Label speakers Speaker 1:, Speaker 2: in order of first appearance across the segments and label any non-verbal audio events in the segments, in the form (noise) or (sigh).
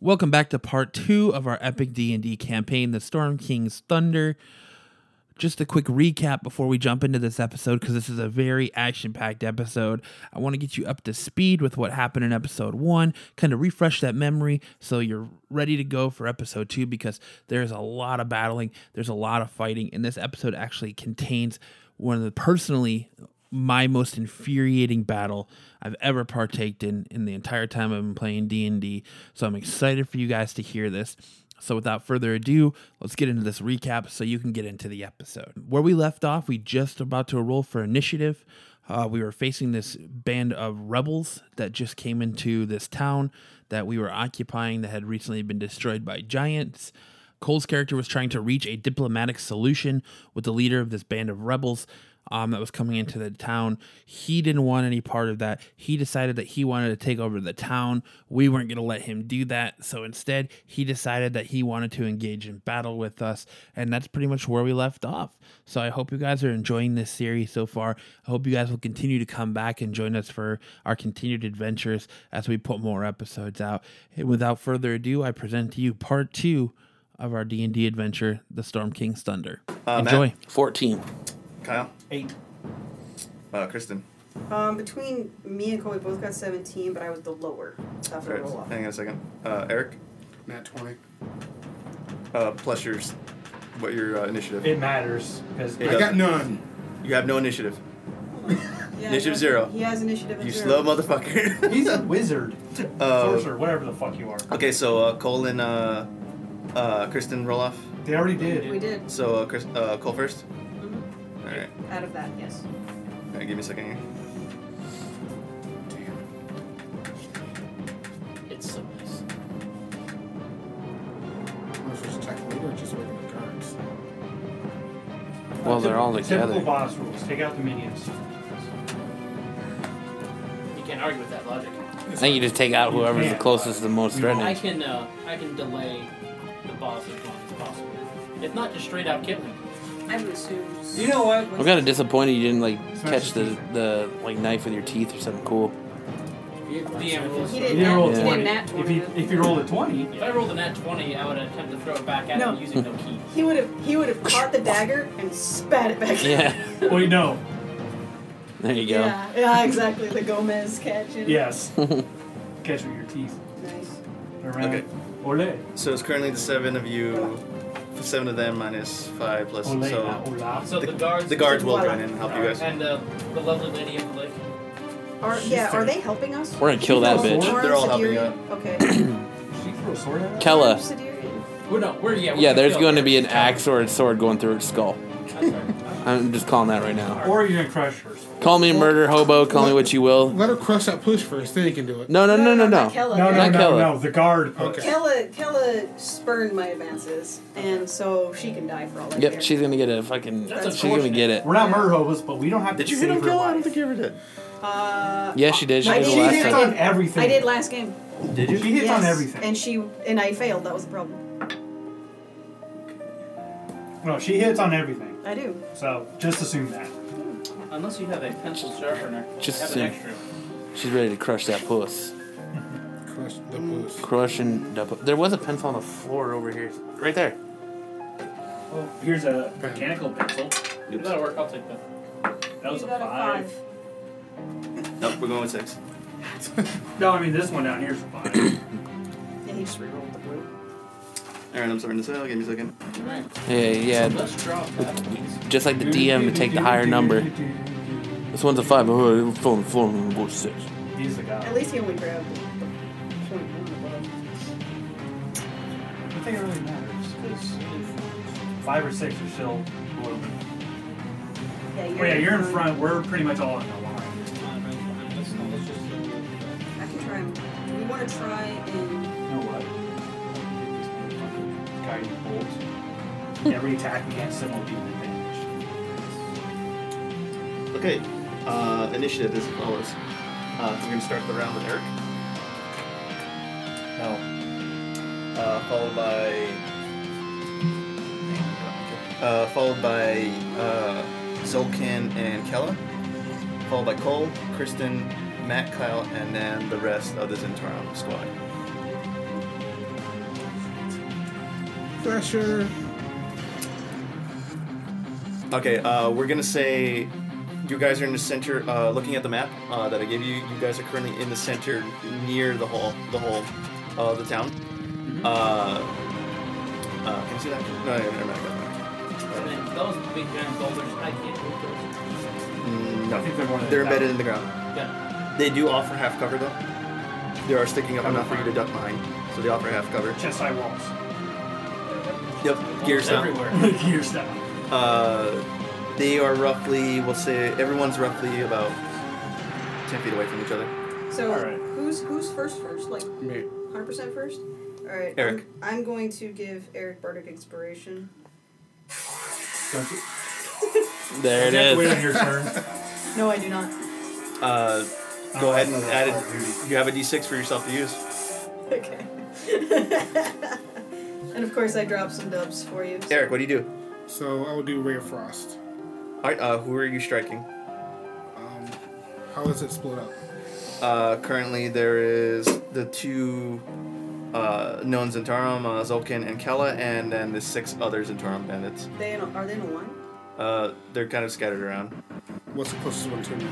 Speaker 1: Welcome back to part two of our epic D and D campaign, The Storm King's Thunder. Just a quick recap before we jump into this episode, because this is a very action-packed episode. I want to get you up to speed with what happened in episode one, kind of refresh that memory so you're ready to go for episode two, because there's a lot of battling, there's a lot of fighting, and this episode actually contains one of the personally my most infuriating battle I've ever partaked in in the entire time I've been playing D&D. So I'm excited for you guys to hear this. So without further ado, let's get into this recap so you can get into the episode. Where we left off, we just about to roll for initiative. Uh, we were facing this band of rebels that just came into this town that we were occupying that had recently been destroyed by giants. Cole's character was trying to reach a diplomatic solution with the leader of this band of rebels um, that was coming into the town. He didn't want any part of that. He decided that he wanted to take over the town. We weren't going to let him do that. So instead, he decided that he wanted to engage in battle with us. And that's pretty much where we left off. So I hope you guys are enjoying this series so far. I hope you guys will continue to come back and join us for our continued adventures as we put more episodes out. And without further ado, I present to you part two of our D&D adventure, The Storm King's Thunder. Enjoy.
Speaker 2: 14.
Speaker 3: Kyle,
Speaker 1: Eight.
Speaker 3: uh, Kristen.
Speaker 4: Um, between me and Cole, we both got 17, but I was the lower. So I have to
Speaker 3: Alright,
Speaker 4: roll off.
Speaker 3: hang on a second. Uh, Eric,
Speaker 5: Nat 20.
Speaker 3: uh, plus your s- what your uh, initiative?
Speaker 6: It matters because
Speaker 3: It
Speaker 5: I
Speaker 3: does.
Speaker 5: got none.
Speaker 3: you have no initiative.
Speaker 4: Yeah,
Speaker 3: Initiative
Speaker 4: no,
Speaker 3: zero.
Speaker 4: He has initiative at
Speaker 3: You slow
Speaker 4: zero.
Speaker 3: motherfucker. (laughs)
Speaker 6: he's a wizard,
Speaker 3: uh,
Speaker 6: sorcerer, whatever the fuck you are.
Speaker 3: okay, so uh, Cole and uh, uh, Kristen roll off.
Speaker 6: They already did.
Speaker 4: We did.
Speaker 3: So uh, Chris, uh, Cole first.
Speaker 4: Mhm.
Speaker 3: All right.
Speaker 4: Out of that, yes.
Speaker 3: All right, give me a second here.
Speaker 5: Damn.
Speaker 2: It's so nice.
Speaker 5: I should just check later, just waiting for cards.
Speaker 2: Well, they're all
Speaker 6: The
Speaker 2: together.
Speaker 6: Typical boss rules. Take out the minions.
Speaker 7: You can't argue with that logic.
Speaker 1: Oh.
Speaker 2: I think you just take out whoever's the closest to the most
Speaker 6: You won't.
Speaker 7: I
Speaker 2: threatening.
Speaker 7: can uh, I can delay the boss as long as possible. If not, just straight out kill him.
Speaker 4: I would assume.
Speaker 6: You know what?
Speaker 2: I'm kind of disappointed you didn't like
Speaker 6: Smash
Speaker 2: catch the
Speaker 6: his
Speaker 2: the like knife with your teeth or something cool.
Speaker 7: DM rules.
Speaker 4: He
Speaker 6: You
Speaker 4: did
Speaker 6: didn't
Speaker 4: nat,
Speaker 6: roll
Speaker 4: he
Speaker 6: a
Speaker 2: Yeah.
Speaker 4: did
Speaker 6: twenty.
Speaker 4: nat 20.
Speaker 6: If you if you rolled a twenty,
Speaker 7: If I rolled a nat 20, I would attempt to throw it back at
Speaker 4: No.
Speaker 7: him using no key.
Speaker 4: he would have he would have caught the dagger and spat it back. (laughs)
Speaker 2: (laughs) Yeah,
Speaker 6: wait no.
Speaker 2: there you go.
Speaker 4: Yeah, yeah, exactly. The Gomez catch. you know?
Speaker 6: Yes. Catch with your teeth.
Speaker 4: Nice.
Speaker 6: Around.
Speaker 3: Okay.
Speaker 6: Ole.
Speaker 3: So it's currently the seven of you, seven of them minus five plus.
Speaker 6: Ole. not
Speaker 3: so
Speaker 6: Ola.
Speaker 7: So the, guards.
Speaker 3: the guards will run in and help you guys.
Speaker 7: And uh, the lovely lady of the lake.
Speaker 4: Are, yeah, are they helping us?
Speaker 2: We're gonna kill that bitch.
Speaker 3: They're all helping
Speaker 4: out. Okay.
Speaker 6: She threw a sword at us?
Speaker 2: (clears throat) Kella.
Speaker 4: Siderian.
Speaker 7: We're no, we're yeah. We're
Speaker 2: (laughs) Yeah, there's
Speaker 7: going
Speaker 2: going to be an axe or a sword going through its skull. I'm just calling that right now.
Speaker 6: Or you're gonna crush her.
Speaker 2: Call me a murder hobo. Call me what you will.
Speaker 5: Let her crush that push first, then you can do it.
Speaker 2: No, no, no, no,
Speaker 4: not
Speaker 2: no.
Speaker 4: Kella.
Speaker 6: No, no,
Speaker 2: Not
Speaker 6: no,
Speaker 2: Kella.
Speaker 6: no. The guard. push.
Speaker 5: Okay.
Speaker 4: Kella, Kella spurned my advances, and so she can die for all I care.
Speaker 2: Yep, she's gonna get a fucking.
Speaker 7: That's
Speaker 2: She's gonna
Speaker 7: unfortunate.
Speaker 2: get it.
Speaker 6: We're not murder hobos, but we don't have
Speaker 3: did
Speaker 6: to
Speaker 3: you
Speaker 6: save
Speaker 3: hit him,
Speaker 6: her
Speaker 3: Cole? I don't
Speaker 6: life.
Speaker 3: think you ever did.
Speaker 4: Uh,
Speaker 2: Yeah, she did. She
Speaker 4: I
Speaker 2: did
Speaker 4: did.
Speaker 2: the
Speaker 6: She
Speaker 2: last
Speaker 6: hits
Speaker 2: time.
Speaker 6: on everything.
Speaker 4: I did last game.
Speaker 3: Did
Speaker 6: She hits
Speaker 4: yes,
Speaker 6: on everything.
Speaker 4: And she and I failed. That was the problem.
Speaker 6: no, she hits on everything.
Speaker 4: I do.
Speaker 6: So just assume that.
Speaker 7: (laughs) Unless you have a pencil sharpener.
Speaker 2: Just
Speaker 7: have
Speaker 2: assume.
Speaker 7: an extra.
Speaker 2: She's ready to crush that puss.
Speaker 5: Crush the push.
Speaker 2: Crushing the. pu- There was a pencil on the floor over here, right there.
Speaker 6: Well, Oh, here's a
Speaker 7: Mechanical pencil. If That'll work. I'll take that.
Speaker 6: that was
Speaker 4: You
Speaker 6: a
Speaker 4: got
Speaker 6: five.
Speaker 3: Nope, we're going with six.
Speaker 6: No, I mean this one down here is a five.
Speaker 4: Yeah, he just rerolled the blue.
Speaker 3: Aaron, I'm sorting this out. Give me a second.
Speaker 2: Yeah, yeah.
Speaker 7: Let's drop that.
Speaker 2: Just like (coughs) the DM to take the higher number. This one's a five. Oh, it's on the floor. Oh, six.
Speaker 6: He's the guy.
Speaker 4: At least he only grabbed the point one above.
Speaker 6: I don't think it really matters because five or six are still. below me.
Speaker 4: Yeah, you're,
Speaker 6: Oh yeah, you're in front. We're pretty much all in the line.
Speaker 4: I can try and. Do we want to try and?
Speaker 6: You know what? Guy you bolt. Every attack against them will be an advantage.
Speaker 3: Okay, uh, initiative as follows. Uh, we're gonna start the round with Eric. No. Uh, followed by. Uh, followed by uh, Zolkin and Kella. Followed by Cole, Kristen, Matt, Kyle, and then the rest of the Zentaro squad.
Speaker 5: Thresher.
Speaker 3: Okay, uh, we're gonna say you guys are in the center. Uh, looking at the map uh, that I gave you, you guys are currently in the center, near the whole, the whole, uh, the town. Uh, uh, can you see that? No, no, no, no,
Speaker 7: Man, those big giant boulders, I can't move
Speaker 3: no.
Speaker 6: I think they're
Speaker 3: No,
Speaker 6: more than
Speaker 3: they're
Speaker 6: that.
Speaker 3: embedded in the ground.
Speaker 7: those. Yeah.
Speaker 3: They do offer half cover though. They are sticking up enough for you to duck behind, so they offer half cover.
Speaker 6: Chest high walls. (laughs)
Speaker 3: Yep, gear
Speaker 7: Boulders
Speaker 3: sound.
Speaker 7: everywhere.
Speaker 6: Gear step.
Speaker 3: Uh, they are roughly, we'll say, everyone's roughly about ten feet away from each other.
Speaker 4: So
Speaker 6: Alright.
Speaker 4: who's who's first first? Like
Speaker 5: Me.
Speaker 4: hundred percent first? Alright.
Speaker 3: Eric.
Speaker 4: I'm, I'm going to give Eric Bardic inspiration.
Speaker 5: Don't you-
Speaker 2: There it
Speaker 6: Wait
Speaker 2: is.
Speaker 6: on your turn.
Speaker 4: No, I do not.
Speaker 3: Uh, go ahead and add it. You have a d6 for yourself to use.
Speaker 4: (laughs) Okay. (laughs) and of course I dropped some dubs for you.
Speaker 3: Eric, what do you do?
Speaker 5: So I will do Ray of Frost.
Speaker 3: All right, uh, who are you striking?
Speaker 5: Um, how is it split up?
Speaker 3: Uh, currently, there is the two uh, known Zentarum, uh, Zulkin and Kella, and then the six other Zentarum bandits.
Speaker 4: They in a, are they in a line?
Speaker 3: Uh, they're kind of scattered around.
Speaker 5: What's the closest one to me?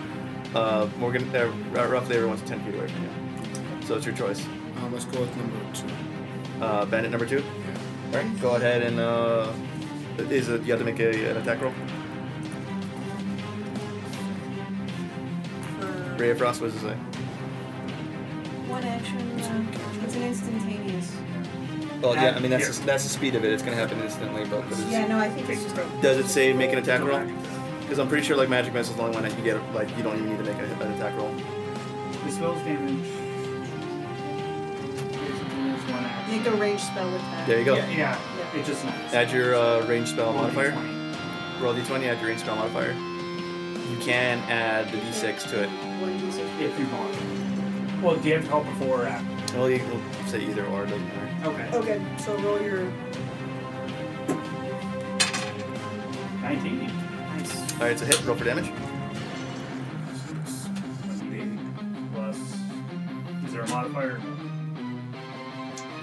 Speaker 3: Uh, Morgan, uh, r- roughly everyone's 10 feet away from you. So it's your choice.
Speaker 5: Um, let's go with number two.
Speaker 3: Uh, bandit number two.
Speaker 5: Yeah.
Speaker 3: All right, go ahead and uh, is it you have to make a, an attack roll?
Speaker 4: For
Speaker 3: Ray of Frost, what does it say?
Speaker 4: one action, uh, it's an instantaneous.
Speaker 3: Well, yeah, I mean that's
Speaker 6: Here.
Speaker 3: the, that's the speed of it. It's gonna happen instantly, but but it's-
Speaker 4: Yeah, no, I think it's just a
Speaker 3: does it say make an attack roll?
Speaker 6: Magic.
Speaker 3: Because I'm pretty sure like magic missile's the only one that you get like you don't even need to make a, an attack roll.
Speaker 6: This spells damage.
Speaker 4: make a ranged spell attack.
Speaker 3: There you go.
Speaker 6: Yeah, yeah, it just nice.
Speaker 3: Add your uh, range spell modifier.
Speaker 6: 20.
Speaker 3: Roll d20. Add your range spell modifier. You can add the d6 to it.
Speaker 4: One d6.
Speaker 6: If you want. Well, do you have to help before or after?
Speaker 3: Well, you can say either or. Doesn't matter.
Speaker 6: Okay.
Speaker 4: Okay, so roll your
Speaker 6: 19.
Speaker 4: nice.
Speaker 3: All right, so hit. Roll for damage.
Speaker 6: Plus. Is there a modifier?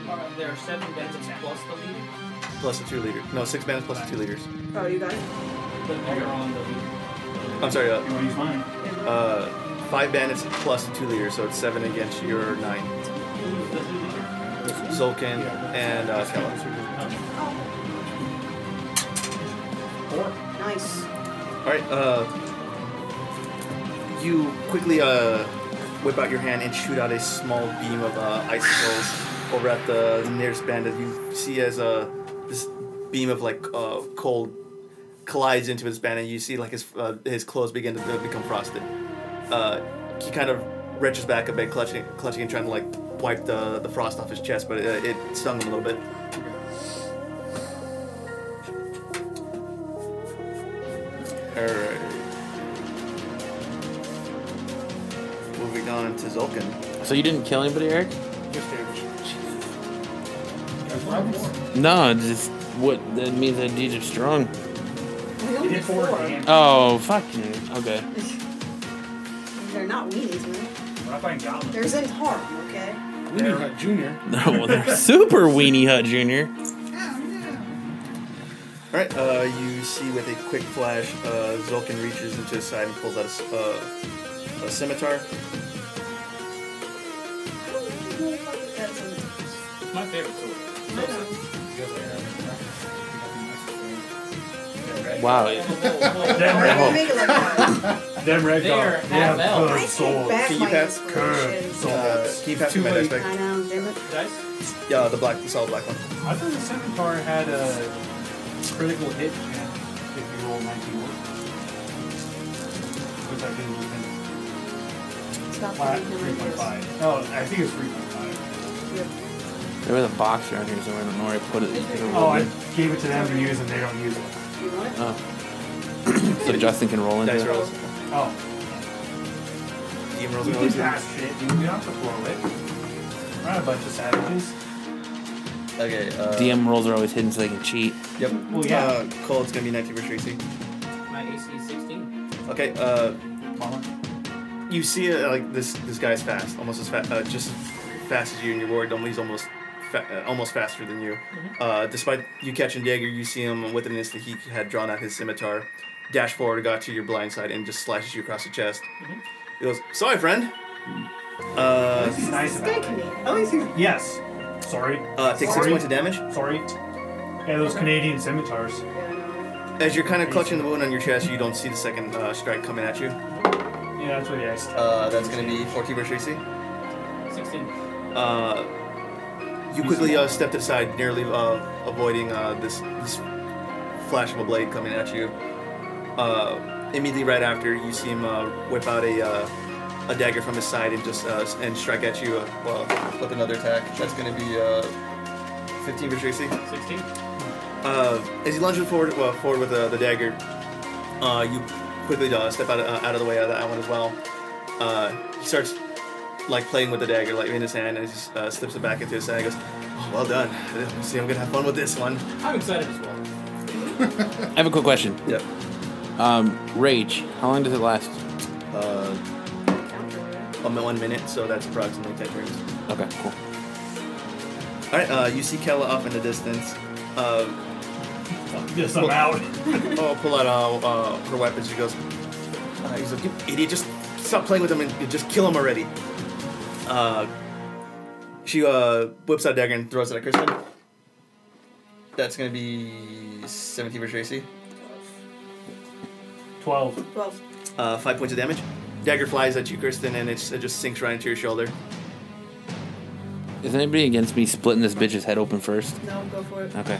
Speaker 7: Uh, there are seven bandits plus the leader,
Speaker 3: Plus the two leaders. No, six bandits plus the two leaders.
Speaker 4: Oh, you got it.
Speaker 7: but they're on the leader.
Speaker 3: I'm sorry.
Speaker 6: You
Speaker 3: Uh,
Speaker 6: want to use mine?
Speaker 3: uh, five bandits plus the two leaders, so it's seven against your nine.
Speaker 7: Who's the leader?
Speaker 5: This one.
Speaker 3: Zulkin and uh, Kella.
Speaker 5: Kella.
Speaker 4: Oh,
Speaker 6: Four.
Speaker 4: nice.
Speaker 3: All right. Uh, you quickly uh, whip out your hand and shoot out a small beam of uh, icicles over at the nearest bandit. You see as uh, this beam of like uh, cold collides into his bandit. You see like his uh, his clothes begin to uh, become frosted. Uh, he kind of wrenches back a bit, clutching, clutching, and trying to like wipe the, the frost off his chest, but uh, it, it stung him a little bit. Alright. Moving on to Zulkin.
Speaker 2: So you didn't kill anybody, Eric?
Speaker 5: Just damage. Guys, why more?
Speaker 2: No, it's just what that means that these are strong.
Speaker 4: We only
Speaker 6: You did
Speaker 4: did
Speaker 6: four.
Speaker 4: four.
Speaker 6: Dan.
Speaker 2: Oh fuck you. Okay.
Speaker 4: They're not weenies, man.
Speaker 6: We're not buying goblins.
Speaker 4: They're Zentarum, okay?
Speaker 5: We need Hut Junior.
Speaker 2: No, well, (laughs) they're (laughs) super weenie hut junior.
Speaker 3: Oh. All right. Uh, you see with a quick flash, uh, Zulkin reaches into his side and pulls out a, s- uh, a scimitar.
Speaker 4: I don't think we'll fucking get some-
Speaker 7: It's my favorite sword.
Speaker 4: I know.
Speaker 2: Wow.
Speaker 7: Whoa, whoa, whoa.
Speaker 6: Them
Speaker 4: Why do
Speaker 6: red,
Speaker 4: you make it like
Speaker 3: (laughs)
Speaker 4: that?
Speaker 6: them red
Speaker 7: They
Speaker 6: dog-
Speaker 7: are
Speaker 6: They have
Speaker 7: half elf.
Speaker 6: good
Speaker 4: I take
Speaker 6: souls.
Speaker 4: back
Speaker 3: Can you
Speaker 4: my
Speaker 3: pass-
Speaker 4: inspiration.
Speaker 3: Uh, can you pass me my dice
Speaker 4: I
Speaker 3: back?
Speaker 4: know, damn it.
Speaker 7: Dice?
Speaker 3: Yeah, the black, the solid black one.
Speaker 6: I thought the second car had a critical hit chance if you roll 19 words. Which I didn't even
Speaker 4: Stop
Speaker 6: flat
Speaker 4: thinking about
Speaker 6: 3.5. No, Oh, I think it's 3.5.
Speaker 4: this. Yeah.
Speaker 2: There was a box around here, so I don't know where I put it. You could've
Speaker 6: Oh,
Speaker 2: rolled
Speaker 6: I
Speaker 2: it.
Speaker 6: gave it to them to use and they don't use it.
Speaker 4: You want it?
Speaker 2: Oh. (clears throat) so Justin can roll in.
Speaker 3: Dice rolls.
Speaker 6: Oh.
Speaker 3: DM rolls
Speaker 6: We
Speaker 3: are
Speaker 6: can (laughs)
Speaker 3: always good.
Speaker 6: pass shit, dude. We don't have to throw it. We're not a bunch of savages.
Speaker 3: Okay. Uh,
Speaker 2: DM rolls are always hidden so they can cheat.
Speaker 3: Yep.
Speaker 6: Well, yeah.
Speaker 3: Uh, Cole, it's gonna be 19 for Tracy.
Speaker 7: My AC is 16.
Speaker 3: Okay. Uh,
Speaker 6: Mama.
Speaker 3: you see, uh, like this, this guy's fast, almost as fast, uh, just as fast as you, and you're worried. um, He's almost fa- uh, almost faster than you. Uh, despite you catching Dagger, you see him and with an instant. He had drawn out his scimitar, dashed forward, got to your blind side, and just slashes you across the chest. He goes, "Sorry, friend." Uh,
Speaker 6: He's nice about it.
Speaker 4: Canadian.
Speaker 6: At least he's yes. Sorry.
Speaker 3: uh, take six
Speaker 6: Sorry.
Speaker 3: points of damage.
Speaker 6: Sorry. Yeah, those Canadian scimitars.
Speaker 3: As you're kind of clutching the wound on your chest, you don't see the second uh, strike coming at you.
Speaker 6: Yeah, that's what the ice.
Speaker 3: Uh, that's going to be 14 versus AC.
Speaker 7: 16.
Speaker 3: Uh, you quickly uh, stepped aside, nearly uh, avoiding uh, this, this flash of a blade coming at you. Uh, immediately right after, you see him uh, whip out a, uh, a dagger from his side and just uh, and strike at you. Uh, well, with another attack. That's going to be uh, 15 versus AC.
Speaker 7: 16.
Speaker 3: Uh, as he lunges forward, well, forward with uh, the dagger, uh, you quickly uh, step out of, uh, out of the way of that one as well. Uh, he starts like playing with the dagger, like in his hand, and he just, uh, slips it back into his hand. and goes, "Oh, "Well done. See, I'm gonna have fun with this one."
Speaker 7: I'm excited as well.
Speaker 2: I have a quick question.
Speaker 3: Yep.
Speaker 2: Um, rage. How long does it last?
Speaker 3: Uh, one mi- one minute, so that's approximately ten turns.
Speaker 2: Okay, cool.
Speaker 3: All right. Uh, you see Kella off in the distance. Uh,
Speaker 6: Fuck this, I'm out. (laughs)
Speaker 3: oh, pull out uh, uh, her weapons. She goes, uh, he's like, you idiot, just stop playing with him and and just kill him already. Uh, she uh, whips out a dagger and throws it at Crispin. That's going to be 17 for Tracy.
Speaker 6: Twelve.
Speaker 4: Well,
Speaker 3: Uh, five points of damage. Dagger flies at you, Kristen, and it's, it just sinks right into your shoulder.
Speaker 2: Is anybody against me splitting this bitch's head open first?
Speaker 4: no, go for it.
Speaker 2: Okay.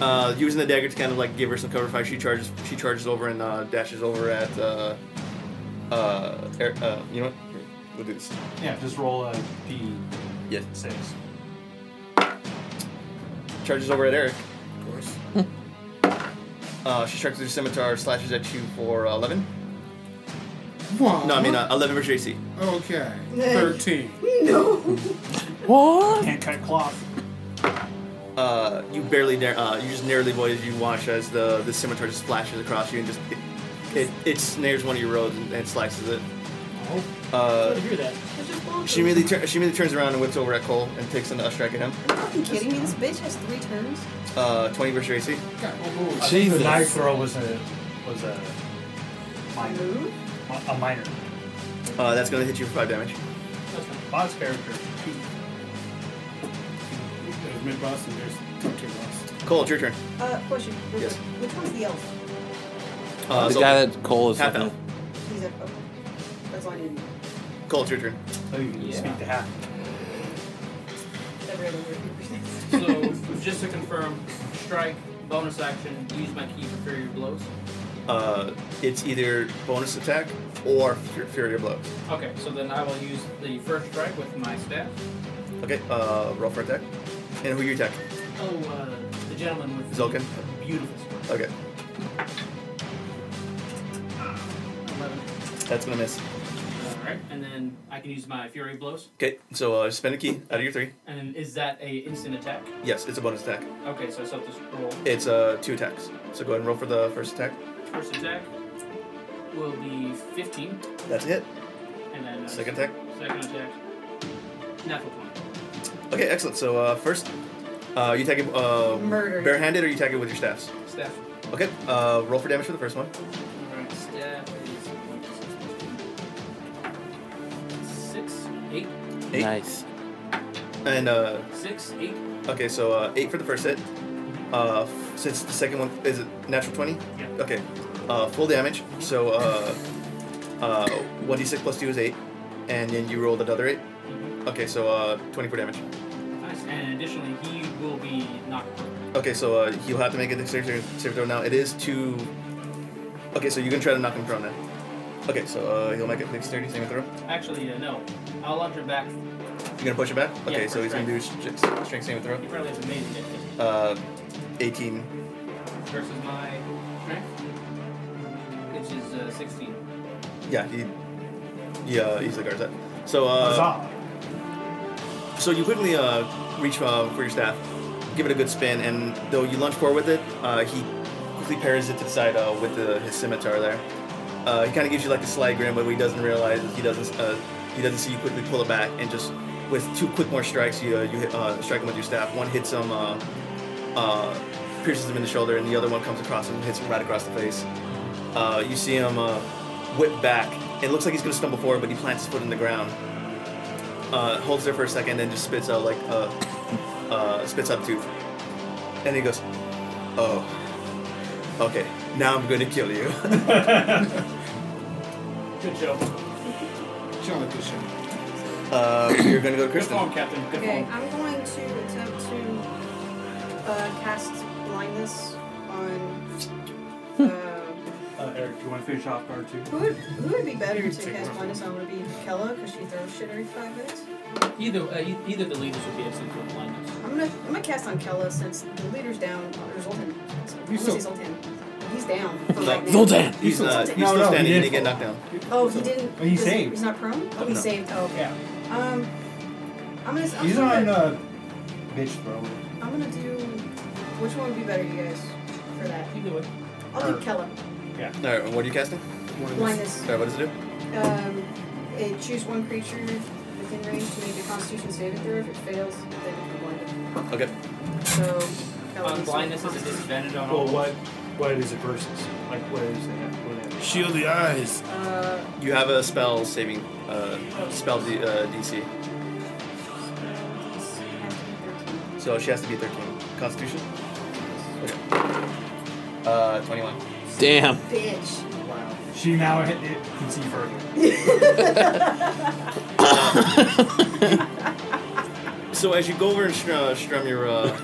Speaker 3: Uh, using the dagger to kind of like give her some cover fire, she charges. She charges over and uh, dashes over at. Uh, uh, Eric- uh, you know what? Here, We'll do this.
Speaker 6: Yeah, just roll a D
Speaker 3: Yes.
Speaker 6: six.
Speaker 3: Charges over at Eric.
Speaker 5: Of course.
Speaker 3: Uh, she strikes with her scimitar, slashes at you for uh, 11.
Speaker 5: Wow.
Speaker 3: No, I mean uh, 11 versus AC.
Speaker 5: Okay.
Speaker 4: Nick.
Speaker 5: 13.
Speaker 4: (laughs) No.
Speaker 6: Can't cut cloth.
Speaker 3: Uh, you barely, nar- uh, you just narrowly avoid as you watch as the, the scimitar just flashes across you and just it, it, it snares one of your roads and, and slices it.
Speaker 7: Good
Speaker 3: Uh,
Speaker 7: to hear that.
Speaker 4: It's just bullshit.
Speaker 3: she immediately tur- she immediately turns around and whips over at Cole and takes an us strike at him.
Speaker 4: Are you kidding me? This bitch has three turns.
Speaker 3: Uh, 20 versus AC.
Speaker 5: God,
Speaker 6: I
Speaker 5: oh,
Speaker 6: think
Speaker 2: Jesus.
Speaker 6: The knife throw was a was a minor.
Speaker 4: Move.
Speaker 6: mi- A minor.
Speaker 3: Uh, that's gonna hit you for five damage.
Speaker 7: That's fine.
Speaker 6: Boss character.
Speaker 5: there's mid boss and there's top tier boss.
Speaker 3: Cole, it's your turn.
Speaker 4: Uh, question. real
Speaker 3: Yes.
Speaker 4: quick. Which one's the elf?
Speaker 3: Uh,
Speaker 2: the
Speaker 3: so-
Speaker 2: guy that Cole is
Speaker 3: half
Speaker 2: fucking-
Speaker 3: elf.
Speaker 4: He's at. Okay. That's all I need.
Speaker 3: Cole, it's your turn.
Speaker 6: So Oh, you can
Speaker 7: Yeah.
Speaker 6: speak to half.
Speaker 4: Every other
Speaker 7: (laughs)
Speaker 4: word.
Speaker 7: So, just to confirm, strike, bonus action, use my key for furious blows.
Speaker 3: Uh, it's either bonus attack or fu- Fury Blow.
Speaker 7: Okay, so then I will use the first strike with my staff.
Speaker 3: Okay, uh, roll for attack. And who you attack?
Speaker 7: Oh, uh, the gentleman with the
Speaker 3: Zulkin.
Speaker 7: beautiful sword.
Speaker 3: Okay,
Speaker 7: 11.
Speaker 3: that's gonna miss.
Speaker 7: Alright, and then I can use my fury blows.
Speaker 3: Okay, so uh, spend a key out of your three.
Speaker 7: And then is that a instant attack?
Speaker 3: Yes, it's a bonus attack.
Speaker 7: Okay, so I still have to roll.
Speaker 3: It's uh, two attacks. So go ahead and roll for the first attack.
Speaker 7: First attack will be 15.
Speaker 3: That's it.
Speaker 7: And then uh,
Speaker 3: Second attack.
Speaker 7: second attack, natural 20.
Speaker 3: Okay, excellent. So uh, first, uh, you attack it uh,
Speaker 4: Murder.
Speaker 3: barehanded or you attack it with your staffs.
Speaker 7: Staff.
Speaker 3: Okay, uh, roll for damage for the first one.
Speaker 7: Alright, staff is six, eight,
Speaker 3: Eight.
Speaker 2: Nice.
Speaker 3: And uh,
Speaker 7: six, eight.
Speaker 3: okay, so uh, eight for the first hit. Uh, f- since the second one is it natural twenty.
Speaker 7: Yeah.
Speaker 3: Okay, uh, full damage. So uh, uh, one d six plus two is eight, and then you rolled another eight.
Speaker 7: Mhm.
Speaker 3: Okay, so uh, twenty four damage.
Speaker 7: Nice. And additionally, he will be knocked out.
Speaker 3: Okay, so uh, you'll have to make a dexterity save throw now. It is two. Okay, so you can try to knock him prone now. Okay, so uh, he'll make a dexterity saving throw. You're
Speaker 7: Actually, uh, no. I'll launch her back.
Speaker 3: gonna push it back.
Speaker 7: Yeah,
Speaker 3: Okay,
Speaker 7: for
Speaker 3: so he's gonna do st- strength saving throw.
Speaker 7: He probably has amazing hit kill
Speaker 3: Uh, 18.
Speaker 7: versus my strength, which is uh, 16.
Speaker 3: Yeah, he yeah easily guards that. So uh,
Speaker 6: Huzzah.
Speaker 3: so you quickly uh, reach uh, for your staff, give it a good spin, and though you lunge forward with it, uh, he quickly parries it to the side uh, with the, his scimitar there. Uh, he kind of gives you like a sly grin, but what he doesn't realize is he doesn't uh, he doesn't see you quickly pull it back and just with two quick more strikes, you uh, you hit, uh, strike him with your staff. One hits him, uh, uh, pierces him in the shoulder, and the other one comes across him, and hits him right across the face. Uh, you see him uh, whip back. It looks like he's gonna stumble forward, but he plants his foot in the ground. Uh, holds there for a second, and just spits out like uh, uh, spits up tooth. And he goes, "Oh, okay. Now I'm gonna kill you." (laughs)
Speaker 7: Good job.
Speaker 5: Charlie Bishop.
Speaker 3: uh, you're gonna go to
Speaker 7: Good
Speaker 3: Kristen.
Speaker 7: phone, Captain. Good
Speaker 4: Okay,
Speaker 7: phone.
Speaker 4: I'm going to attempt to uh, cast blindness on. Uh,
Speaker 6: Uh, Eric, do you want to finish off guard two?
Speaker 4: who would who would be better to cast blindness on? Would it be Kella because she throws shit every five minutes?
Speaker 7: Either uh, e- either the leaders would be excellent for blindness.
Speaker 4: I'm gonna I'm gonna cast on Kella since the leader's down. Or Zoltan.
Speaker 5: You
Speaker 4: You
Speaker 5: still-
Speaker 4: still Zoltan. He's down.
Speaker 3: Like,
Speaker 2: Zoltan!
Speaker 3: He's, uh, he's still
Speaker 4: No,
Speaker 5: no, he
Speaker 3: standing. and He
Speaker 5: didn't
Speaker 3: get
Speaker 5: fall.
Speaker 3: knocked down.
Speaker 4: Oh, he didn't.
Speaker 5: Oh, he's
Speaker 4: is-
Speaker 5: saved.
Speaker 4: He's not prone. Oh, he's
Speaker 3: No.
Speaker 4: saved. Oh, okay.
Speaker 6: Yeah.
Speaker 4: Um, I'm gonna. I'm
Speaker 5: He's
Speaker 4: gonna,
Speaker 5: on uh, bitch throw.
Speaker 4: I'm gonna do. Which one would be better, you guys, for that?
Speaker 7: Either way.
Speaker 4: I'll do
Speaker 6: Or-
Speaker 4: Kella.
Speaker 3: All right, what are you casting?
Speaker 4: Blindness.
Speaker 3: All right, what does it do?
Speaker 4: Um, it choose one creature within range to make a Constitution saving throw. If it fails, then it blinded.
Speaker 3: Okay.
Speaker 4: So. Kella
Speaker 7: On
Speaker 4: needs to
Speaker 7: blindness
Speaker 4: make
Speaker 7: is
Speaker 4: a
Speaker 7: a
Speaker 4: Constitution.
Speaker 7: disadvantage on
Speaker 6: Well,
Speaker 7: all.
Speaker 6: what what is it versus? Like, what is it?
Speaker 8: Shield the eyes.
Speaker 4: Uh,
Speaker 3: You have a spell saving, uh, spell D, uh, DC.
Speaker 4: DC has to be 13.
Speaker 3: So she has to be 13. Constitution? Okay. Uh, 21.
Speaker 2: Damn.
Speaker 4: Bitch.
Speaker 6: Wow. She now hit it, can see further.
Speaker 3: So as you go over and str- uh, strum your, uh,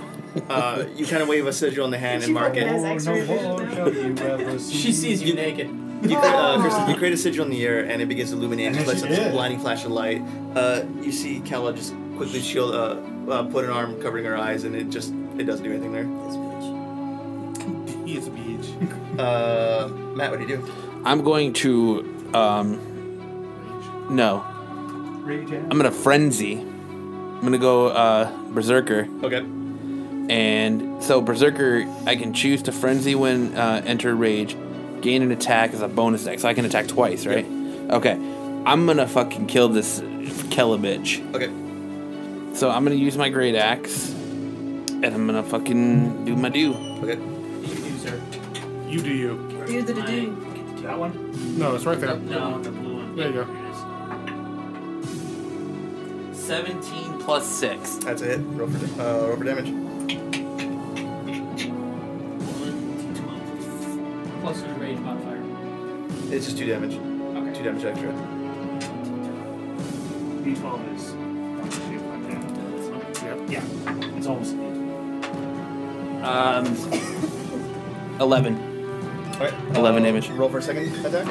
Speaker 3: uh, you kind of wave a sigil in the hand
Speaker 4: She
Speaker 3: and mark
Speaker 4: fucking
Speaker 3: it.
Speaker 4: has
Speaker 6: Oh,
Speaker 4: X-ray vision now.
Speaker 7: (laughs) She sees you naked.
Speaker 3: You, cre- uh,
Speaker 4: Aw.
Speaker 3: Kristen, you create a sigil in the air and it begins to illuminate.
Speaker 5: And
Speaker 3: Just
Speaker 5: then
Speaker 3: like
Speaker 5: she
Speaker 3: some
Speaker 5: did.
Speaker 3: blinding flash of light. Uh, you see Kella just quickly shield, uh, uh, put an arm covering her eyes and it just, it doesn't do anything there.
Speaker 4: This bitch.
Speaker 8: He is a beach.
Speaker 3: Uh, Matt, what do you do?
Speaker 2: I'm going to. Um, no.
Speaker 6: Rage
Speaker 2: I'm going to frenzy. I'm going to go uh, Berserker.
Speaker 3: Okay.
Speaker 2: And so, Berserker, I can choose to frenzy when uh, enter rage, gain an attack as a bonus attack. So I can attack twice, right? Okay. I'm going to fucking kill this Kella bitch.
Speaker 3: Okay.
Speaker 2: So I'm gonna use my great axe, and I'm gonna fucking do my do.
Speaker 3: Okay.
Speaker 7: You do, sir.
Speaker 8: You do you.
Speaker 4: Dude, the dude.
Speaker 6: That one?
Speaker 8: No, Oh, it's right there.
Speaker 7: No, the blue one.
Speaker 8: There you go.
Speaker 7: go. 17 plus 6.
Speaker 3: That's a hit. Roll for, uh, roll for damage.
Speaker 7: Plus your rage modifier.
Speaker 3: It's just two damage. Two
Speaker 7: Okay.
Speaker 3: damage extra.
Speaker 6: D12 is. one, two, one, yeah. Yeah, it's almost an eight.
Speaker 2: Um, eleven.
Speaker 3: Alright.
Speaker 2: 11 damage.
Speaker 3: Roll for a second attack.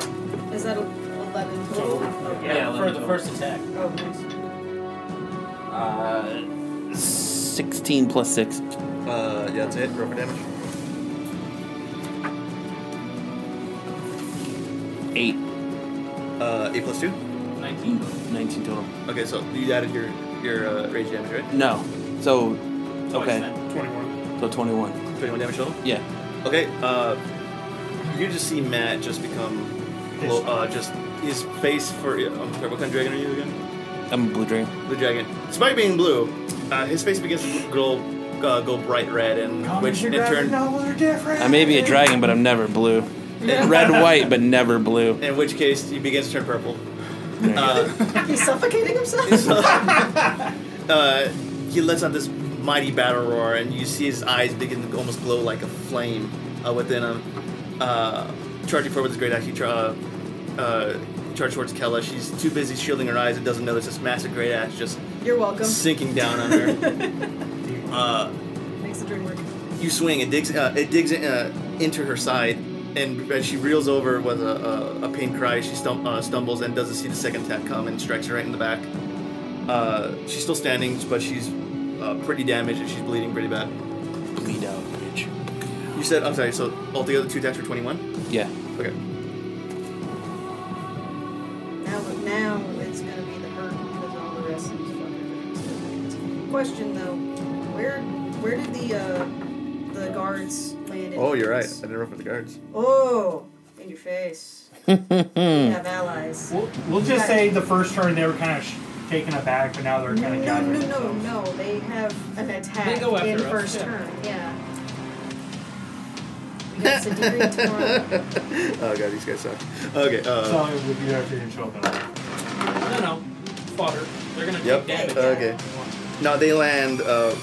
Speaker 4: Is that a 11 total? Oh,
Speaker 7: Yeah,
Speaker 6: Yeah,
Speaker 7: for
Speaker 6: eleven
Speaker 7: the
Speaker 6: total.
Speaker 7: first attack.
Speaker 4: Oh, nice.
Speaker 2: Uh, sixteen plus six.
Speaker 3: Uh, yeah, that's it. Roll for damage.
Speaker 2: Eight.
Speaker 3: Uh, eight plus two.
Speaker 7: 19.
Speaker 2: Nineteen total.
Speaker 3: Okay, so you added your your uh, rage damage, right?
Speaker 2: No. So,
Speaker 7: Twice
Speaker 2: Okay.
Speaker 7: then.
Speaker 8: 21.
Speaker 2: so twenty-one.
Speaker 3: Twenty-one damage total.
Speaker 2: Yeah.
Speaker 3: Okay. Uh, you just see Matt just become, lo- uh, just his face for. uh, I'm sorry. What kind of dragon are you again?
Speaker 2: I'm a blue dragon.
Speaker 3: Blue dragon. Despite being blue, uh, his face begins to glow, uh, go bright red, and which in turn,
Speaker 5: novels are different.
Speaker 2: I may be a dragon, but I'm never blue. Red, white, but never blue.
Speaker 3: in which case he begins to turn purple.
Speaker 2: There you go.
Speaker 3: Uh,
Speaker 4: He's suffocating himself?
Speaker 3: uh, he lets out this mighty battle roar, and you see his eyes begin to almost glow like a flame uh, within him. Uh, charging forward with his great axe, he tra- uh, uh, charges towards Kella. She's too busy shielding her eyes and doesn't notice this massive great axe just
Speaker 4: You're welcome.
Speaker 3: sinking down on her. uh,
Speaker 4: Makes the dream work.
Speaker 3: you swing, it digs, uh, it digs in, uh, into her side, and as she reels over with a, a, a pain cry, she stum- uh, stumbles and doesn't see the second attack come and strikes her right in the back. Uh, she's still standing, but she's uh, pretty damaged and she's bleeding pretty bad.
Speaker 2: Bleed out, bitch.
Speaker 3: You said, I'm sorry, so altogether two attacks for 21?
Speaker 2: Yeah.
Speaker 3: Okay.
Speaker 4: Now, but now it's gonna be the hurt because all the rest is fucking Question though, where where did the uh, the guards land?
Speaker 3: Oh,
Speaker 4: in defense?
Speaker 3: didn't run for the guards.
Speaker 4: Oh, in your face. you have allies.
Speaker 6: We'll, we'll just say the first turn they were kind of sh- taken aback, but now they're kind of
Speaker 4: No,
Speaker 6: gathering
Speaker 4: no, no,
Speaker 6: themselves.
Speaker 4: no. They have an attack
Speaker 7: They go after
Speaker 4: in
Speaker 7: us,
Speaker 4: first
Speaker 7: yeah.
Speaker 4: turn. Yeah. We got Sidiri tomorrow.
Speaker 3: oh god, these guys suck. Okay, uh,
Speaker 6: So it would be after you show up at all.
Speaker 7: No, no. Fodder. They're gonna
Speaker 3: Yep.
Speaker 7: take damage.
Speaker 3: Okay. no, they land uh,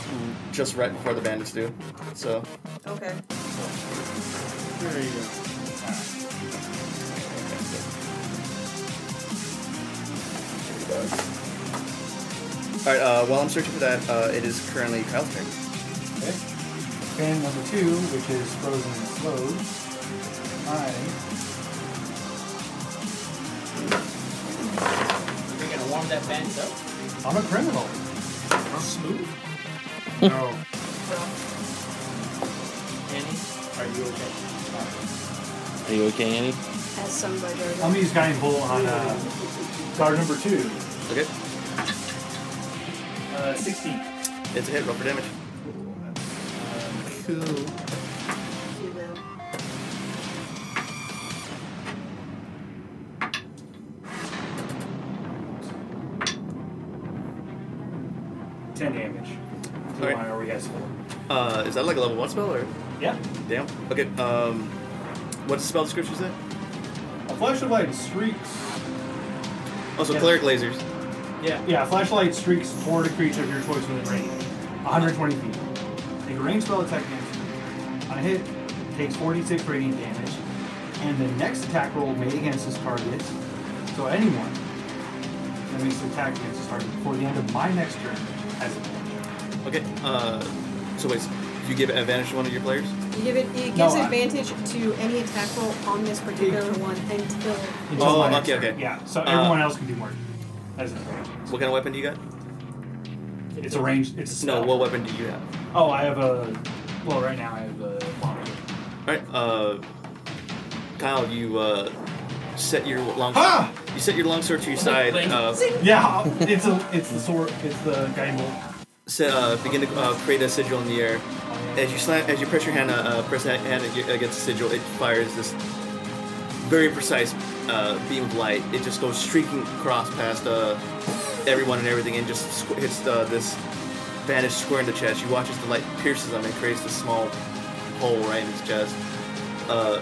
Speaker 3: just right before the bandits do. So
Speaker 4: Okay.
Speaker 5: There you go.
Speaker 3: All right. Uh, while I'm searching for that, uh, it is currently Kyle's turn.
Speaker 5: Okay. Fan number two, which is frozen and slowed. I.
Speaker 7: You're gonna warm that bandit up.
Speaker 5: I'm a criminal.
Speaker 7: Smooth.
Speaker 5: no.
Speaker 7: And
Speaker 5: Are you okay?
Speaker 2: Are you okay, Annie?
Speaker 4: As sung by Jar
Speaker 6: I'm
Speaker 4: Jar.
Speaker 6: gonna use Guiding Bolt on uh, guard number two.
Speaker 3: Okay.
Speaker 6: Uh, 16.
Speaker 3: It's a hit. Roll for damage.
Speaker 5: Cool.
Speaker 4: You will.
Speaker 6: Ten damage. To
Speaker 3: Alright.
Speaker 6: my RES four.
Speaker 3: Uh, is that like a level one spell or?
Speaker 6: Yeah.
Speaker 3: Damn. Okay. Um, what's the spell description say?
Speaker 6: A flashlight streaks.
Speaker 3: Also,
Speaker 6: Yeah.
Speaker 3: Oh, cleric lasers.
Speaker 7: yeah.
Speaker 6: Yeah, a flashlight streaks toward a creature of your choice within range, 120 feet. Take a ranged spell attack against it. On a hit, it takes 46 radiant damage, and the next attack roll made against this target, so anyone that makes the attack against this target before the end of my next turn has advantage.
Speaker 3: Okay. Uh, so wait, you give advantage to one of your players?
Speaker 4: You give it. It
Speaker 6: No,
Speaker 4: gives
Speaker 6: I-
Speaker 4: advantage to any attack roll on this particular one until.
Speaker 6: Until
Speaker 3: Oh,
Speaker 6: my next
Speaker 3: okay,
Speaker 6: turn.
Speaker 3: okay.
Speaker 6: Yeah, so
Speaker 3: Uh,
Speaker 6: everyone else can do more. As an advantage.
Speaker 3: What kind of weapon do you got?
Speaker 6: It's a ranged. It's a
Speaker 3: No.
Speaker 6: spell.
Speaker 3: What weapon do you have?
Speaker 6: Oh, I have a. Well, right now I have a long sword.
Speaker 3: All right. Uh, Kyle, you uh, set your long.
Speaker 5: Ah!
Speaker 3: You set your long sword to your side. Uh,
Speaker 6: Yeah, it's a. It's the sword. It's the guiding bolt.
Speaker 3: set, uh, begin to uh, create a sigil in the air. As you slam, as you press your hand, uh, uh, press ha- hand ag- against the sigil, it fires this very precise uh, beam of light. It just goes streaking across past uh, everyone and everything, and just squ- hits uh, this bandage square in the chest. You watch as the light pierces him and creates this small hole right in his chest. Uh,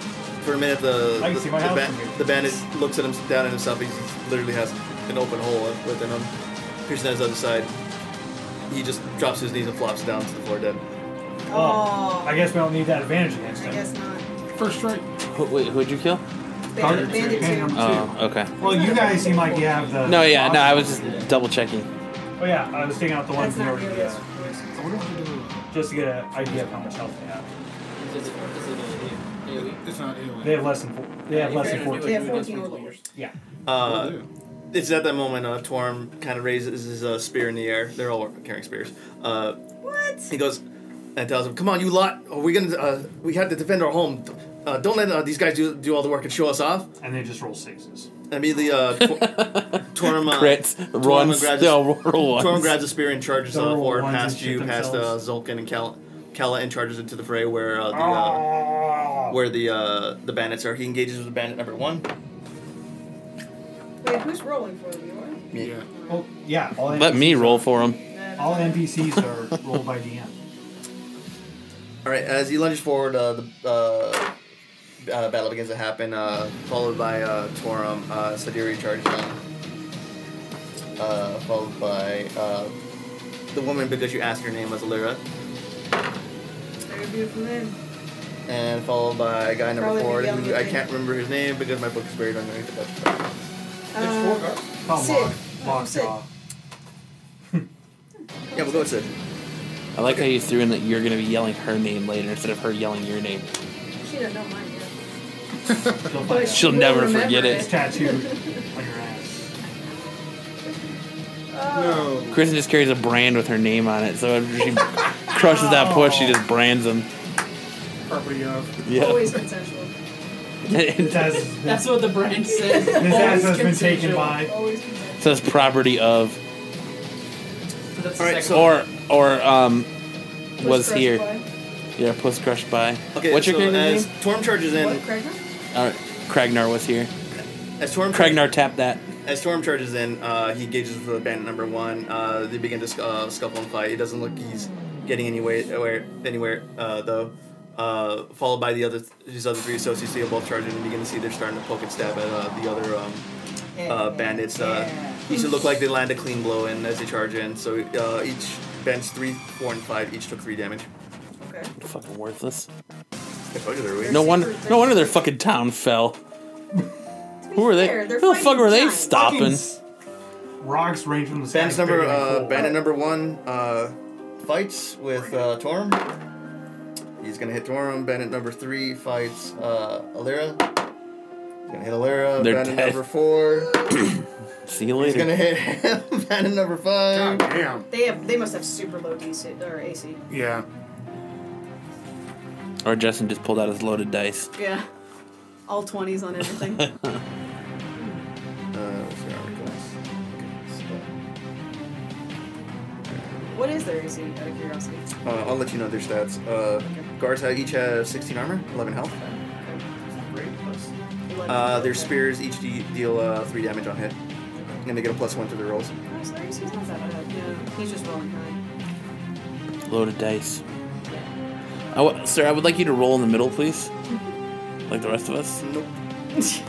Speaker 3: for a minute, the
Speaker 6: I can
Speaker 3: the,
Speaker 6: see my
Speaker 3: the
Speaker 6: house
Speaker 3: ba-
Speaker 6: from here.
Speaker 3: the bandit looks at him down at himself. He literally has an open hole within him, piercing his other side. He just drops his knees and flops down to the floor dead.
Speaker 6: Oh, I guess we don't need that advantage against
Speaker 4: I
Speaker 6: him.
Speaker 4: guess not.
Speaker 8: First strike.
Speaker 2: Who, wait, who'd you kill?
Speaker 4: Bandit,
Speaker 6: Target
Speaker 4: bandit
Speaker 6: two.
Speaker 4: two.
Speaker 2: Oh, okay.
Speaker 6: Well, you guys seem like you have the.
Speaker 2: No, yeah, no, I was just double checking.
Speaker 6: Oh yeah, I was taking out the ones
Speaker 4: That's
Speaker 6: that
Speaker 4: not
Speaker 6: already
Speaker 4: really.
Speaker 6: yeah,
Speaker 4: as-
Speaker 8: I wonder if they're
Speaker 6: just to get an idea of how much health they have.
Speaker 7: Is it, is it a, a,
Speaker 8: doing- It's not AOE.
Speaker 6: They have less than four. They have less than
Speaker 4: They
Speaker 6: fourteen.
Speaker 4: have 14 or lower.
Speaker 6: Yeah.
Speaker 3: Uh,
Speaker 8: Will do.
Speaker 3: it's at that moment uh, Torm kind of raises his uh, spear in the air. They're all carrying spears. Uh,
Speaker 4: What?
Speaker 3: he goes and tells him, "Come on, you lot! Are we gonna? Uh, we have to defend our home. Uh, don't let uh, these guys do, do all the work and show us off."
Speaker 6: And they just roll sixes.
Speaker 3: Immediately, uh, Tor-
Speaker 2: (laughs)
Speaker 3: Torm uh,
Speaker 2: Crits,
Speaker 3: Torm
Speaker 2: runs,
Speaker 3: grabs-
Speaker 2: no, roll
Speaker 3: Torm
Speaker 2: ones.
Speaker 3: grabs a spear and charges
Speaker 6: They'll
Speaker 3: uh,
Speaker 6: roll
Speaker 3: forward
Speaker 6: ones and
Speaker 3: past
Speaker 6: shoot
Speaker 3: you, past uh,
Speaker 6: themselves.
Speaker 3: Zulkin and Kala, Kala, and charges into the fray where uh, the uh,
Speaker 6: Oh.
Speaker 3: where the uh, the bandits are. He engages with bandit number one.
Speaker 4: Wait, who's rolling for them? You
Speaker 3: Me.
Speaker 8: Yeah.
Speaker 6: Well, Oh, yeah. All
Speaker 2: Let
Speaker 6: NPCs
Speaker 2: me roll for him.
Speaker 4: are?
Speaker 6: All NPCs are rolled by DM.
Speaker 3: All right. As he lunges forward, uh, the uh, uh, battle begins to happen, uh, followed by uh, Torum. Uh, Sadiri charges in, uh, followed by uh, the woman because you asked her name was Alira,
Speaker 4: Very beautiful name.
Speaker 3: and followed by guy number
Speaker 4: Probably
Speaker 3: four
Speaker 4: be yelling
Speaker 3: who
Speaker 4: at
Speaker 3: I
Speaker 4: me.
Speaker 3: can't remember his name because my book is buried underneath the touch.
Speaker 4: Um,
Speaker 6: Come
Speaker 4: Sid.
Speaker 6: on, lock
Speaker 4: Sid.
Speaker 6: jaw.
Speaker 3: Yeah, we'll go with Sid.
Speaker 2: I like how you threw in that you're going to be yelling her name later instead of her yelling your name.
Speaker 4: she doesn't know mine yet.
Speaker 6: She'll
Speaker 4: But
Speaker 6: find
Speaker 4: she
Speaker 6: out.
Speaker 2: She'll
Speaker 4: will
Speaker 2: never
Speaker 4: remember
Speaker 2: forget it.
Speaker 6: It's tattooed on your ass.
Speaker 4: Oh,
Speaker 3: Uh,
Speaker 5: No.
Speaker 2: Kristen just carries a brand with her name on it, so if she crushes that push, she just brands them.
Speaker 8: Property of.
Speaker 2: Yeah. (laughs)
Speaker 4: Always consensual.
Speaker 6: This ass has been,
Speaker 7: That's what the brand says.
Speaker 6: this ass
Speaker 7: Always
Speaker 6: has been taken
Speaker 7: consensual.
Speaker 6: by.
Speaker 4: Always consensual.
Speaker 2: Says property of,
Speaker 7: So that's the
Speaker 3: Alright,
Speaker 7: second
Speaker 3: so-
Speaker 2: or or um, was
Speaker 4: First
Speaker 2: here.
Speaker 4: crush
Speaker 2: Yeah, puss crushed by.
Speaker 3: Okay,
Speaker 2: What's your
Speaker 3: so
Speaker 2: character's
Speaker 3: as
Speaker 2: name?
Speaker 3: Torm charges
Speaker 4: by-
Speaker 3: in,
Speaker 4: What, Craig?
Speaker 2: Uh, Cragnar was here.
Speaker 3: as Torm
Speaker 2: Cragnar tapped that.
Speaker 3: As Storm charges in, uh, he engages with the bandit number one. Uh, they begin to sc- uh, scuffle and fight. It doesn't look he's getting anywhere, anywhere, anywhere uh, though. Uh, followed by the other his other three associates, they both charge in and begin to see they're starting to poke and stab at uh, the other um, uh, bandits. Uh, Each look like they land a clean blow in as they charge in. So uh, each bench three, four, and five each took three damage.
Speaker 4: Okay.
Speaker 2: Fucking worthless.
Speaker 3: I told you they were weak.
Speaker 2: No wonder. No wonder their fucking town fell. Who are they?
Speaker 4: Fair, they're
Speaker 2: Who the fuck
Speaker 4: fighting
Speaker 2: were they
Speaker 4: giants.
Speaker 2: stopping?
Speaker 6: Rocks range from the sky.
Speaker 3: Bandits number uh, bandit number one uh, fights with uh, Torm. He's gonna hit Torm. Bandit number three fights uh, Alira. He's gonna hit Alira.
Speaker 2: They're
Speaker 3: bandit
Speaker 2: dead.
Speaker 3: number four.
Speaker 2: See you
Speaker 3: He's
Speaker 2: later.
Speaker 3: gonna hit him. (laughs) bandit number five.
Speaker 8: God damn.
Speaker 4: They have. They must have super low DC or AC.
Speaker 8: Yeah.
Speaker 2: Or Justin just pulled out his loaded dice.
Speaker 4: Yeah. All twenties on everything.
Speaker 3: (laughs) Uh, what's their armor class?
Speaker 4: what is their AC? Out of curiosity.
Speaker 3: Uh, I'll let you know their stats. Uh, guards have- each have 16 armor, 11 health.
Speaker 4: Eleven.
Speaker 3: Uh, their spears each de- deal uh, 3 damage on hit. And they get a plus 1 to their rolls.
Speaker 4: Oh, so their AC is not that bad. Yeah. He's just rolling high.
Speaker 2: Loaded dice.
Speaker 4: Yeah. (laughs)
Speaker 2: I w- sir, I would like you to roll in the middle, please. Like the rest of us.
Speaker 3: Nope.
Speaker 6: If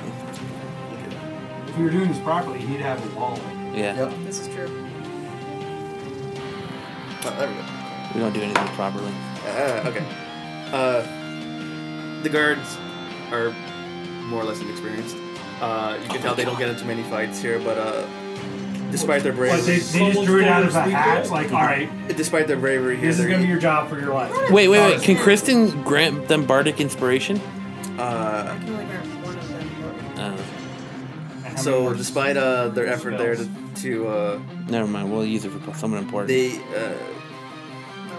Speaker 6: we were doing this properly, he'd have a wall.
Speaker 2: Yeah.
Speaker 3: Yep.
Speaker 4: This is true.
Speaker 3: Oh, there we go.
Speaker 2: We don't do anything properly.
Speaker 3: Uh, okay. Uh, the guards are more or less inexperienced. Uh, you can tell they don't get into many fights here, but uh, despite their
Speaker 6: But they,
Speaker 3: bravery,
Speaker 6: they just drew it out of a hat. Like, all right,
Speaker 3: despite their bravery here,
Speaker 6: this is
Speaker 3: they're-
Speaker 6: gonna be your job for your life.
Speaker 2: Wait, wait, wait. Can Kristen grant them bardic inspiration?
Speaker 3: uh,
Speaker 4: I can only grab one of them.
Speaker 2: Uh,
Speaker 6: And how many
Speaker 3: so
Speaker 6: more- (laughs)
Speaker 3: despite uh, their effort there to, to uh,
Speaker 2: never mind. We'll use it for someone important.
Speaker 3: they uh,
Speaker 4: Oh,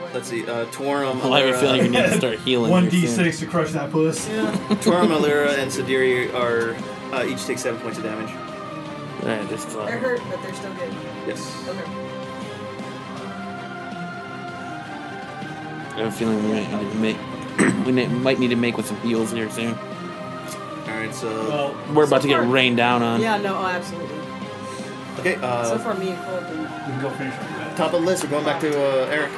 Speaker 4: wait.
Speaker 3: let's see, uh, Torum,
Speaker 2: I have a feeling we
Speaker 3: Alira,
Speaker 2: need to start healing.
Speaker 6: one
Speaker 2: here
Speaker 6: d
Speaker 2: soon.
Speaker 6: six to crush that
Speaker 3: (laughs)
Speaker 6: puss.
Speaker 4: Yeah.
Speaker 3: Torum, Alira, and Sadiri are uh, each take seven points of damage.
Speaker 2: All right, this is uh, all.
Speaker 4: They're hurt, but they're still good.
Speaker 3: Yes.
Speaker 4: Okay.
Speaker 2: I have a feeling we might need to make. (clears throat) we ne- might need to make with some heals here soon.
Speaker 3: All right. So
Speaker 6: Well,
Speaker 2: We're about to get rained down on.
Speaker 4: Yeah, no, oh, absolutely.
Speaker 3: okay.
Speaker 4: so
Speaker 3: Um, Uh,
Speaker 4: far, me and Cole have been.
Speaker 6: we can go finish our
Speaker 3: top of the list. We're going back to uh, Eric.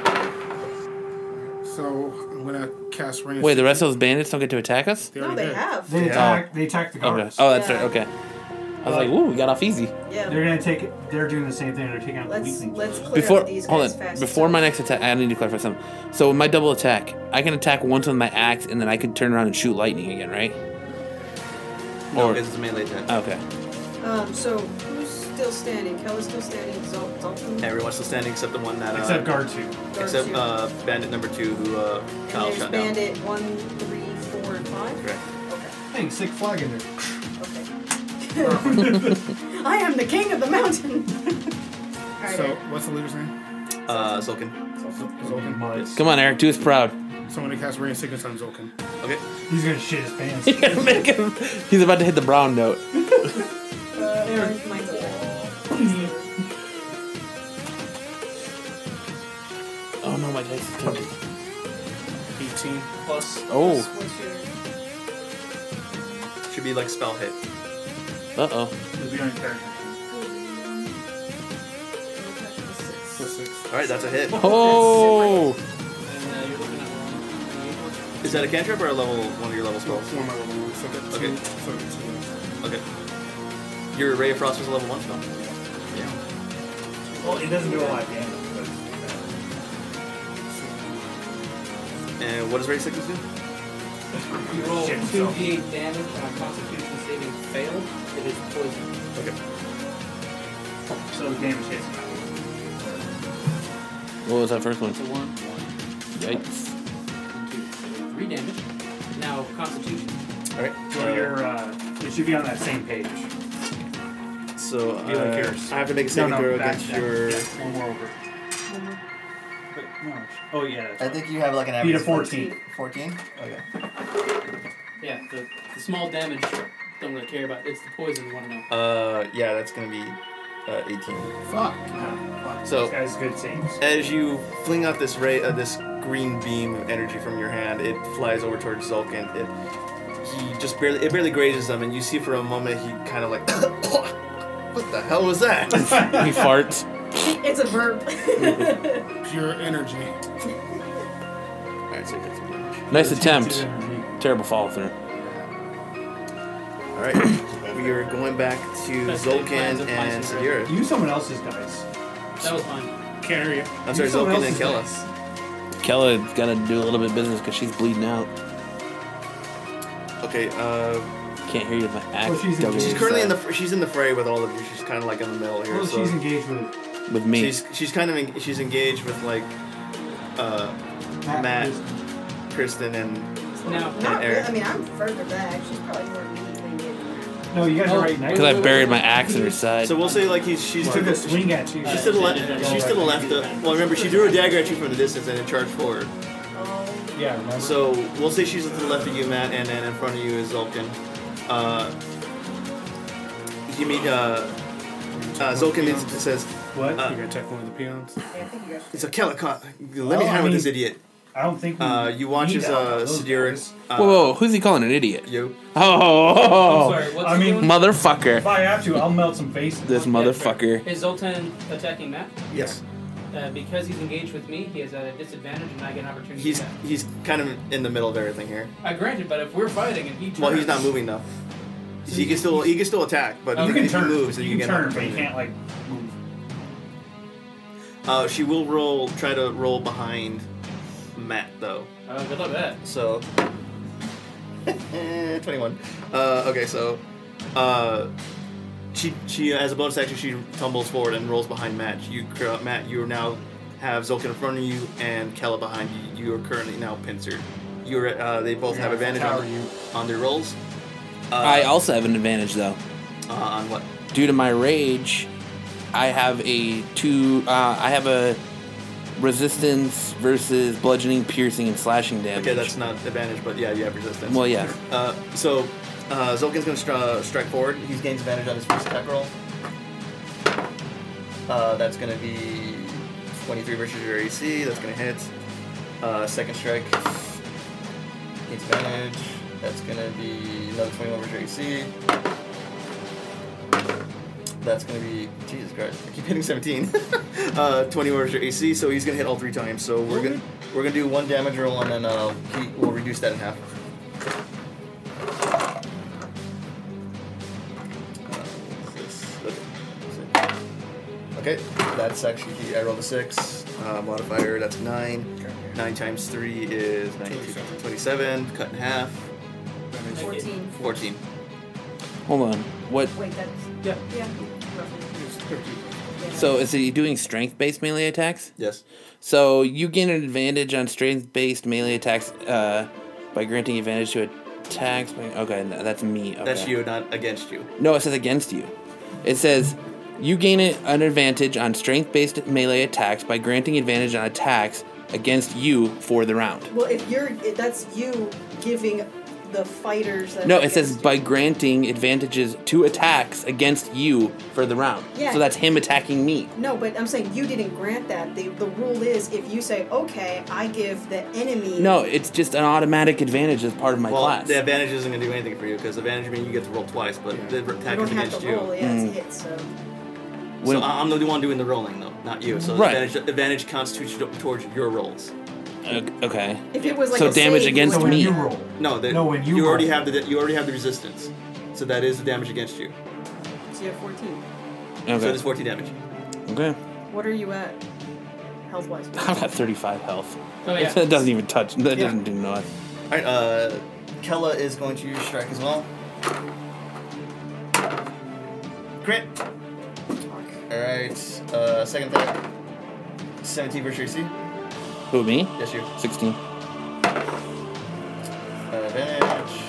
Speaker 8: So I'm gonna cast range.
Speaker 2: Wait, the rest of those bandits don't get to attack us?
Speaker 8: They
Speaker 4: No,
Speaker 8: already
Speaker 4: they
Speaker 8: did.
Speaker 4: have.
Speaker 6: They
Speaker 3: Yeah.
Speaker 6: attack. They attack the
Speaker 2: Okay.
Speaker 6: guards.
Speaker 2: Oh, that's
Speaker 4: Yeah.
Speaker 2: right. Okay. I was like, "Ooh, we got off easy."
Speaker 4: yeah.
Speaker 6: They're gonna take. They're doing the same thing. They're taking out the
Speaker 4: let's
Speaker 6: weaklings.
Speaker 4: let's clear
Speaker 2: Before,
Speaker 4: up these
Speaker 2: hold
Speaker 4: guys
Speaker 2: on.
Speaker 4: fast.
Speaker 2: Before my next attack, I need to clarify something. So, with my double attack, I can attack once with my axe, and then I can turn around and shoot lightning again, right?
Speaker 3: No,
Speaker 2: Or-
Speaker 3: because it's a melee attack.
Speaker 2: Okay.
Speaker 4: Um, so who's still standing? Kelly's still standing. Zol- Zoltan.
Speaker 3: Everyone's still standing except the one that. Uh,
Speaker 6: Except guard two.
Speaker 4: Guard
Speaker 3: Except
Speaker 4: two.
Speaker 3: uh, Bandit number two, who uh,
Speaker 4: and
Speaker 3: Kyle
Speaker 4: there's
Speaker 3: shot down.
Speaker 4: Bandit one, three, four, and five.
Speaker 3: Correct.
Speaker 4: Okay.
Speaker 6: Hey, sick flag in there.
Speaker 4: Okay. (laughs) I am the king of the mountain. (laughs) All right.
Speaker 8: So what's the leader's name?
Speaker 3: Uh, Zulkin.
Speaker 8: Zolkin.
Speaker 2: Come on, Eric. Do us proud.
Speaker 8: So I'm gonna cast range sickness on Zolkin.
Speaker 3: Okay.
Speaker 6: He's gonna shit his
Speaker 2: (laughs)
Speaker 6: pants.
Speaker 2: You're gonna make him. He's about to hit the brown note.
Speaker 4: Eric, uh, mine's up there.
Speaker 2: Oh no, my dice is coming.
Speaker 8: 18.
Speaker 7: Plus,
Speaker 2: Oh.
Speaker 4: What's your-
Speaker 3: Should be like spell hit.
Speaker 2: Uh oh.
Speaker 6: He'll be on your character.
Speaker 8: Plus six.
Speaker 3: All right, that's a hit.
Speaker 2: Oh.
Speaker 7: and uh, you're looking at
Speaker 3: Is that a cantrip or a level one of your level
Speaker 8: Well,
Speaker 3: spells?
Speaker 8: one by one. So that's
Speaker 3: Okay.
Speaker 8: two. So that's two.
Speaker 3: Okay. Your Ray of Frost was a level one spell.
Speaker 6: Well, it doesn't do a lot of damage.
Speaker 3: And what does Ray Sickness do?
Speaker 7: You roll
Speaker 6: Shit,
Speaker 7: two
Speaker 6: so-
Speaker 7: d8 damage on a Constitution saving fail. It is poison.
Speaker 3: Okay.
Speaker 6: But so the damage hits him.
Speaker 2: What was that first one?
Speaker 7: So one, one,
Speaker 2: Yikes.
Speaker 7: two, so three damage. Now Constitution.
Speaker 3: All right.
Speaker 6: So you're, uh, it should be on that same page.
Speaker 3: so uh,
Speaker 6: be like yours.
Speaker 3: I have to make a saving
Speaker 6: no,
Speaker 3: throw
Speaker 6: back
Speaker 3: against
Speaker 6: down.
Speaker 3: your.
Speaker 6: Yeah, one more over. Wait, no, it's- Oh yeah. that's
Speaker 9: I
Speaker 6: right.
Speaker 9: think you have like an
Speaker 6: Beat
Speaker 9: average.
Speaker 6: a
Speaker 9: of like
Speaker 6: 14.
Speaker 9: 14? Okay.
Speaker 7: Yeah, the, the small damage. Don't really care about. It's the poison. You want to know?
Speaker 3: Uh, yeah, that's gonna be uh, 18.
Speaker 8: Fuck.
Speaker 6: No, fuck.
Speaker 3: So-
Speaker 6: This guy's good saves.
Speaker 3: As you fling out this ray, uh, this green beam of energy from your hand, it flies over towards Zulkin. It he just barely it barely grazes him, and you see for a moment he kind of like (coughs) What the hell was
Speaker 6: (laughs)
Speaker 3: that?
Speaker 2: he farts.
Speaker 4: It's a verb. (laughs)
Speaker 8: Pure energy.
Speaker 3: Alright, so that's a damage.
Speaker 2: Nice attempt. Terrible follow through.
Speaker 6: (coughs)
Speaker 3: Alright, we are going back to
Speaker 7: Best laid plans
Speaker 3: Zolkin
Speaker 7: of
Speaker 3: and
Speaker 7: mice and
Speaker 3: Sadira.
Speaker 6: Use someone else's dice.
Speaker 7: That was mine.
Speaker 8: Carry it.
Speaker 3: I'm sorry,
Speaker 6: Use someone
Speaker 3: Zolkin and
Speaker 6: else's
Speaker 3: Kella.
Speaker 6: dice.
Speaker 2: Kella's got to do a little bit of business because she's bleeding out.
Speaker 3: Okay, uh,
Speaker 2: Can't hear you with my axe.
Speaker 6: Well, she's in-
Speaker 2: dug
Speaker 3: she's
Speaker 2: in.
Speaker 3: currently in the she's in the fray with all of you. She's kind of like in the middle here.
Speaker 6: Well,
Speaker 3: so
Speaker 6: she's engaged with
Speaker 2: with me.
Speaker 3: she's she's kind of en- she's engaged with like uh,
Speaker 6: Matt.
Speaker 3: Matt.
Speaker 6: who's-
Speaker 3: Kristen and
Speaker 7: Now,
Speaker 4: Not really.
Speaker 3: Eric.
Speaker 4: I mean, I'm further back. She's probably more immediately in
Speaker 6: No, you guys
Speaker 7: Oh,
Speaker 6: are right next.
Speaker 2: Because I buried my axe in her side.
Speaker 3: so we'll say like he's she's
Speaker 6: She
Speaker 3: to
Speaker 6: took a
Speaker 3: the,
Speaker 6: swing at you.
Speaker 3: she's to the left she's to the left of well remember she drew a dagger at you from the distance and it charged forward.
Speaker 4: Oh,
Speaker 6: Yeah, remember?
Speaker 3: So we'll say she's to the left of you, Matt, and then in front of you is Zolkin. Uh, you meet uh, uh, Zolkin meets, says, uh,
Speaker 6: what?
Speaker 8: You're gonna attack one of the peons?
Speaker 4: yeah, I think you guys should.
Speaker 3: "So Calicot, let
Speaker 6: Well,
Speaker 3: me hang
Speaker 6: Oh, I
Speaker 3: with
Speaker 6: mean-
Speaker 3: this idiot."
Speaker 6: I don't think. We
Speaker 3: Uh, you watch
Speaker 6: need
Speaker 3: as
Speaker 6: all
Speaker 3: uh,
Speaker 6: those
Speaker 3: Siduric.
Speaker 6: guys.
Speaker 3: Uh,
Speaker 2: whoa, whoa, who's he calling an idiot?
Speaker 3: You.
Speaker 7: I'm
Speaker 2: Oh,
Speaker 7: sorry, what's
Speaker 6: I
Speaker 7: he
Speaker 6: mean-
Speaker 7: doing?
Speaker 6: If
Speaker 2: motherfucker!
Speaker 6: I have to, I'll melt some faces.
Speaker 2: This
Speaker 7: Yeah,
Speaker 2: motherfucker.
Speaker 7: fair. Is Zoltan attacking Matt?
Speaker 3: Yes.
Speaker 7: Uh, because he's engaged with me, he is at a disadvantage and I get an opportunity
Speaker 3: He's
Speaker 7: attack.
Speaker 3: he's kind of in the middle of everything here.
Speaker 7: I granted, but if we're fighting and he
Speaker 3: Well, he's
Speaker 7: turns-
Speaker 3: not moving though.
Speaker 7: So
Speaker 3: he can still he can still attack, but
Speaker 7: You
Speaker 3: if
Speaker 6: you can
Speaker 3: he
Speaker 6: turn.
Speaker 3: moves, then
Speaker 6: you can
Speaker 3: get an
Speaker 6: turn, but you
Speaker 3: opportunity.
Speaker 6: can't like move.
Speaker 3: Uh, she will roll. Try to roll behind Matt though.
Speaker 7: Oh, good luck with that.
Speaker 3: So, (laughs) 21. Uh, okay, so uh, she she as a bonus action she tumbles forward and rolls behind Matt. You cur- uh, Matt, you now have Zolkin in front of you and Kella behind you. You are currently now pincered. You're uh, they both have advantage on, on their rolls. Uh,
Speaker 2: I also have an advantage though.
Speaker 3: uh, on what?
Speaker 2: Due to my rage, I have a two. Uh, I have a resistance versus bludgeoning, piercing, and slashing damage.
Speaker 3: Okay, that's not advantage, but yeah, you have resistance.
Speaker 2: Well, yeah.
Speaker 3: Uh, so uh, Zolkin's gonna str- uh, strike forward. He gains advantage on his first attack roll. Uh, that's gonna be 23 versus your AC. That's gonna hit. Uh, second strike gains advantage. That's gonna be another 21 versus your AC. That's gonna be Jesus Christ. I keep hitting 17. (laughs) uh, 20 versus your AC. So he's gonna hit all three times. So we're gonna we're gonna do one damage roll and then uh, he, we'll reduce that in half. Okay, that's actually I rolled a six. Uh, modifier, that's nine. Nine times three is 19, 27. Cut in half.
Speaker 4: 14.
Speaker 3: 14.
Speaker 2: Hold on. What?
Speaker 4: Wait, that's.
Speaker 7: Yeah.
Speaker 4: Yeah. roughly. Yeah.
Speaker 2: So is he doing strength-based melee attacks?
Speaker 3: Yes.
Speaker 2: So you gain an advantage on strength-based melee attacks uh, by granting advantage to attacks. By, okay, no, that's me. Okay.
Speaker 3: That's you, not against you.
Speaker 2: No, it says against you. It says you gain a- an advantage on strength-based melee attacks by granting advantage on attacks against you for the round.
Speaker 4: Well, if you're. If that's you giving the fighters. That
Speaker 2: No,
Speaker 4: are
Speaker 2: it says
Speaker 4: against
Speaker 2: by
Speaker 4: you.
Speaker 2: granting advantages to attacks against you for the round.
Speaker 4: Yeah.
Speaker 2: So that's him attacking me.
Speaker 4: No, but I'm saying you didn't grant that. The, the rule is if you say, okay, I give the enemy.
Speaker 2: No, it's just an automatic advantage as part of my
Speaker 3: well,
Speaker 2: class.
Speaker 3: the advantage isn't going to do anything for you because advantage means you get to roll twice, but the
Speaker 4: You
Speaker 3: attack
Speaker 4: don't
Speaker 3: is
Speaker 4: have
Speaker 3: against
Speaker 4: to
Speaker 3: you.
Speaker 4: roll. Yeah, it's a hit, so.
Speaker 2: When-
Speaker 3: so I- I'm the one doing the rolling, though, not you. So
Speaker 2: Right.
Speaker 3: advantage, advantage constitutes towards your rolls.
Speaker 2: O- okay.
Speaker 4: If it was like
Speaker 2: So
Speaker 4: a
Speaker 2: damage
Speaker 4: save,
Speaker 2: against
Speaker 4: you
Speaker 6: So
Speaker 4: would
Speaker 6: when
Speaker 2: me.
Speaker 6: you
Speaker 4: have-
Speaker 6: roll,
Speaker 3: No, the,
Speaker 6: No, when you
Speaker 3: already
Speaker 6: roll.
Speaker 3: have the you already have the resistance, so that is the damage against you.
Speaker 4: So you have 14.
Speaker 3: So it
Speaker 2: Okay.
Speaker 3: is 14 damage.
Speaker 2: okay.
Speaker 4: What are you at
Speaker 3: (laughs)
Speaker 4: health wise?
Speaker 2: I'm at 35 health.
Speaker 7: Oh, yeah.
Speaker 2: (laughs) That doesn't even touch. That
Speaker 3: Yeah.
Speaker 2: doesn't do nothing.
Speaker 3: All right, uh, Kella is going to strike as well. Crit. All right, uh, second attack. 17 versus AC.
Speaker 2: Who me?
Speaker 3: Yes, you.
Speaker 2: 16.
Speaker 3: Uh, advantage.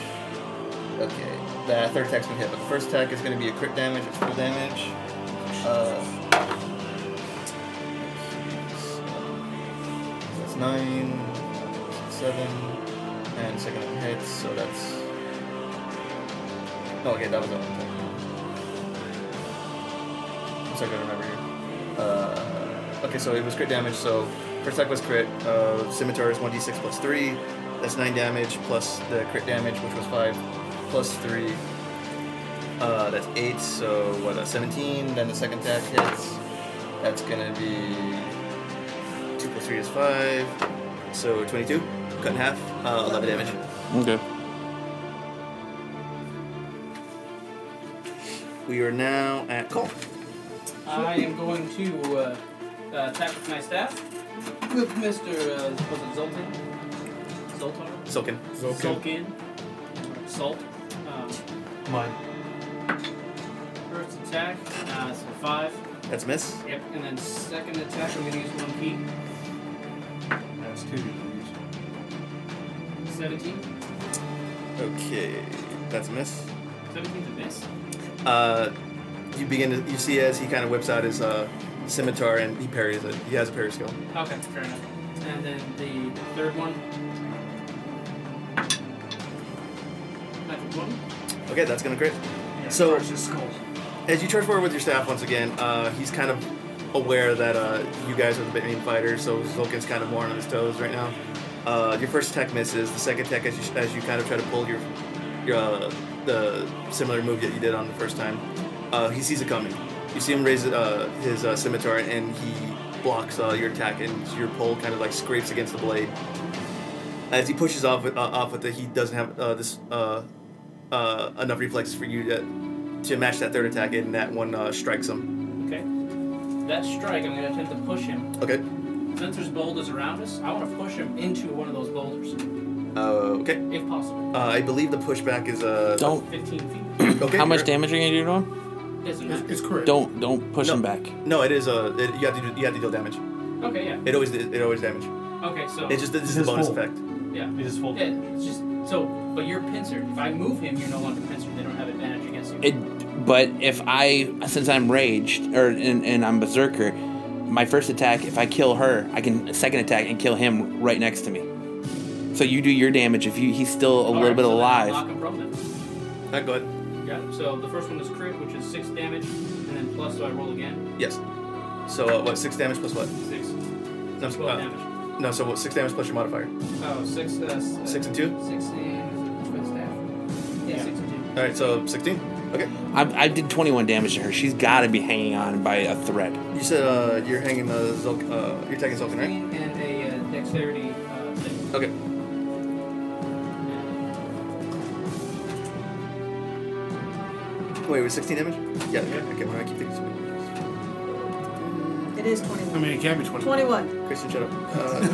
Speaker 3: Okay. The third attack's gonna hit, but the first attack is gonna be a crit damage. It's full damage. Uh, that's nine, seven, and second one hits. So that's. Oh, okay, that was the one attack. I'm sorry, I don't remember here. Uh, okay, so it was crit damage. So first attack was crit. Uh, scimitar is one d6 plus three. That's nine damage plus the crit damage, which was five, plus three. Uh, that's eight, so what? Uh, Seventeen. Then the second attack hits. That's gonna be two plus three is five, so twenty-two. Cut in half. Uh, Eleven damage.
Speaker 2: Okay.
Speaker 3: We are now at Cole.
Speaker 7: I am going to uh, uh, attack with my staff with Mr. Uh, was it Zoltan? Zoltar?
Speaker 3: Silken.
Speaker 7: Sulkin. Salt. Um,
Speaker 6: Mud.
Speaker 7: first attack, uh, so five.
Speaker 3: That's a miss.
Speaker 7: Yep, and then second attack, I'm gonna use one key.
Speaker 6: That's two degrees.
Speaker 7: 17.
Speaker 3: Okay, that's a miss.
Speaker 7: 17's a miss.
Speaker 3: Uh, you begin to you see as he kind of whips out his uh, scimitar and he parries it. He has a parry skill.
Speaker 7: Okay, fair enough. And then the third one. Natural one.
Speaker 3: Okay, that's gonna crit.
Speaker 6: Yeah,
Speaker 3: So-
Speaker 6: crush his skull.
Speaker 3: As you charge forward with your staff once again, uh, he's kind of aware that uh, you guys are the main fighters, so Zulkin's kind of more on his toes right now. Uh, your first attack misses. The second attack, as you, as you kind of try to pull your your uh, the similar move that you did on the first time, uh, he sees it coming. You see him raise uh, his uh, scimitar, and he blocks uh, your attack, and your pole kind of like scrapes against the blade. As he pushes off with, uh, off with it, he doesn't have uh, this uh, uh, enough reflexes for you to, to match that third attack, and that one uh, strikes him.
Speaker 7: Okay. That strike, I'm gonna attempt to push him.
Speaker 3: Okay.
Speaker 7: Since there's boulders around us, I wanna push him into one of those boulders,
Speaker 3: Uh, okay.
Speaker 7: if possible.
Speaker 3: Uh, I believe the pushback is uh.
Speaker 2: Don't.
Speaker 7: 15 feet.
Speaker 3: Okay.
Speaker 2: How much
Speaker 3: you're-
Speaker 2: damage are you gonna do to him?
Speaker 7: Doesn't
Speaker 8: It's,
Speaker 7: matter.
Speaker 8: it's correct.
Speaker 2: Don't don't push
Speaker 3: No.
Speaker 2: him back.
Speaker 3: No, it is uh. It, you have to do, you have to deal damage.
Speaker 7: Okay, yeah.
Speaker 3: It always it always damage.
Speaker 7: Okay, so.
Speaker 3: It just this is a
Speaker 6: Just
Speaker 3: bonus
Speaker 6: roll.
Speaker 3: effect.
Speaker 7: yeah.
Speaker 6: It is full
Speaker 7: Yeah, it's just. So, but you're pincered. If I move him, you're no longer pincered. They don't have advantage against you.
Speaker 2: It, but if I since I'm raged or and, and I'm berserker, my first attack if I kill her, I can second attack and kill him right next to me. So you do your damage if you he's still a
Speaker 7: All
Speaker 2: little
Speaker 7: right,
Speaker 2: bit
Speaker 7: so then I
Speaker 2: alive.
Speaker 7: block him from them.
Speaker 3: Alright, go ahead.
Speaker 7: Yeah, so the first one is crit, which is 6 damage, and then plus, so I roll again.
Speaker 3: Yes. So uh, what six damage plus what?
Speaker 7: 6.
Speaker 3: No,
Speaker 7: 12
Speaker 3: uh,
Speaker 7: damage.
Speaker 3: no, so what six damage plus your modifier?
Speaker 7: Oh, six. Uh, s-
Speaker 3: Six and two?
Speaker 7: Six and twin staff. Yeah,
Speaker 6: Yeah.
Speaker 7: six and two.
Speaker 3: All right, so sixteen. Okay.
Speaker 2: I, I did 21 damage to her. She's got to be hanging on by a thread.
Speaker 3: You said uh you're hanging uh, Zulk, uh you're attacking Zulkin, right?
Speaker 7: Green and a uh, dexterity uh, six.
Speaker 3: Okay. Wait, it was sixteen damage? Yeah. Okay. Okay. Why do I keep thinking?
Speaker 4: It is
Speaker 8: I
Speaker 4: 21.
Speaker 8: mean, it can't be 20.
Speaker 4: 21.
Speaker 3: Christian, shut up. Uh,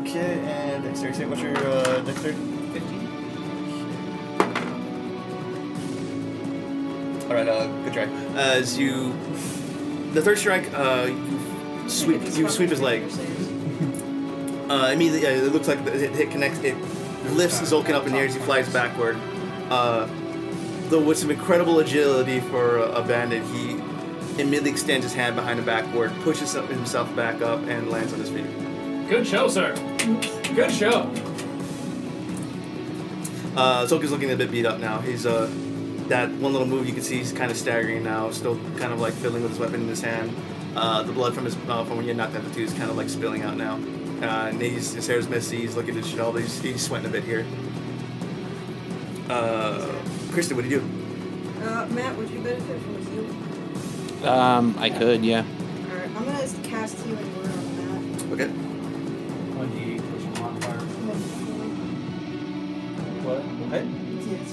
Speaker 3: okay, and dexterity. save. What's your uh, dexterity?
Speaker 7: 15.
Speaker 3: All right, uh, good try. As you, the third strike, uh, you sweep, you sweep his leg. Uh, immediately, uh, it looks like the- it, it connects. It lifts Zulkin up in the air as he flies backward. Uh, though with some incredible agility for a, a bandit, he immediately extends his hand behind the backward, pushes up- himself back up, and lands on his feet.
Speaker 7: Good show, sir. Good show.
Speaker 3: Uh, Zulkin's looking a bit beat up now. He's uh, that one little move you can see. He's kind of staggering now, still kind of like fiddling with his weapon in his hand. Uh, the blood from his uh, from when you knocked out the two is kind of like spilling out now. Uh, and he's, his hair's messy. He's looking disheveled. He's, he's sweating a bit here. Uh, Krista, what do you do?
Speaker 4: Uh, Matt, would you benefit from the heal?
Speaker 2: Um, I could, yeah.
Speaker 4: Alright, I'm gonna cast healing word on Matt.
Speaker 3: Okay.
Speaker 6: 1d8 plus your modifier. What? What?
Speaker 4: Oh, Yes.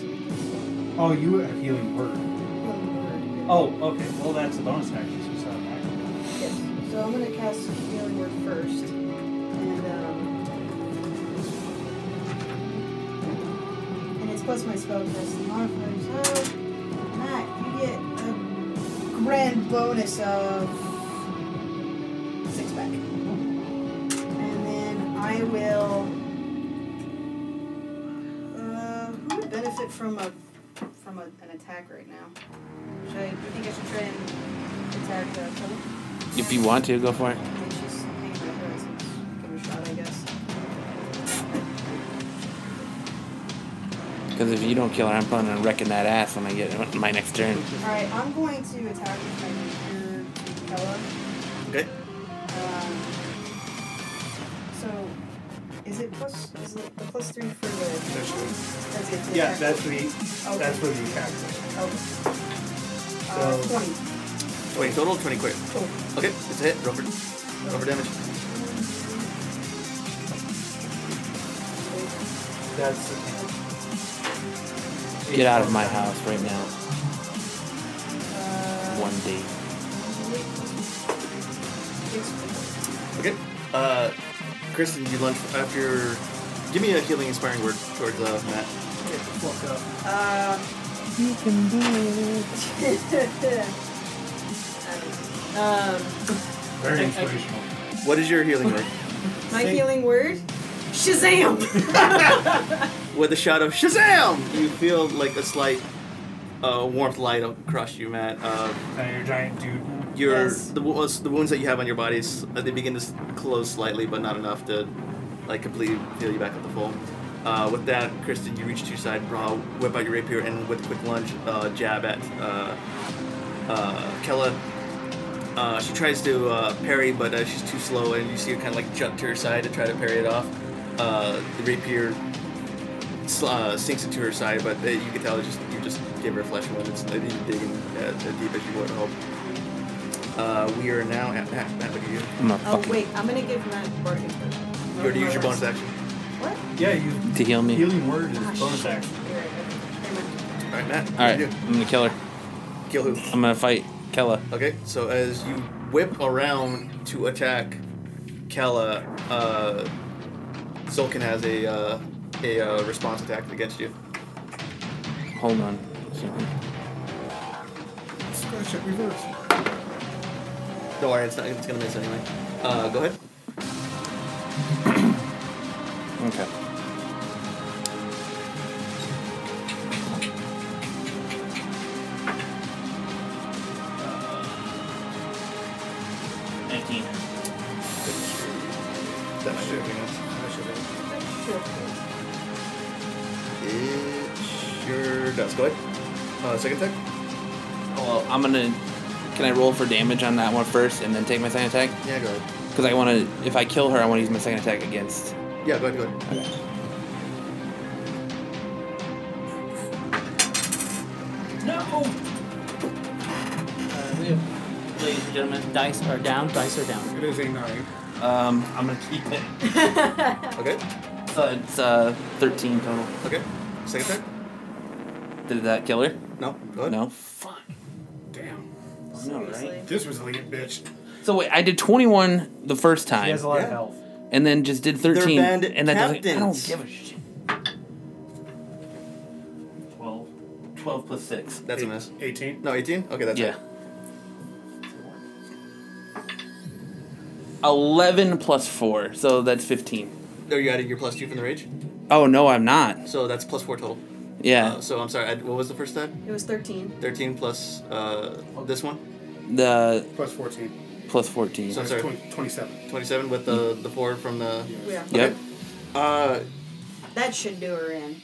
Speaker 6: Oh, you have healing word.
Speaker 4: Healing word.
Speaker 6: Oh, okay. Well, that's a bonus action. So it's not an action.
Speaker 4: Yes. So I'm gonna cast healing word first, and um, and it's plus my spell test modifier. So Matt, you get a grand bonus of six back, and then I will. Uh, who would benefit from a from a, an attack right now? Should I? You think I should try and attack uh, Tully?
Speaker 2: If you want to, go for it.
Speaker 4: Okay, she's hanging by her, so let's give it a shot, I guess.
Speaker 2: Because if you don't kill her, I'm planning on wrecking that ass when I get my next turn.
Speaker 4: Alright, I'm going to attack with my rapier to Kella.
Speaker 3: Okay.
Speaker 4: Um, so Is it plus? Is it the plus three for the? That's it.
Speaker 6: Yeah, that's the
Speaker 4: Okay.
Speaker 6: that's for the attack.
Speaker 4: Okay. Uh,
Speaker 6: So-
Speaker 4: twenty.
Speaker 3: 20 total, 20 quick.
Speaker 4: Cool.
Speaker 3: Okay, it's a hit. Roll for, roll for damage.
Speaker 6: That's the
Speaker 2: Get out of my house right now.
Speaker 4: Uh,
Speaker 2: One day.
Speaker 4: Six.
Speaker 3: Okay. Uh, Kristen, you lunge after. Give me a healing inspiring word towards uh, Matt.
Speaker 4: Uh,
Speaker 1: You can do it.
Speaker 4: (laughs) um,
Speaker 5: Very inspirational.
Speaker 3: What is your healing word?
Speaker 4: my healing word, Shazam.
Speaker 3: With a shout of Shazam! You feel like a slight uh, warmth light across you, Matt. Uh,
Speaker 5: Now you're a giant dude.
Speaker 3: your
Speaker 4: Yes.
Speaker 3: the, wounds, the wounds that you have on your bodies uh, they begin to s- close slightly, but not enough to like completely heal you back up to full. Uh, with that, Kristen, you reach to your side, bra, whip out your rapier, and with a quick lunge, uh, jab at uh, uh, Kella. Uh, she tries to uh, parry, but uh, she's too slow, and you see her kind of like jut to her side to try to parry it off. Uh, the rapier sl- uh, sinks into her side, but uh, you can tell it just you just gave her a flesh wound. It's it didn't dig in uh, as deep as you would hope. Uh, we are now at Matt. Matt, what do you do?
Speaker 2: I'm gonna
Speaker 4: oh
Speaker 2: fucking
Speaker 4: wait, I'm gonna give Matt bardic.
Speaker 3: You already used your bonus action.
Speaker 4: What?
Speaker 6: yeah. You
Speaker 2: to heal me.
Speaker 6: healing word is
Speaker 4: Ah,
Speaker 6: bonus
Speaker 4: shit.
Speaker 6: action.
Speaker 4: You're right, okay. Never mind.
Speaker 3: All right, Matt.
Speaker 2: All right,
Speaker 3: what do you
Speaker 2: I'm gonna kill her.
Speaker 3: do? Kill who?
Speaker 2: I'm gonna fight Kella.
Speaker 3: Okay, so as you whip around to attack Kella, uh, Zulkin has a uh, a uh, response attack against you.
Speaker 2: Hold on.
Speaker 8: Shit, reverse.
Speaker 3: Don't worry, it's not. It's gonna miss anyway. Uh, go ahead.
Speaker 2: Okay.
Speaker 7: Nineteen.
Speaker 3: That might do everything else. It sure
Speaker 4: Sure.
Speaker 3: does. Go ahead. Uh, second attack.
Speaker 2: Well, I'm gonna. Can I roll for damage on that one first, and then take my second attack?
Speaker 3: Yeah, go ahead.
Speaker 2: Because I want to. If I kill her, I want to use my second attack against.
Speaker 3: Yeah, go ahead. Go ahead.
Speaker 2: Okay.
Speaker 7: No. Uh, we have, ladies and gentlemen, dice are down. Dice are down.
Speaker 8: It is a nine.
Speaker 2: Um, I'm gonna keep it.
Speaker 3: Okay.
Speaker 2: So it's uh 13 total.
Speaker 3: Okay. Second attack.
Speaker 2: Did that kill her?
Speaker 3: No. Go ahead.
Speaker 2: No.
Speaker 8: Damn.
Speaker 2: No,
Speaker 4: Seriously.
Speaker 8: This was late, bitch.
Speaker 2: So wait, I did 21 the first
Speaker 6: He
Speaker 2: time,
Speaker 6: has a lot
Speaker 3: Yeah.
Speaker 6: of health.
Speaker 2: and then just did
Speaker 3: They're
Speaker 2: 13,
Speaker 3: band
Speaker 2: and that doesn't. I don't
Speaker 3: captains.
Speaker 2: give a shit. 12. 12 plus 6.
Speaker 3: That's a miss.
Speaker 8: 18.
Speaker 3: No, 18? Okay, that's
Speaker 2: Yeah.
Speaker 3: it.
Speaker 2: 11 plus 4, so that's 15.
Speaker 3: Are you adding your plus two from the rage?
Speaker 2: Oh no, I'm not.
Speaker 3: So that's plus four total.
Speaker 2: Yeah,
Speaker 3: Uh, so I'm sorry, I, what was the first time?
Speaker 4: It was thirteen.
Speaker 3: 13 plus uh, this one?
Speaker 2: the
Speaker 8: Plus 14.
Speaker 2: plus 14.
Speaker 8: So
Speaker 3: So-
Speaker 8: it's
Speaker 3: Sorry.
Speaker 8: 20, 27.
Speaker 3: 27 with the, the four from the.
Speaker 4: Yeah.
Speaker 2: Yep.
Speaker 3: Uh,
Speaker 4: That should do her in.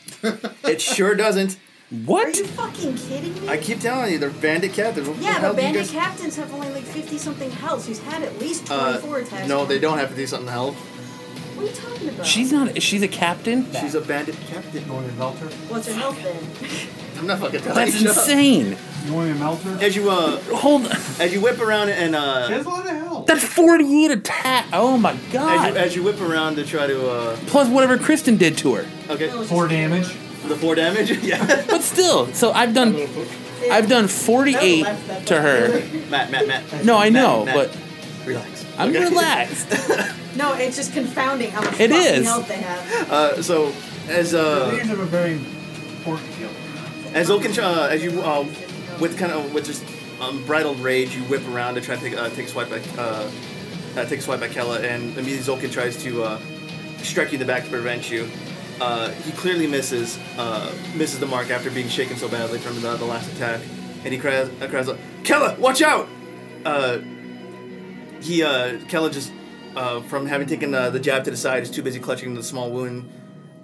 Speaker 3: it sure doesn't.
Speaker 4: Are
Speaker 2: What?
Speaker 4: you fucking kidding me?
Speaker 3: I keep telling you, they're bandit captains. What the
Speaker 4: yeah,
Speaker 3: hell
Speaker 4: but
Speaker 3: do you
Speaker 4: bandit
Speaker 3: guys-
Speaker 4: captains have only like fifty something health. She's had at least
Speaker 3: Uh,
Speaker 4: twenty four attacks.
Speaker 3: no, they don't have to do something to help.
Speaker 4: What are you talking about?
Speaker 2: She's not. She's a captain.
Speaker 3: She's a bandit captain.
Speaker 6: You want me to melt her?
Speaker 4: What's her health then?
Speaker 3: I'm not fucking telling (laughs)
Speaker 2: That's
Speaker 3: you. shut up.
Speaker 2: insane.
Speaker 6: You want me to melt her?
Speaker 3: As you uh,
Speaker 2: Hold.
Speaker 3: as you whip around and
Speaker 6: She
Speaker 3: uh,
Speaker 6: has a lot of health.
Speaker 2: That's 48 attack. Oh my
Speaker 3: as you,
Speaker 2: god.
Speaker 3: as you whip around to try to uh,
Speaker 2: Plus whatever Kristen did to her.
Speaker 3: okay,
Speaker 4: No, it's
Speaker 6: Four
Speaker 4: just-
Speaker 6: damage.
Speaker 3: the four damage. (laughs) yeah,
Speaker 2: But still, so I've done. I've done 48 to her.
Speaker 3: Matt, Matt, Matt.
Speaker 2: No, I
Speaker 3: Matt,
Speaker 2: know,
Speaker 3: Matt,
Speaker 2: but
Speaker 3: relax.
Speaker 2: I'm
Speaker 3: Okay.
Speaker 2: relaxed.
Speaker 4: No, it's just confounding how much
Speaker 2: It
Speaker 4: fucking
Speaker 2: is.
Speaker 4: health they have.
Speaker 3: Uh, so as uh.
Speaker 6: Leaders have a very important
Speaker 4: (laughs)
Speaker 6: healing.
Speaker 3: As Oaken, uh, as you, uh, with kind of with just unbridled rage, you whip around to try to take, uh, take a swipe at uh, uh, take a swipe at Kella, and immediately Zolkin tries to uh, strike you in the back to prevent you. Uh, he clearly misses uh, misses the mark after being shaken so badly from the, the last attack, and he cries, uh, cries out, "Kella, watch out!" Uh, he uh, Kella just uh, from having taken uh, the jab to the side is too busy clutching the small wound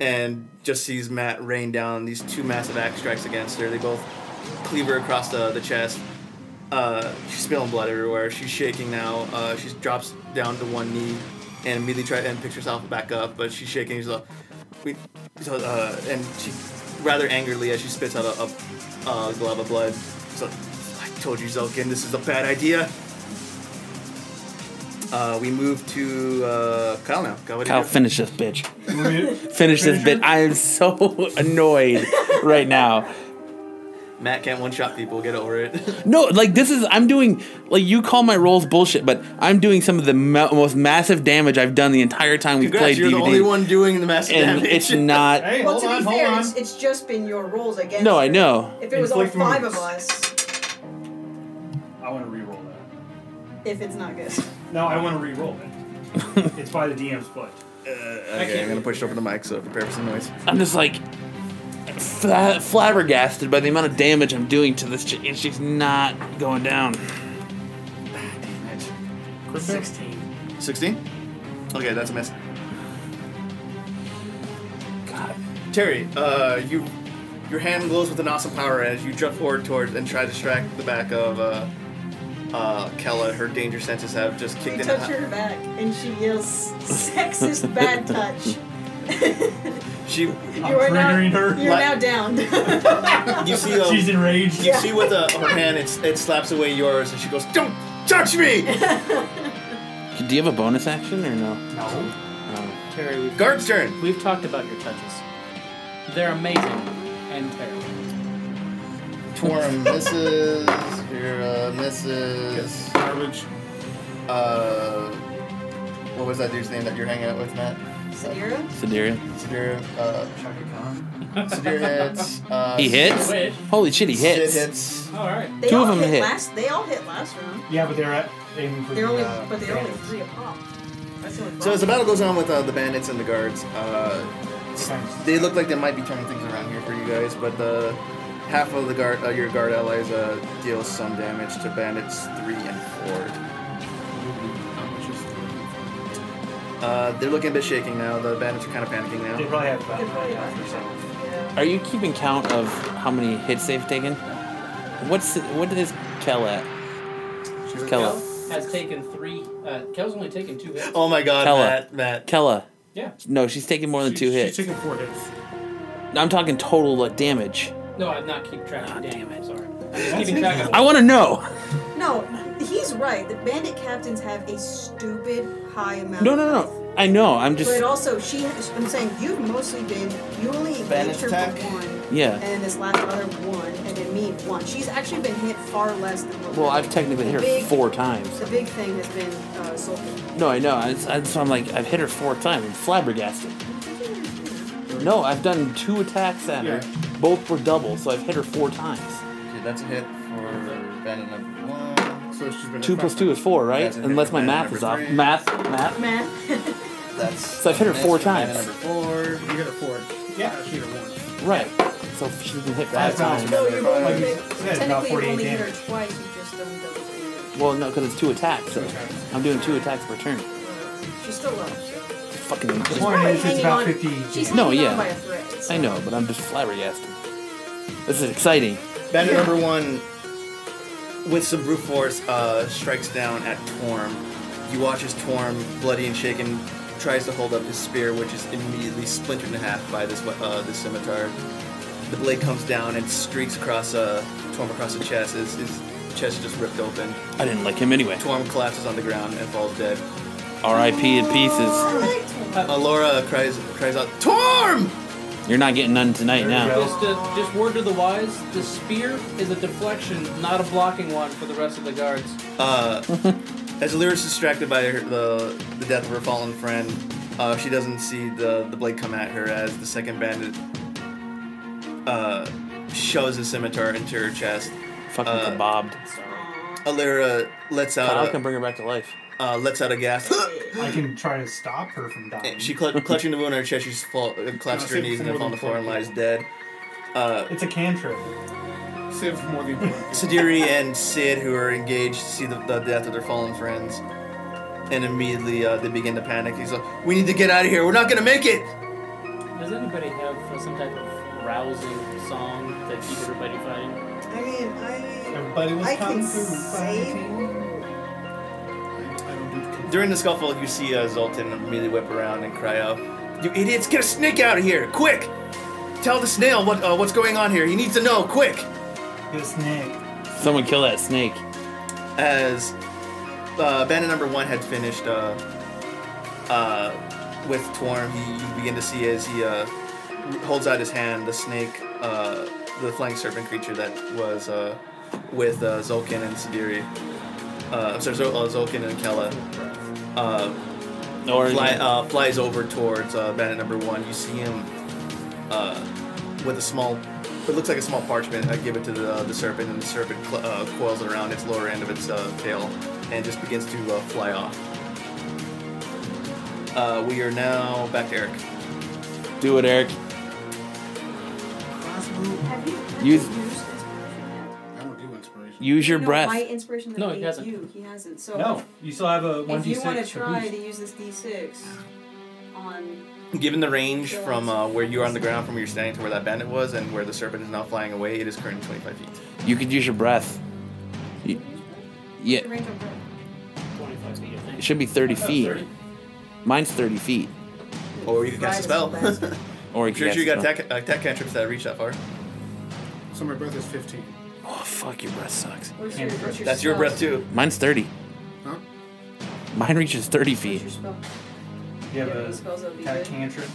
Speaker 3: and just sees Matt rain down these two massive axe strikes against her. They both cleave her across the, the chest. Uh, she's spilling blood everywhere. She's shaking now. Uh, she drops down to one knee and immediately try and picks herself back up, but she's shaking. She's like, we, so, uh, and she rather angrily as she spits out a, a, a glob of blood. So I told you, Zelkin, this is a bad idea. Uh, we move to uh, Kyle now. Kyle, what do you
Speaker 2: Kyle,
Speaker 3: do?
Speaker 2: finish this bitch.
Speaker 6: Remove-
Speaker 2: Finish this bitch. I am so (laughs) annoyed right now.
Speaker 3: Matt can't one shot people. Get over it. (laughs)
Speaker 2: No, like this is I'm doing like you call my rolls bullshit, but I'm doing some of the ma- most massive damage I've done the entire time we've
Speaker 3: Congrats,
Speaker 2: played
Speaker 3: you're
Speaker 2: DVD.
Speaker 3: the only one doing the massive
Speaker 2: and
Speaker 3: damage. (laughs)
Speaker 2: it's not.
Speaker 6: hey,
Speaker 4: well,
Speaker 6: hold
Speaker 4: to be
Speaker 6: on, hold
Speaker 4: fair,
Speaker 6: on.
Speaker 4: It's, it's just been your rules against.
Speaker 2: No, I
Speaker 4: her.
Speaker 2: know.
Speaker 4: If it was all
Speaker 6: Inflict
Speaker 4: five
Speaker 6: wounds.
Speaker 4: of us,
Speaker 6: I want to re-roll that.
Speaker 4: if it's not
Speaker 2: (laughs)
Speaker 4: good.
Speaker 6: No, I want to re-roll it.
Speaker 4: (laughs)
Speaker 6: it's by the DM's foot.
Speaker 3: okay, I'm gonna push it over the mic, so prepare for some noise.
Speaker 2: I'm just like fla- flabbergasted by the amount of damage I'm doing to this chick, and she's not going down.
Speaker 6: Sixteen.
Speaker 3: 16? Okay, that's a miss.
Speaker 2: God.
Speaker 3: Terry, uh, you, your hand glows with an awesome power as you jump forward towards and try to distract the back of uh, uh, Kella. Her danger senses have just
Speaker 4: We
Speaker 3: kicked in.
Speaker 4: touch her back, and she yells, "Sexist bad
Speaker 2: (laughs)
Speaker 4: touch." (laughs)
Speaker 3: She,
Speaker 4: you are now.
Speaker 6: triggering her.
Speaker 4: You're
Speaker 3: What?
Speaker 4: now down. (laughs)
Speaker 2: (laughs)
Speaker 3: you see, um,
Speaker 6: She's
Speaker 3: you
Speaker 6: enraged.
Speaker 4: Yeah.
Speaker 3: see with uh, her hand, it's, it slaps away yours, and she goes, "Don't touch me!"
Speaker 2: Do you have a bonus action or no?
Speaker 6: No.
Speaker 7: Terry, we've,
Speaker 3: Guard's turn.
Speaker 7: we've talked about your touches. They're amazing and terrible.
Speaker 3: Torum misses. Hira misses.
Speaker 8: Garbage.
Speaker 3: Uh, what was that dude's name that you're hanging out with, Matt?
Speaker 4: Sadira?
Speaker 2: Sidiria.
Speaker 3: Sadir, uh,
Speaker 6: Chaka Khan.
Speaker 3: Sadir hits. Uh,
Speaker 2: He hits.
Speaker 7: Wish.
Speaker 2: Holy shit, he
Speaker 3: Sid
Speaker 2: hits.
Speaker 3: hits.
Speaker 7: All right.
Speaker 4: They
Speaker 2: Two
Speaker 4: all
Speaker 2: of 'em
Speaker 4: hit,
Speaker 2: hit.
Speaker 4: last. They all hit last round.
Speaker 6: Yeah, but they're at aiming for
Speaker 4: They're
Speaker 6: the,
Speaker 4: only,
Speaker 6: uh,
Speaker 4: but they're only
Speaker 6: bandits.
Speaker 4: three a pop. That's the only
Speaker 3: So as the
Speaker 4: problem.
Speaker 3: battle goes on with uh, the bandits and the guards, uh,
Speaker 6: Thanks.
Speaker 3: they look like they might be turning things around here for you guys, but uh, half of the guard, uh, your guard allies, uh, deal some damage to bandits three and four.
Speaker 8: How much is the
Speaker 3: Uh, they're looking a bit shaking now. The bandits are kind of panicking
Speaker 6: They
Speaker 3: now.
Speaker 6: probably have about
Speaker 4: They're probably
Speaker 6: half
Speaker 4: about
Speaker 6: or so.
Speaker 4: Yeah.
Speaker 2: Are you keeping count of how many hits they've taken? What's what is Kel at? Kella.
Speaker 7: Kel has taken three. Uh, Kel's only taken two hits.
Speaker 3: Oh my god,
Speaker 2: Hella.
Speaker 3: Matt, Matt.
Speaker 2: Kella.
Speaker 7: Yeah.
Speaker 2: No, she's taken more than two
Speaker 8: She-
Speaker 2: hits.
Speaker 8: She's taking four hits.
Speaker 2: I'm talking total like, damage.
Speaker 7: No, I've not keep track of damn it. Sorry. I'm just keeping track of
Speaker 2: I want to know.
Speaker 4: No, he's right. The bandit captains have a stupid high amount.
Speaker 2: No,
Speaker 4: of
Speaker 2: no,
Speaker 4: health.
Speaker 2: no. I know. I'm
Speaker 4: But
Speaker 2: just
Speaker 4: also, she. I'm saying you've mostly been. You only
Speaker 3: Bandit
Speaker 4: hit her
Speaker 3: attack?
Speaker 4: for one.
Speaker 2: Yeah.
Speaker 4: And then this last other one, and then me one. She's actually been hit far less than. what
Speaker 2: well.
Speaker 4: we're
Speaker 2: I've
Speaker 4: doing.
Speaker 2: technically hit her
Speaker 4: oh. Big-
Speaker 2: four times.
Speaker 4: The big thing has been uh, Sultan.
Speaker 2: No, I know. I, I, so I'm like, I've hit her four times. I'm flabbergasted. No, I've done two attacks at her. Both were double, so I've hit her four times.
Speaker 3: Okay, that's a hit for bandit number one.
Speaker 8: So she's been
Speaker 2: Two
Speaker 8: at
Speaker 2: plus
Speaker 8: five
Speaker 2: two is four, right?
Speaker 3: That's a hit.
Speaker 2: Unless my
Speaker 3: And
Speaker 2: math
Speaker 3: number
Speaker 2: is off.
Speaker 3: three.
Speaker 2: Math, math.
Speaker 4: (laughs) Man.
Speaker 3: That's
Speaker 2: So I've hit her four times.
Speaker 3: four.
Speaker 8: times. You hit her four.
Speaker 6: Yeah.
Speaker 8: She hit her one.
Speaker 2: Right. So she's been hit five
Speaker 6: That's not
Speaker 2: times.
Speaker 4: no, you've only been.
Speaker 6: Yeah, it's about
Speaker 4: Technically, you've
Speaker 6: 48
Speaker 4: only hit
Speaker 6: damage.
Speaker 4: her twice. You just done double damage.
Speaker 2: Well, no, because it's two attacks. So
Speaker 8: attacks.
Speaker 2: I'm doing two attacks per turn.
Speaker 4: She's still up. So.
Speaker 2: Fucking.
Speaker 6: The point is, it's
Speaker 4: Hanging
Speaker 6: about
Speaker 4: on-
Speaker 6: 50.
Speaker 4: She's
Speaker 2: No,
Speaker 4: hanging
Speaker 2: yeah.
Speaker 4: On by a thread, so.
Speaker 2: I know, but I'm just flabbergasted. This is exciting.
Speaker 3: Bandit number one, with some brute force, uh, strikes down at Torm. You watch as Torm, bloody and shaken, tries to hold up his spear, which is immediately splintered in half by this we- uh, this scimitar. The blade comes down and streaks across uh, Torm across the chest. His, his chest is just ripped open.
Speaker 2: I didn't like him anyway.
Speaker 3: Torm collapses on the ground and falls dead.
Speaker 2: R.I.P. in pieces.
Speaker 3: Uh, Laura cries cries out, "Torm!"
Speaker 2: You're not getting none tonight now.
Speaker 7: Just, uh, just word to the wise, the spear is a deflection, not a blocking one for the rest of the guards.
Speaker 3: Uh, as Lyra is distracted by her, the the death of her fallen friend, uh, she doesn't see the the blade come at her as the second bandit uh, shoves his scimitar into her chest.
Speaker 2: Fucking
Speaker 3: Uh,
Speaker 2: kabobbed.
Speaker 3: Alira lets
Speaker 2: Kyle
Speaker 3: out
Speaker 2: can
Speaker 3: a,
Speaker 2: bring her back to life.
Speaker 3: uh, lets out a gasp.
Speaker 6: I can try to stop her from dying.
Speaker 3: And (gasps) she cl- clutching the wound on her chest, she just fall, uh, collapses to her
Speaker 8: Save
Speaker 3: knees and
Speaker 8: for
Speaker 3: then falls on the floor and
Speaker 8: more than
Speaker 3: lies dead. Uh,
Speaker 6: it's a cantrip.
Speaker 8: Save for more than
Speaker 3: (laughs)
Speaker 8: one.
Speaker 3: Sadiri and Sid, who are engaged, see the, the death of their fallen friends, and immediately uh, they begin to panic. He's like, "We need to get out of here. We're not gonna make it."
Speaker 7: Does anybody have uh, some type of rousing song to keep everybody fighting?
Speaker 4: I mean, I.
Speaker 6: Everybody was
Speaker 4: I
Speaker 6: kung
Speaker 4: can
Speaker 6: fu
Speaker 4: say.
Speaker 6: fighting.
Speaker 8: I don't do
Speaker 3: during the scuffle, you see uh, Zoltan immediately whip around and cry out, "You idiots! Get a snake out of here, quick! Tell the snail what uh, what's going on here. He needs to know, quick!"
Speaker 6: Good snake.
Speaker 2: Someone kill that snake.
Speaker 3: as uh, bandit number one had finished uh, uh, with Torm, he, you begin to see as he uh, holds out his hand, the snake, uh, the flying serpent creature that was uh, with uh, Zolkin and Sidiri. Uh, I'm sorry, Zol- uh, Zolkin and Kella. Uh,
Speaker 2: Or
Speaker 3: fly, uh, flies over towards uh, bandit number one. You see him uh, with a small, it looks like a small parchment. I give it to the, the serpent, and the serpent cl- uh, coils it around its lower end of its uh, tail and just begins to uh, fly off. Uh, we are now back to Eric.
Speaker 2: do it, Eric.
Speaker 9: Have you have
Speaker 2: Use-
Speaker 9: you used inspiration yet?
Speaker 8: I don't do inspiration.
Speaker 2: Use your
Speaker 9: no,
Speaker 2: breath.
Speaker 9: My inspiration that
Speaker 7: No,
Speaker 9: I
Speaker 7: he
Speaker 9: gave
Speaker 7: hasn't.
Speaker 9: you, he hasn't. So
Speaker 6: No, you still have a one
Speaker 9: if
Speaker 6: d
Speaker 9: you
Speaker 6: six.
Speaker 9: want to try to use this d6 on
Speaker 3: Given the range from uh, where you are on the ground, from where you're standing to where that bandit was, and where the serpent is now flying away, it is currently 25 feet.
Speaker 2: You could use your breath. You- yeah,
Speaker 9: the range of breath.
Speaker 7: 25 feet, I
Speaker 2: it
Speaker 7: think.
Speaker 2: should be 30 feet.
Speaker 7: 30.
Speaker 2: Mine's 30 feet.
Speaker 3: Or you can cast a spell. (laughs)
Speaker 4: Right.
Speaker 3: I'm
Speaker 2: Or you
Speaker 3: sure
Speaker 2: cast
Speaker 3: you got
Speaker 2: it on-
Speaker 3: attack, attack cantrips that reach that far.
Speaker 8: So my breath is 15.
Speaker 2: Oh, fuck, your breath sucks.
Speaker 9: What's your, what's your
Speaker 3: That's your
Speaker 9: spell?
Speaker 3: breath too.
Speaker 2: Mine's 30.
Speaker 8: Huh?
Speaker 2: Mine reaches 30
Speaker 9: What's
Speaker 2: feet.
Speaker 9: your spell?
Speaker 6: You have
Speaker 9: Yeah,
Speaker 6: a
Speaker 9: these spells that'll be
Speaker 6: attack
Speaker 9: good.
Speaker 6: cantrip.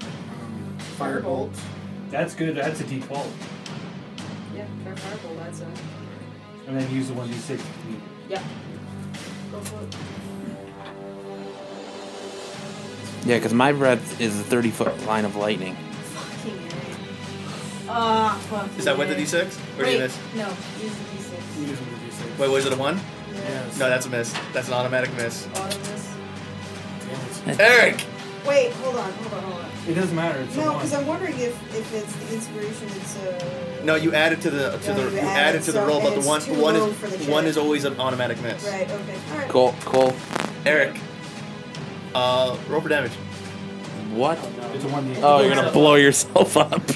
Speaker 8: Um, firebolt.
Speaker 6: That's good. That's a d twelve,
Speaker 9: Yeah, try fireball. That's a
Speaker 6: and then use the one d six.
Speaker 9: yeah. Go for it.
Speaker 2: Yeah, because my breath is a 30 foot line of lightning.
Speaker 9: Fucking A. Ah, fuck.
Speaker 3: Is that with the d6? Or do you
Speaker 9: Wait,
Speaker 3: miss?
Speaker 9: no, use the
Speaker 8: You use one of these
Speaker 3: Wait, was it a one?
Speaker 9: d6.
Speaker 8: Yes.
Speaker 3: No, that's a miss. That's an automatic miss.
Speaker 9: Auto miss.
Speaker 8: Damn it.
Speaker 3: Eric!
Speaker 4: Wait, hold on, hold on, hold on.
Speaker 6: It doesn't matter. It's
Speaker 4: No,
Speaker 6: a one.
Speaker 4: because I'm wondering if, if it's the inspiration, it's uh
Speaker 3: No, you added to the to
Speaker 4: No,
Speaker 3: the
Speaker 4: you
Speaker 3: you
Speaker 4: add
Speaker 3: added
Speaker 4: it,
Speaker 3: to the
Speaker 4: so-
Speaker 3: roll, but
Speaker 4: and
Speaker 3: the one
Speaker 4: it's too
Speaker 3: one
Speaker 4: low for the
Speaker 3: is
Speaker 4: check.
Speaker 3: one is always an automatic miss.
Speaker 4: Right, okay. Alright.
Speaker 2: Cole, Cole,
Speaker 3: Eric, uh, roll for damage.
Speaker 2: what?
Speaker 6: It's a one d.
Speaker 2: Oh, you're gonna blow yourself up.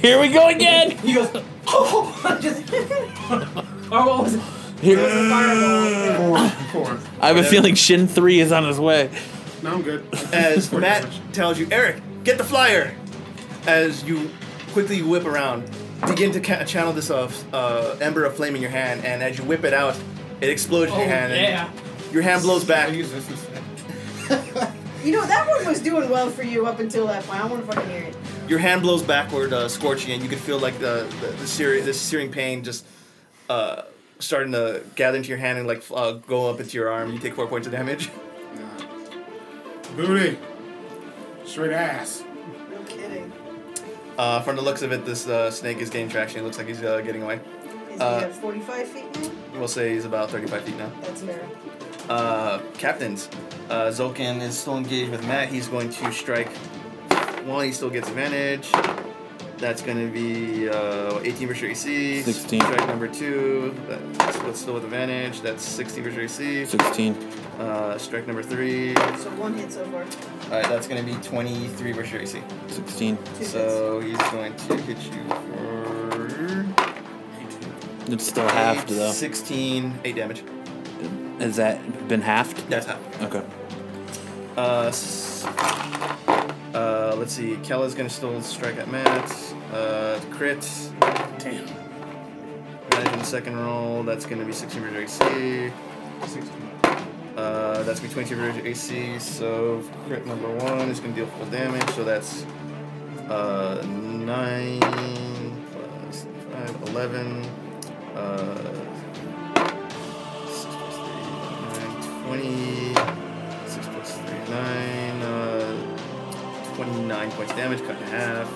Speaker 2: Here we go again.
Speaker 7: He goes, oh, I just. or Oh, what was it?
Speaker 2: Here-
Speaker 8: Four. Four.
Speaker 2: I have a feeling Shin 3 is on his way.
Speaker 8: No, I'm good.
Speaker 3: As
Speaker 8: Four
Speaker 3: Matt
Speaker 8: damage.
Speaker 3: tells you, Eric, get the flyer. As you quickly whip around, begin to ca- channel this uh, uh, ember of flame in your hand, and as you whip it out, it explodes
Speaker 7: Oh,
Speaker 3: in your hand.
Speaker 7: yeah.
Speaker 3: And your hand blows
Speaker 8: I
Speaker 3: back.
Speaker 8: use this instead.
Speaker 4: You know, that one was doing well for you up until that point. I want to fucking hear it.
Speaker 3: Your hand blows backward, uh, scorching, and you can feel like the the, the, sear- the searing pain just uh, starting to gather into your hand and like f- uh, go up into your arm. You take four points of damage. (laughs)
Speaker 8: Booty. Straight ass.
Speaker 4: No kidding.
Speaker 3: Uh, from the looks of it, this uh, snake is gaining traction. It looks like he's uh, getting away.
Speaker 4: Is
Speaker 3: Uh,
Speaker 4: he at 45 feet now?
Speaker 3: We'll say he's about 35 feet now.
Speaker 4: That's fair.
Speaker 3: Uh, captains, uh, Zolkin is still engaged with Matt. He's going to strike one. He still gets advantage. That's going to be uh, 18 versus your AC.
Speaker 2: 16.
Speaker 3: Strike number two. That's what's still with advantage. That's 16 versus your AC.
Speaker 2: 16.
Speaker 3: Uh, strike number three. All
Speaker 4: So one hit so far.
Speaker 3: right, that's going to be 23 versus your AC.
Speaker 2: 16.
Speaker 4: Two
Speaker 3: So he's going to hit you for.
Speaker 2: It's still halved,
Speaker 3: Eight,
Speaker 2: though.
Speaker 3: 16, 8 damage.
Speaker 2: Has that been halved?
Speaker 3: That's half.
Speaker 2: Okay.
Speaker 3: Uh, s- uh, let's see. Kella's gonna still strike at Matt. Uh, crit.
Speaker 8: Damn.
Speaker 3: Imagine second roll. That's gonna be 16 versus AC. Uh, that's gonna be 22 versus AC. So crit number one is gonna deal full damage. So that's uh, 9 plus 5, 11. Uh, 6 plus 3, 9, 20. 6 plus 3, 9, uh, 29 points damage, cut in half,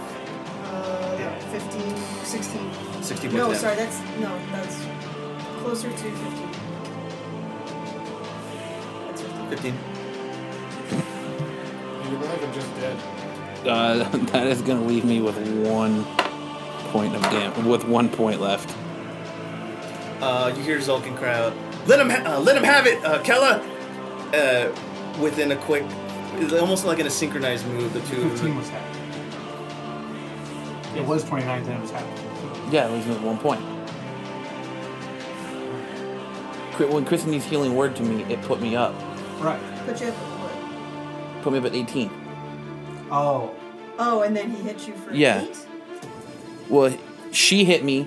Speaker 4: Uh, no, 15, 16.
Speaker 3: 60 points
Speaker 4: No,
Speaker 3: damage.
Speaker 4: sorry, that's, no, that's closer to 15. That's 15.
Speaker 3: 15.
Speaker 8: You're alive and just dead.
Speaker 2: Uh, (laughs) that is gonna leave me with one point of dam- with one point left.
Speaker 3: Uh, you hear Zulkin cry out, let him, ha- uh, let him have it, uh, Kella! Uh, within a quick, it's almost like in a synchronized move, the two of
Speaker 6: Fifteen
Speaker 3: them.
Speaker 6: was half. It was twenty nine, then it was half.
Speaker 2: Yeah, it leaves me with one point. Cri- When Chris needs healing word to me, it put me up.
Speaker 6: Right.
Speaker 4: Put you up at what?
Speaker 2: Put me up at 18.
Speaker 6: Oh.
Speaker 4: Oh, and then he hit you for
Speaker 2: Yeah.
Speaker 4: eight?
Speaker 2: Well, she hit me,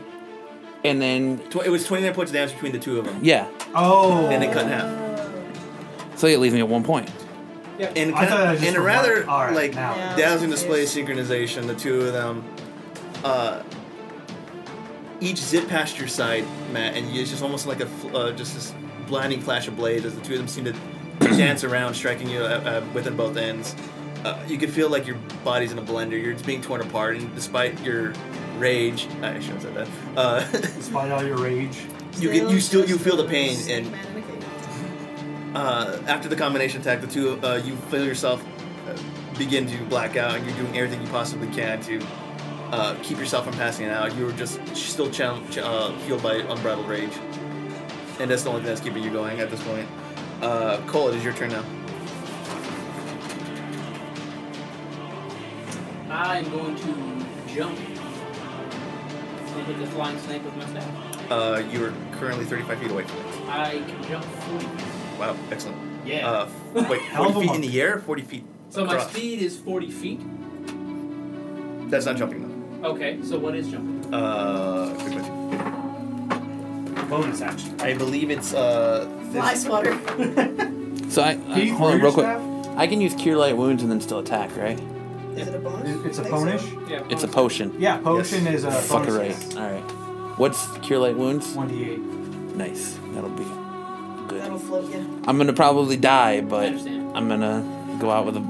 Speaker 2: and then
Speaker 3: Tw- it was 29 points of damage between the two of them.
Speaker 2: yeah,
Speaker 6: Oh.
Speaker 3: And it cut in half.
Speaker 4: Oh.
Speaker 2: so it leaves me at one point.
Speaker 7: Yep.
Speaker 3: And,
Speaker 6: I
Speaker 3: kind
Speaker 6: thought that was
Speaker 3: of,
Speaker 6: just
Speaker 3: and a
Speaker 6: for
Speaker 3: rather
Speaker 6: one. All right,
Speaker 3: like
Speaker 6: now.
Speaker 4: Yeah.
Speaker 3: dazzling display of synchronization, the two of them. Uh, each zip past your side, Matt, and it's just almost like a fl- uh, just this blinding flash of blades as the two of them seem to dance around, striking you uh, uh, within both ends. Uh, you can feel like your body's in a blender. You're just being torn apart, and despite your rage, I shouldn't have said that. Uh, (laughs)
Speaker 6: Despite all your rage.
Speaker 3: you get you still you feel the pain and uh, after the combination attack, the two uh, you feel yourself uh, begin to black out, and you're doing everything you possibly can to uh, keep yourself from passing out. You were just still chal- ch- uh, fueled by unbridled rage, and that's the only thing that's keeping you going at this point. Uh, Cole, it is your turn now.
Speaker 7: I'm going to jump and hit the flying snake with my staff.
Speaker 3: Uh, you are currently 35 feet away.
Speaker 7: I can jump 40 feet.
Speaker 3: Wow, excellent.
Speaker 7: Yeah.
Speaker 3: Uh, f- wait,
Speaker 6: Hell of
Speaker 3: 40
Speaker 6: a
Speaker 3: feet in
Speaker 6: monk.
Speaker 3: the air, 40 feet.
Speaker 7: so my
Speaker 3: across.
Speaker 7: speed is 40 feet.
Speaker 3: That's not jumping
Speaker 7: Okay, so what is jumping?
Speaker 3: though. Uh, good question.
Speaker 6: Bonus (laughs) action.
Speaker 3: I believe it's uh.
Speaker 4: Fly swatter.
Speaker 2: So I,
Speaker 6: Can
Speaker 2: I
Speaker 6: you
Speaker 2: hold on
Speaker 6: throw your
Speaker 2: real quick.
Speaker 6: staff?
Speaker 2: I can use cure light wounds and then still attack, right?
Speaker 4: Is it a bonus?
Speaker 6: It- It's a
Speaker 4: I think so.
Speaker 6: bonish?
Speaker 7: Yeah,
Speaker 2: It's a potion.
Speaker 6: Yeah, potion
Speaker 2: Uh,
Speaker 6: is a
Speaker 2: Fucker,
Speaker 6: bonus.
Speaker 2: right? All right. What's cure light wounds?
Speaker 6: 1d8.
Speaker 2: Nice. That'll be
Speaker 4: That'll
Speaker 2: good.
Speaker 4: float you.
Speaker 2: I'm gonna probably die,
Speaker 7: I
Speaker 2: but
Speaker 7: understand.
Speaker 2: I'm gonna go out with a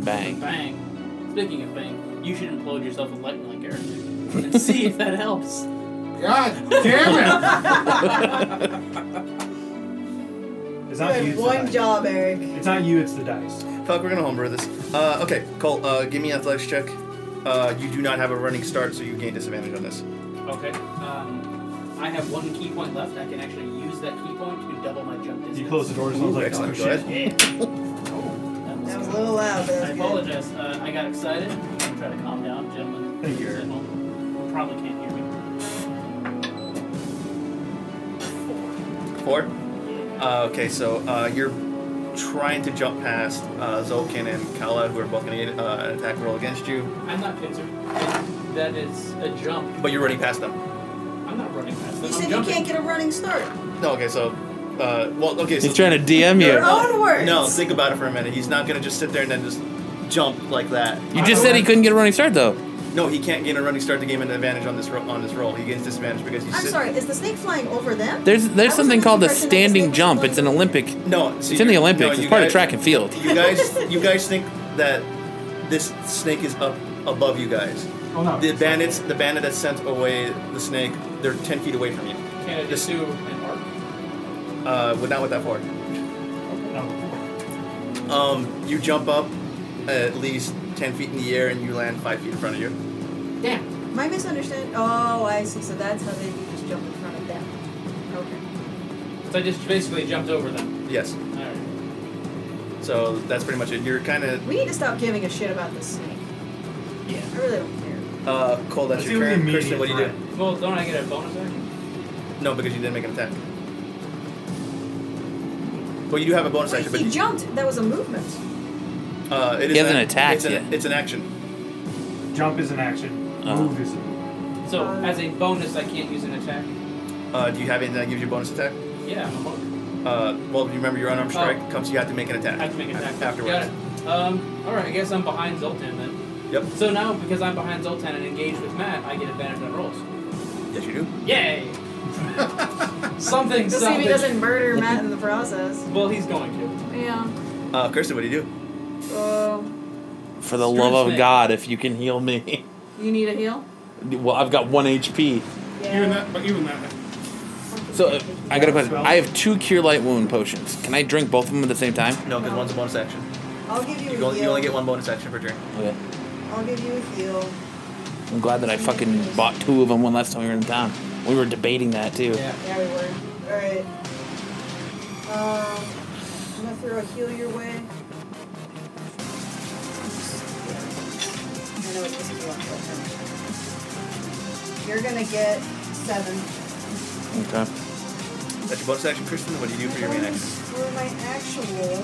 Speaker 7: (laughs)
Speaker 2: bang.
Speaker 7: Bang. Speaking of bang, you should implode yourself with lightning like Eric
Speaker 2: (laughs)
Speaker 7: did and see if that helps.
Speaker 8: God damn it!
Speaker 6: It's
Speaker 4: You
Speaker 6: not you.
Speaker 4: had
Speaker 6: It's, the
Speaker 4: one
Speaker 6: dice.
Speaker 4: job, Eric.
Speaker 6: it's not you, it's the dice.
Speaker 3: Fuck, we're gonna homebrew this. Uh, okay, Cole, uh, give me an athletics check. Uh, you do not have a running start, so you gain disadvantage on this.
Speaker 7: Okay. Um, I have one key point left. I can actually use that key point to double my jump distance.
Speaker 6: You close the doors and I was like, oh,
Speaker 3: Excellent, go
Speaker 6: shit.
Speaker 3: ahead.
Speaker 7: That was
Speaker 4: That was a
Speaker 7: good.
Speaker 4: little loud, but
Speaker 7: I
Speaker 4: that was good.
Speaker 7: apologize. Uh, I got excited. I'm trying to calm down, gentlemen.
Speaker 6: Thank you, Eric.
Speaker 7: At home. You Probably can't hear me.
Speaker 3: Four. Uh, okay, so uh, you're trying to jump past uh, Zolkin and Kala, who are both gonna get uh, an attack roll against you,
Speaker 7: I'm not concerned. That is a jump.
Speaker 3: but you're running past them.
Speaker 7: I'm not running fast.
Speaker 4: You
Speaker 7: I'm
Speaker 4: said you
Speaker 7: jumping.
Speaker 4: can't get a running start.
Speaker 3: No, okay, so. Uh, well, okay, so.
Speaker 2: He's trying to DM
Speaker 4: Your
Speaker 2: you.
Speaker 4: own words.
Speaker 3: No, think about it for a minute. He's not gonna just sit there and then just jump like that.
Speaker 2: You just said he couldn't get a running start though.
Speaker 3: No, he can't gain a running start to gain an advantage on this ro- on this roll. He gains disadvantage because he's
Speaker 4: I'm
Speaker 3: sit-
Speaker 4: sorry, is the snake flying over them?
Speaker 2: There's
Speaker 4: I
Speaker 2: there's
Speaker 4: was
Speaker 2: something
Speaker 4: under the
Speaker 2: called a
Speaker 4: impression that
Speaker 2: standing
Speaker 4: snake
Speaker 2: jump.
Speaker 4: was
Speaker 2: It's an
Speaker 4: flying-
Speaker 2: Olympic.
Speaker 3: No, so
Speaker 2: It's in
Speaker 3: you're-
Speaker 2: the
Speaker 3: no,
Speaker 2: Olympics.
Speaker 3: you
Speaker 2: It's part of
Speaker 3: guys-
Speaker 2: track and field.
Speaker 3: You guys, you guys think that this snake is up above you guys.
Speaker 6: Oh no.
Speaker 3: The bandits, the bandit that sent away the snake, they're ten feet away from you.
Speaker 7: Can I just do an arc?
Speaker 3: Uh, with not with that far.
Speaker 6: No.
Speaker 3: Um, you jump up at least ten feet in the air and you land five feet in front of you.
Speaker 7: Damn.
Speaker 4: My misunderstanding. Oh, I see. So that's how they you just jump in front of them. Okay.
Speaker 7: So I just basically jumped over them.
Speaker 3: Yes.
Speaker 7: All right.
Speaker 3: So that's pretty much it. You're kind of
Speaker 4: We need to stop giving a shit about this snake.
Speaker 7: Yeah.
Speaker 4: I really don't care.
Speaker 3: uh, cold. That's
Speaker 6: Let's
Speaker 3: your
Speaker 6: do an
Speaker 3: turn. Christian,
Speaker 6: immediate
Speaker 3: what do you do?
Speaker 7: Well, don't I get a bonus action?
Speaker 3: No, because you didn't make an attack. Well, you do have a bonus action,
Speaker 4: Wait,
Speaker 3: but
Speaker 4: he
Speaker 3: you,
Speaker 4: jumped. That was a movement.
Speaker 3: uh, it is
Speaker 2: He hasn't
Speaker 3: an,
Speaker 2: attacked
Speaker 3: it's an-
Speaker 2: yet.
Speaker 3: it's an action.
Speaker 6: Jump is an action.
Speaker 2: Oh.
Speaker 6: Move is a move.
Speaker 7: So
Speaker 4: Um,
Speaker 7: as a bonus, I can't use an attack.
Speaker 3: Uh, do you have anything that gives you a bonus attack?
Speaker 7: Yeah, I'm a monk.
Speaker 3: Uh, well, you remember your unarmed
Speaker 7: Oh.
Speaker 3: strike comes. You have to make an attack.
Speaker 7: I have to make an attack.
Speaker 3: afterwards.
Speaker 7: Got it. Um, all right. I guess I'm behind Zoltan then.
Speaker 3: Yep.
Speaker 7: So now because I'm behind Zoltan and engaged with Matt, I get advantage on rolls.
Speaker 3: Yes, you do.
Speaker 7: Yay! something,
Speaker 4: Just see if
Speaker 7: something.
Speaker 4: he doesn't murder Matt in the process.
Speaker 7: Well, he's going to.
Speaker 4: Yeah.
Speaker 3: Uh, Kirsten, what do you do?
Speaker 4: Oh,
Speaker 2: For the
Speaker 7: Screw
Speaker 2: love of
Speaker 7: snake.
Speaker 2: God, if you can heal me.
Speaker 4: you need a heal.
Speaker 2: Well, I've got one HP.
Speaker 8: Even that, but even that.
Speaker 2: So uh, I got a question. I have two cure light wound potions. Can I drink both of them at the same time?
Speaker 3: No, because one's a bonus action.
Speaker 4: I'll give you,
Speaker 3: You
Speaker 4: a
Speaker 3: only,
Speaker 4: heal.
Speaker 3: you only get one bonus action per turn.
Speaker 2: Okay.
Speaker 4: I'll give you a heal.
Speaker 2: I'm glad that I fucking bought two of them one last time we were in town. We were debating that too.
Speaker 7: Yeah.
Speaker 4: Yeah, we were. All right. Um, I'm gonna throw a heal your way. I know it doesn't do much, but- You're gonna get seven.
Speaker 2: Okay.
Speaker 3: That's your bonus action, Kristen. What do you do for your main action?
Speaker 4: For my actual,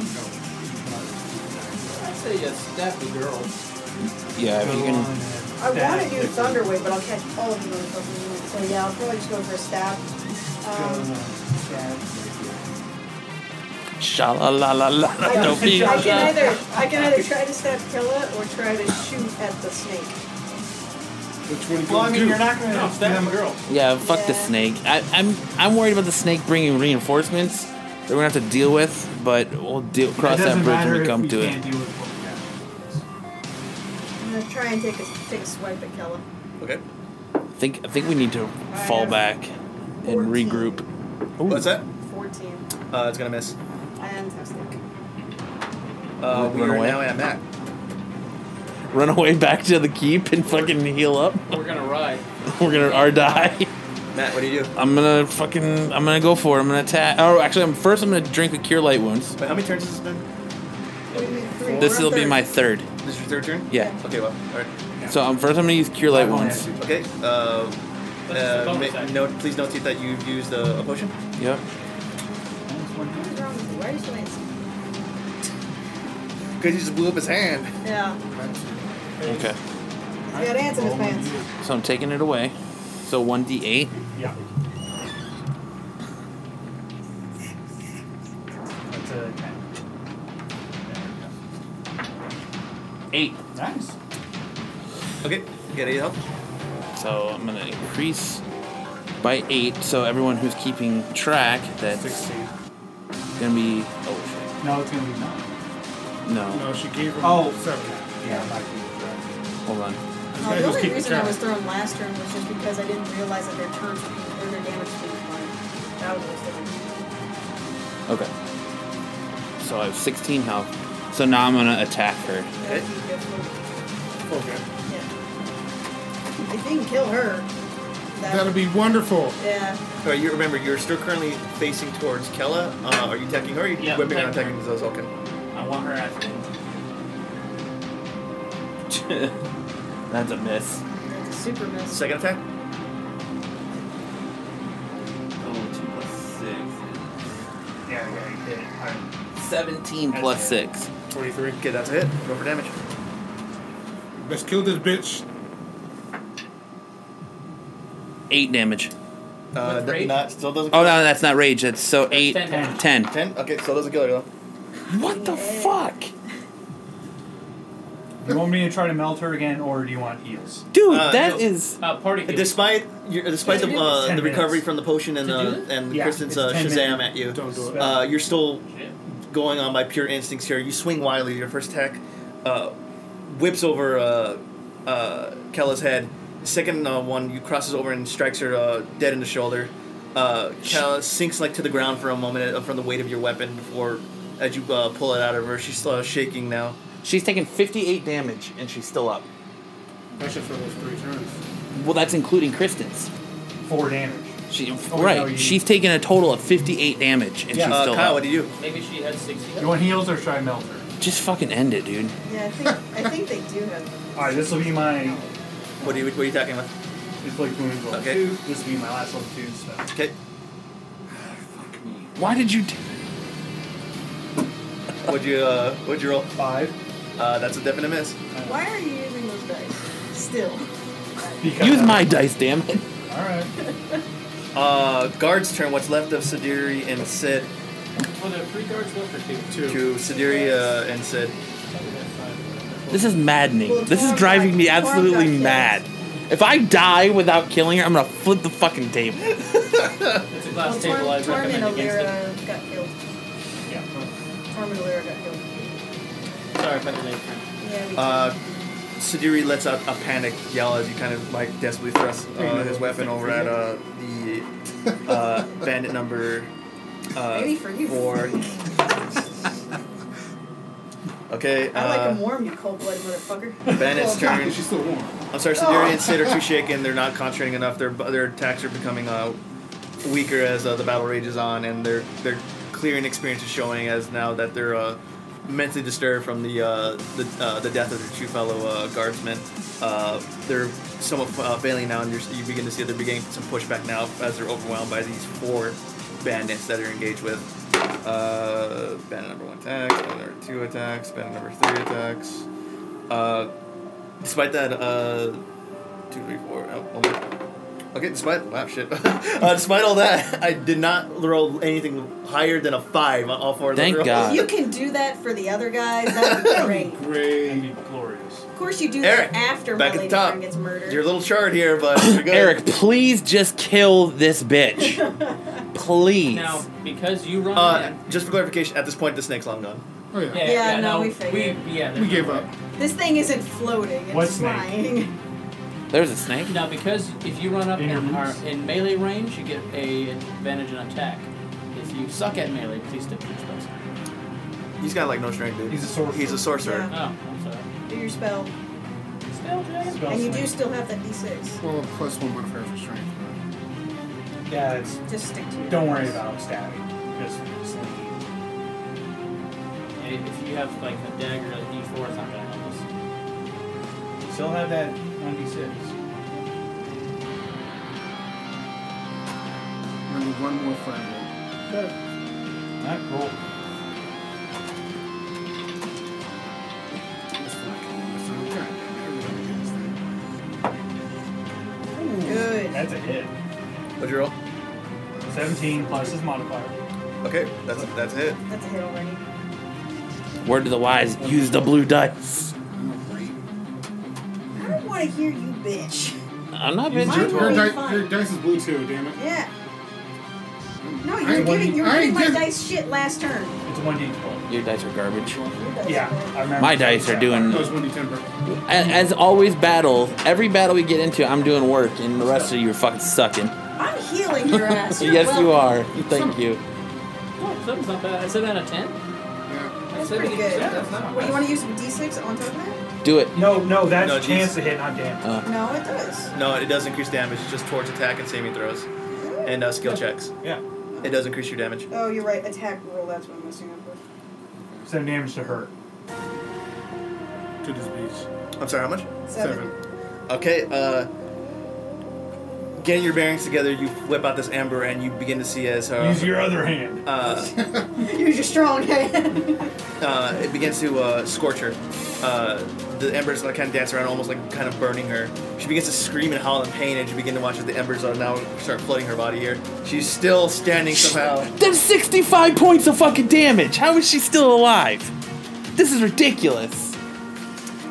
Speaker 7: I'd say yes, stab the girl.
Speaker 2: Yeah, if you can.
Speaker 4: I want to do Thunder Wave, but I'll catch all of you in fucking minute. So yeah, I'll probably just go for a stab. Um,
Speaker 2: Sha la la la la.
Speaker 4: I,
Speaker 2: Don't be.
Speaker 4: I can either I can either try to stab Killa or try to shoot at the snake.
Speaker 8: Which one do you
Speaker 6: Well, I mean,
Speaker 8: do?
Speaker 6: you're not going to
Speaker 8: No,
Speaker 6: stab a girl.
Speaker 2: Yeah, fuck the
Speaker 4: Yeah.
Speaker 2: snake. I, I'm I'm worried about the snake bringing reinforcements. That we're gonna have to deal with, but we'll deal cross
Speaker 6: it
Speaker 2: that
Speaker 6: doesn't
Speaker 2: bridge
Speaker 6: matter
Speaker 2: when we
Speaker 6: if
Speaker 2: come
Speaker 6: we
Speaker 2: to
Speaker 6: can't
Speaker 2: it.
Speaker 6: Deal with what we have.
Speaker 4: I'm gonna try and take a take a swipe at Killa.
Speaker 3: Okay.
Speaker 2: I think I think we need to fall back and
Speaker 4: Fourteen.
Speaker 2: regroup.
Speaker 3: What's that?
Speaker 4: Fourteen.
Speaker 3: Uh, it's gonna miss.
Speaker 4: Fantastic.
Speaker 3: Uh, we
Speaker 2: Run
Speaker 3: are
Speaker 2: away.
Speaker 3: now at Matt.
Speaker 2: Run away (laughs) back to the keep and fucking heal up. (laughs)
Speaker 7: We're gonna ride.
Speaker 2: We're gonna R die.
Speaker 3: Matt, what do you do?
Speaker 2: I'm gonna fucking I'm gonna go for it. I'm gonna attack. Oh, actually, I'm first. I'm gonna drink a cure light wounds.
Speaker 3: Wait, how many turns has this been?
Speaker 4: What do you mean, three?
Speaker 2: This
Speaker 4: We're on
Speaker 2: will be
Speaker 4: third.
Speaker 2: my third.
Speaker 3: This is your third turn.
Speaker 2: Yeah.
Speaker 3: Okay. Well. All right.
Speaker 2: So I'm first. I'm gonna use cure light wounds.
Speaker 3: Okay. Uh, uh,
Speaker 7: That's the bonus
Speaker 3: ma-
Speaker 7: action.
Speaker 3: note, please notate that you've used uh, a potion.
Speaker 2: Yep.
Speaker 4: What is wrong with you? Why are you so nice?
Speaker 3: Because he just blew up his hand.
Speaker 4: Yeah.
Speaker 2: Okay.
Speaker 4: He's got ants in his pants. Uh,
Speaker 2: So I'm taking it away. So one d8.
Speaker 6: Yeah. That's a 10.
Speaker 2: Eight.
Speaker 6: Nice.
Speaker 3: Okay. Get any help?
Speaker 2: So I'm gonna increase by eight. So everyone who's keeping track, that's
Speaker 8: 16.
Speaker 2: gonna be. Oh
Speaker 6: No, it's going to be nine.
Speaker 2: shit. No,
Speaker 8: No, she gave him
Speaker 6: Oh.
Speaker 8: seven.
Speaker 6: Yeah.
Speaker 2: hold on.
Speaker 8: This
Speaker 4: Uh,
Speaker 8: guy
Speaker 4: the
Speaker 8: just
Speaker 4: only
Speaker 8: keep
Speaker 4: reason
Speaker 8: track.
Speaker 4: I was thrown last turn was just because I didn't realize that their turns were being, or their damage was being combined. That was what's different.
Speaker 2: Okay. So I have 16 health. So now I'm gonna attack her.
Speaker 4: That would be different.
Speaker 8: Okay.
Speaker 4: Yeah. If you can kill her, that,
Speaker 8: That'll be wonderful.
Speaker 4: yeah.
Speaker 3: All right. You remember you're still currently facing towards Kella. Uh, are you attacking her? Or are you
Speaker 7: Yeah,
Speaker 3: whipping and
Speaker 7: attacking
Speaker 3: attacking those? Okay.
Speaker 7: I want her at the end.
Speaker 2: (laughs) That's a miss.
Speaker 4: That's a super miss.
Speaker 3: Second attack.
Speaker 2: Oh, two plus
Speaker 6: Yeah, yeah, you did it. All right.
Speaker 2: six. 17 plus six.
Speaker 8: Twenty-three.
Speaker 3: Okay, that's a hit. Roll for damage.
Speaker 8: Let's kill this bitch.
Speaker 2: Eight damage.
Speaker 3: Uh,
Speaker 7: With
Speaker 3: d-
Speaker 7: rage?
Speaker 3: not still doesn't.
Speaker 2: Oh no, that's not rage. That's so eight,
Speaker 7: ten
Speaker 2: ten.
Speaker 7: damage.
Speaker 3: Ten. Okay, still doesn't kill her though.
Speaker 2: What the
Speaker 4: Yeah.
Speaker 2: fuck,
Speaker 6: You want me to try to melt her again, or do you want heals?
Speaker 2: dude?
Speaker 3: Uh,
Speaker 2: that
Speaker 3: no.
Speaker 2: is
Speaker 7: Uh, party
Speaker 3: Uh,
Speaker 7: heal.
Speaker 3: Despite your, despite the,
Speaker 6: Yeah, it's
Speaker 3: uh,
Speaker 6: ten
Speaker 3: the recovery
Speaker 6: minutes.
Speaker 3: from the potion and
Speaker 7: To do
Speaker 3: uh,
Speaker 7: this?
Speaker 3: and
Speaker 6: Yeah,
Speaker 3: Kristen's
Speaker 6: it's
Speaker 3: uh,
Speaker 6: ten
Speaker 3: Shazam
Speaker 6: minutes.
Speaker 3: at you,
Speaker 8: Don't do it.
Speaker 3: uh, you're still
Speaker 7: Shit.
Speaker 3: going on by pure instincts here. You swing wildly. Your first attack uh, whips over uh, uh, Kella's head. Second uh, one, you crosses over and strikes her uh, dead in the shoulder. Uh, Kella sinks like to the ground for a moment uh, from the weight of your weapon before, as you uh, pull it out of her, she's uh, shaking now.
Speaker 2: She's taken 58 damage and she's still up.
Speaker 8: That's just for those three turns.
Speaker 2: Well, that's including Kristen's.
Speaker 6: Four damage.
Speaker 2: She,
Speaker 6: Oh,
Speaker 2: right.
Speaker 6: no, you-
Speaker 2: She's taken a total of 58 damage and
Speaker 6: Yeah.
Speaker 2: she's
Speaker 3: Uh,
Speaker 2: still
Speaker 3: Kyle,
Speaker 2: up.
Speaker 3: what do you do?
Speaker 7: Maybe she had 60.
Speaker 6: You want heals or should I melt her?
Speaker 2: Just fucking end it, dude.
Speaker 4: Yeah, I think I think they do have. them.
Speaker 6: All right, this will be my
Speaker 3: What are you, what are you attacking with?
Speaker 6: inflict wounds level
Speaker 3: Okay.
Speaker 6: two. This will be my last level two spell.
Speaker 3: Okay,
Speaker 6: Fuck me.
Speaker 2: Why did you? T-
Speaker 3: what'd you uh, what'd you roll?
Speaker 6: Five.
Speaker 3: Uh, that's a definite miss.
Speaker 4: Why are you using those dice? Still.
Speaker 6: Because,
Speaker 2: Use my dice, damn it.
Speaker 6: All right.
Speaker 3: Uh, guard's turn. What's left of Sidiri and Sid?
Speaker 7: Were there three guards left or two?
Speaker 3: To Sidiri uh, and Sid.
Speaker 2: This is maddening. This is driving me absolutely mad. If I die without killing her, I'm gonna flip the fucking table.
Speaker 7: It's a
Speaker 4: Well,
Speaker 7: glass
Speaker 4: Torm,
Speaker 7: table I recommend
Speaker 4: Tormund
Speaker 7: against it.
Speaker 4: O'Leary got killed.
Speaker 6: Yeah.
Speaker 4: Tormund O'Leary got killed.
Speaker 7: Sorry if I delayed French.
Speaker 4: Yeah. We
Speaker 3: Uh, Sidiri lets out a panic yell as he kind of like desperately thrusts uh, his weapon over at uh, the
Speaker 4: (laughs)
Speaker 3: uh, bandit number uh,
Speaker 4: Maybe for you. (laughs)
Speaker 3: four. Okay,
Speaker 4: I like
Speaker 3: uh,
Speaker 4: them warm, you cold-blooded motherfucker.
Speaker 3: Bennett's
Speaker 4: Well,
Speaker 3: turn.
Speaker 8: She's still warm.
Speaker 3: I'm sorry, Sidiri and Sid are too shaken. They're not concentrating enough. Their their attacks are becoming uh, weaker as uh, the battle rages on, and their their clearing experience is showing as now that they're uh, mentally disturbed from the uh, the, uh, the death of their two fellow uh, guardsmen. Uh, they're somewhat uh, failing now, and you're, you begin to see they're beginning some pushback now as they're overwhelmed by these four bandits that are engaged with. Uh, bandit number one attacks, bandit number two attacks, bandit number three attacks. Uh, despite that, uh, two, three, four. Oh, hold on. Okay, despite wow, shit. (laughs) uh, despite all that, I did not roll anything higher than a five on all four of
Speaker 2: Thank
Speaker 3: those rolls.
Speaker 2: God.
Speaker 4: You can do that for the other guys. That (laughs) would be great.
Speaker 6: That'd
Speaker 8: Great.
Speaker 6: be glorious.
Speaker 4: Of course, you do
Speaker 3: Eric,
Speaker 4: that after
Speaker 3: back at
Speaker 4: my
Speaker 3: the
Speaker 4: lady
Speaker 3: top.
Speaker 4: friend gets murdered.
Speaker 3: Your little chart here,
Speaker 2: (coughs)
Speaker 3: but you're good.
Speaker 2: Eric, please just kill this bitch. please.
Speaker 7: Now, because you run
Speaker 3: Uh,
Speaker 7: in.
Speaker 3: just for clarification, at this point, the snake's long gone.
Speaker 8: Oh yeah.
Speaker 7: Yeah,
Speaker 4: Yeah,
Speaker 7: yeah,
Speaker 4: no,
Speaker 7: no,
Speaker 4: we
Speaker 7: we,
Speaker 4: figured.
Speaker 7: yeah,
Speaker 8: We
Speaker 7: there's
Speaker 8: gave
Speaker 7: no way.
Speaker 8: up.
Speaker 4: this thing isn't floating; it's
Speaker 6: What snake?
Speaker 4: flying. (laughs)
Speaker 2: There's a snake.
Speaker 7: Now, because if you run up in,
Speaker 6: Damn.
Speaker 7: are in melee range, you get a advantage and attack. If you suck at melee, please stick to your spells.
Speaker 3: He's got like no strength, dude.
Speaker 6: He's a sorcerer.
Speaker 3: He's a sorcerer.
Speaker 7: Oh, I'm sorry.
Speaker 4: Do your spell,
Speaker 7: Spell check.
Speaker 6: Spell
Speaker 4: and you
Speaker 6: snake.
Speaker 4: do still have that d6.
Speaker 8: Well, plus one modifier for strength.
Speaker 6: Yeah, it's.
Speaker 4: Just stick to it.
Speaker 6: Don't worry about stabbing. Just sleep.
Speaker 7: And If you have like a dagger, a d4, it's not gonna help us.
Speaker 6: Still have that 1d6.
Speaker 8: I need one more fireball.
Speaker 6: Not roll.
Speaker 8: That's fucking awesome. God damn it, I really don't get
Speaker 4: Good.
Speaker 6: That's a hit.
Speaker 3: What'd you roll?
Speaker 6: 17 plus his modifier.
Speaker 3: Okay, that's that's it.
Speaker 4: That's a hit already.
Speaker 2: Word to the wise, use the blue dice.
Speaker 4: I don't want to hear you, bitch.
Speaker 2: I'm not
Speaker 8: this
Speaker 2: bitch.
Speaker 4: Mine
Speaker 8: thing. Your,
Speaker 4: will
Speaker 8: your,
Speaker 4: be
Speaker 8: di-
Speaker 4: fine.
Speaker 8: your dice is blue too, damn it.
Speaker 4: Yeah. No,
Speaker 8: I
Speaker 4: you're
Speaker 8: ain't
Speaker 4: giving
Speaker 8: one-
Speaker 4: you're
Speaker 8: I
Speaker 4: giving
Speaker 8: ain't
Speaker 4: my
Speaker 8: give-
Speaker 4: dice shit last turn.
Speaker 6: It's a 1d12.
Speaker 2: Your dice are garbage.
Speaker 4: Your dice
Speaker 6: Yeah,
Speaker 4: roll.
Speaker 6: I remember.
Speaker 2: My dice are doing-
Speaker 8: No, it's 1d10 per.
Speaker 2: A- As always, battle. Every battle we get into, I'm doing work, and the rest of you are fucking sucking.
Speaker 4: I'm healing
Speaker 2: (laughs)
Speaker 4: your ass. You're
Speaker 2: Yes, you
Speaker 4: welcome.
Speaker 2: are. Thank you.
Speaker 7: Oh, seven's not bad. I said that a 10?
Speaker 8: Yeah.
Speaker 4: That's pretty good.
Speaker 7: Yeah, that's
Speaker 4: What,
Speaker 7: not
Speaker 4: you
Speaker 7: bad.
Speaker 4: want to use some d6 on top of that?
Speaker 2: Do it.
Speaker 6: No, no, that's
Speaker 3: No, geez.
Speaker 6: chance to hit, not damage.
Speaker 4: No, it does.
Speaker 3: No, it does increase damage. Just towards attack and saving throws, and uh, skill checks.
Speaker 6: Yeah.
Speaker 3: It does increase your damage.
Speaker 4: Oh, you're right. Attack roll. That's what I'm messing up with.
Speaker 6: Seven damage to her.
Speaker 8: To this beach.
Speaker 3: I'm sorry, how much?
Speaker 4: Seven.
Speaker 8: Seven.
Speaker 3: Okay, uh, getting your bearings together, you whip out this amber, and you begin to see as uh, her.
Speaker 6: Use your other hand.
Speaker 3: Uh,
Speaker 4: (laughs) Use your strong hand.
Speaker 3: uh, it begins to uh, scorch her. Uh, the embers like kind of dance around, almost like kind of burning her. She begins to scream and howl in pain, and you begin to watch as the embers are now start flooding her body here. She's still standing somehow.
Speaker 2: That's 65 points of fucking damage. How is she still alive? This is ridiculous.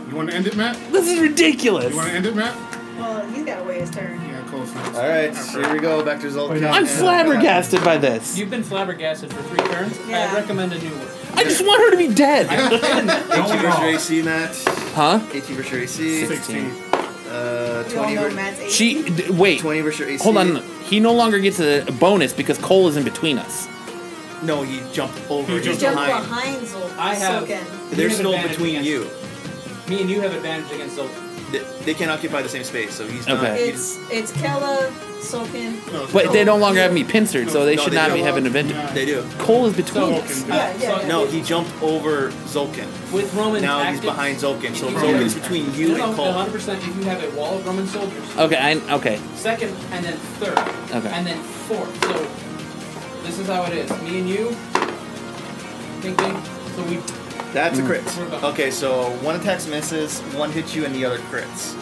Speaker 8: You want to end it, Matt?
Speaker 2: This is ridiculous.
Speaker 8: You want to end it, Matt?
Speaker 4: well, he's got to weigh his turn.
Speaker 8: Yeah, close.
Speaker 3: All right, here we go. Back to Zoltan.
Speaker 2: I'm
Speaker 3: And- uh,
Speaker 2: flabbergasted by this.
Speaker 7: You've been flabbergasted for three turns.
Speaker 4: Yeah.
Speaker 7: I recommend a new one.
Speaker 2: I just want her to be dead.
Speaker 3: 18
Speaker 6: Don't
Speaker 3: versus your
Speaker 6: roll.
Speaker 3: AC, Matt.
Speaker 2: Huh?
Speaker 3: 18 versus your AC.
Speaker 2: Sixteen.
Speaker 3: Uh,
Speaker 4: We all
Speaker 3: 20,
Speaker 4: know
Speaker 3: ver-
Speaker 4: Matt's eight.
Speaker 2: She. d- Wait.
Speaker 3: 20 versus your AC.
Speaker 2: Hold on. He no longer gets a bonus because Cole is in between us.
Speaker 3: No, he jumped over.
Speaker 8: He
Speaker 3: He's
Speaker 8: jumped
Speaker 4: Jump
Speaker 3: behind.
Speaker 4: behind Zoltan.
Speaker 7: I have-
Speaker 4: Soken.
Speaker 3: They're
Speaker 7: You have
Speaker 3: still
Speaker 7: advantage
Speaker 3: between
Speaker 7: against-
Speaker 3: you.
Speaker 7: Me and you have advantage against Zoltan.
Speaker 3: They, they can't occupy the same space, so he's not.
Speaker 2: Okay.
Speaker 3: he's-
Speaker 4: It's it's Kella, Soken.
Speaker 8: No,
Speaker 2: But they no longer have me pincered, so they
Speaker 3: No,
Speaker 2: should
Speaker 3: they
Speaker 2: not
Speaker 3: don't.
Speaker 2: be having an event.
Speaker 8: Yeah.
Speaker 3: They do.
Speaker 2: Cole is between
Speaker 7: So,
Speaker 2: us.
Speaker 7: uh,
Speaker 4: Yeah, yeah,
Speaker 7: so
Speaker 3: No, he jumped over Zolkin.
Speaker 7: with Roman
Speaker 3: Now
Speaker 7: tactics,
Speaker 3: he's behind Zolkin, so
Speaker 7: Yeah.
Speaker 3: Zolkin's between you
Speaker 7: no,
Speaker 3: and
Speaker 7: no,
Speaker 3: Cole.
Speaker 7: 100% if you have a wall of Roman soldiers.
Speaker 2: Okay. I, okay.
Speaker 7: second, and then third,
Speaker 2: Okay.
Speaker 7: and then fourth. So this is how it is. Me and you. Ding ding. So we.
Speaker 3: That's a crit.
Speaker 7: We're about-
Speaker 3: Okay, so one attacks misses, one hits you, and the other crits.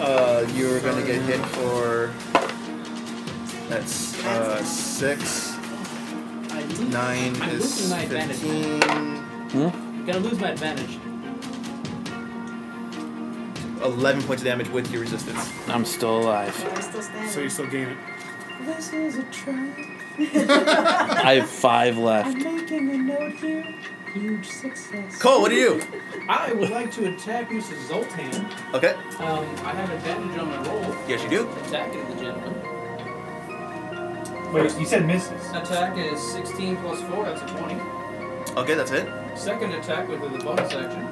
Speaker 3: Uh, you're gonna get hit for. That's uh, six,
Speaker 7: I lose,
Speaker 3: nine
Speaker 7: I'm
Speaker 3: is
Speaker 7: losing my advantage.
Speaker 3: fifteen,
Speaker 2: Hmm?
Speaker 7: I'm gonna lose my advantage.
Speaker 3: 11 points of damage with your resistance.
Speaker 2: I'm still alive.
Speaker 4: I'm still standing. (laughs)
Speaker 8: So you still gain it.
Speaker 7: This is a trap.
Speaker 2: I have five
Speaker 6: (laughs)
Speaker 2: left.
Speaker 7: making a note here. Huge success.
Speaker 3: Cole, what do you? do?
Speaker 7: I would like to attack Mr. Zoltan.
Speaker 3: Okay.
Speaker 7: Um, I have advantage on my roll.
Speaker 3: Yes, you do.
Speaker 7: Attack is the gentleman.
Speaker 6: Wait, you said misses.
Speaker 7: Attack is 16 plus 4, that's a 20.
Speaker 3: Okay, that's it.
Speaker 7: Second attack with the bonus action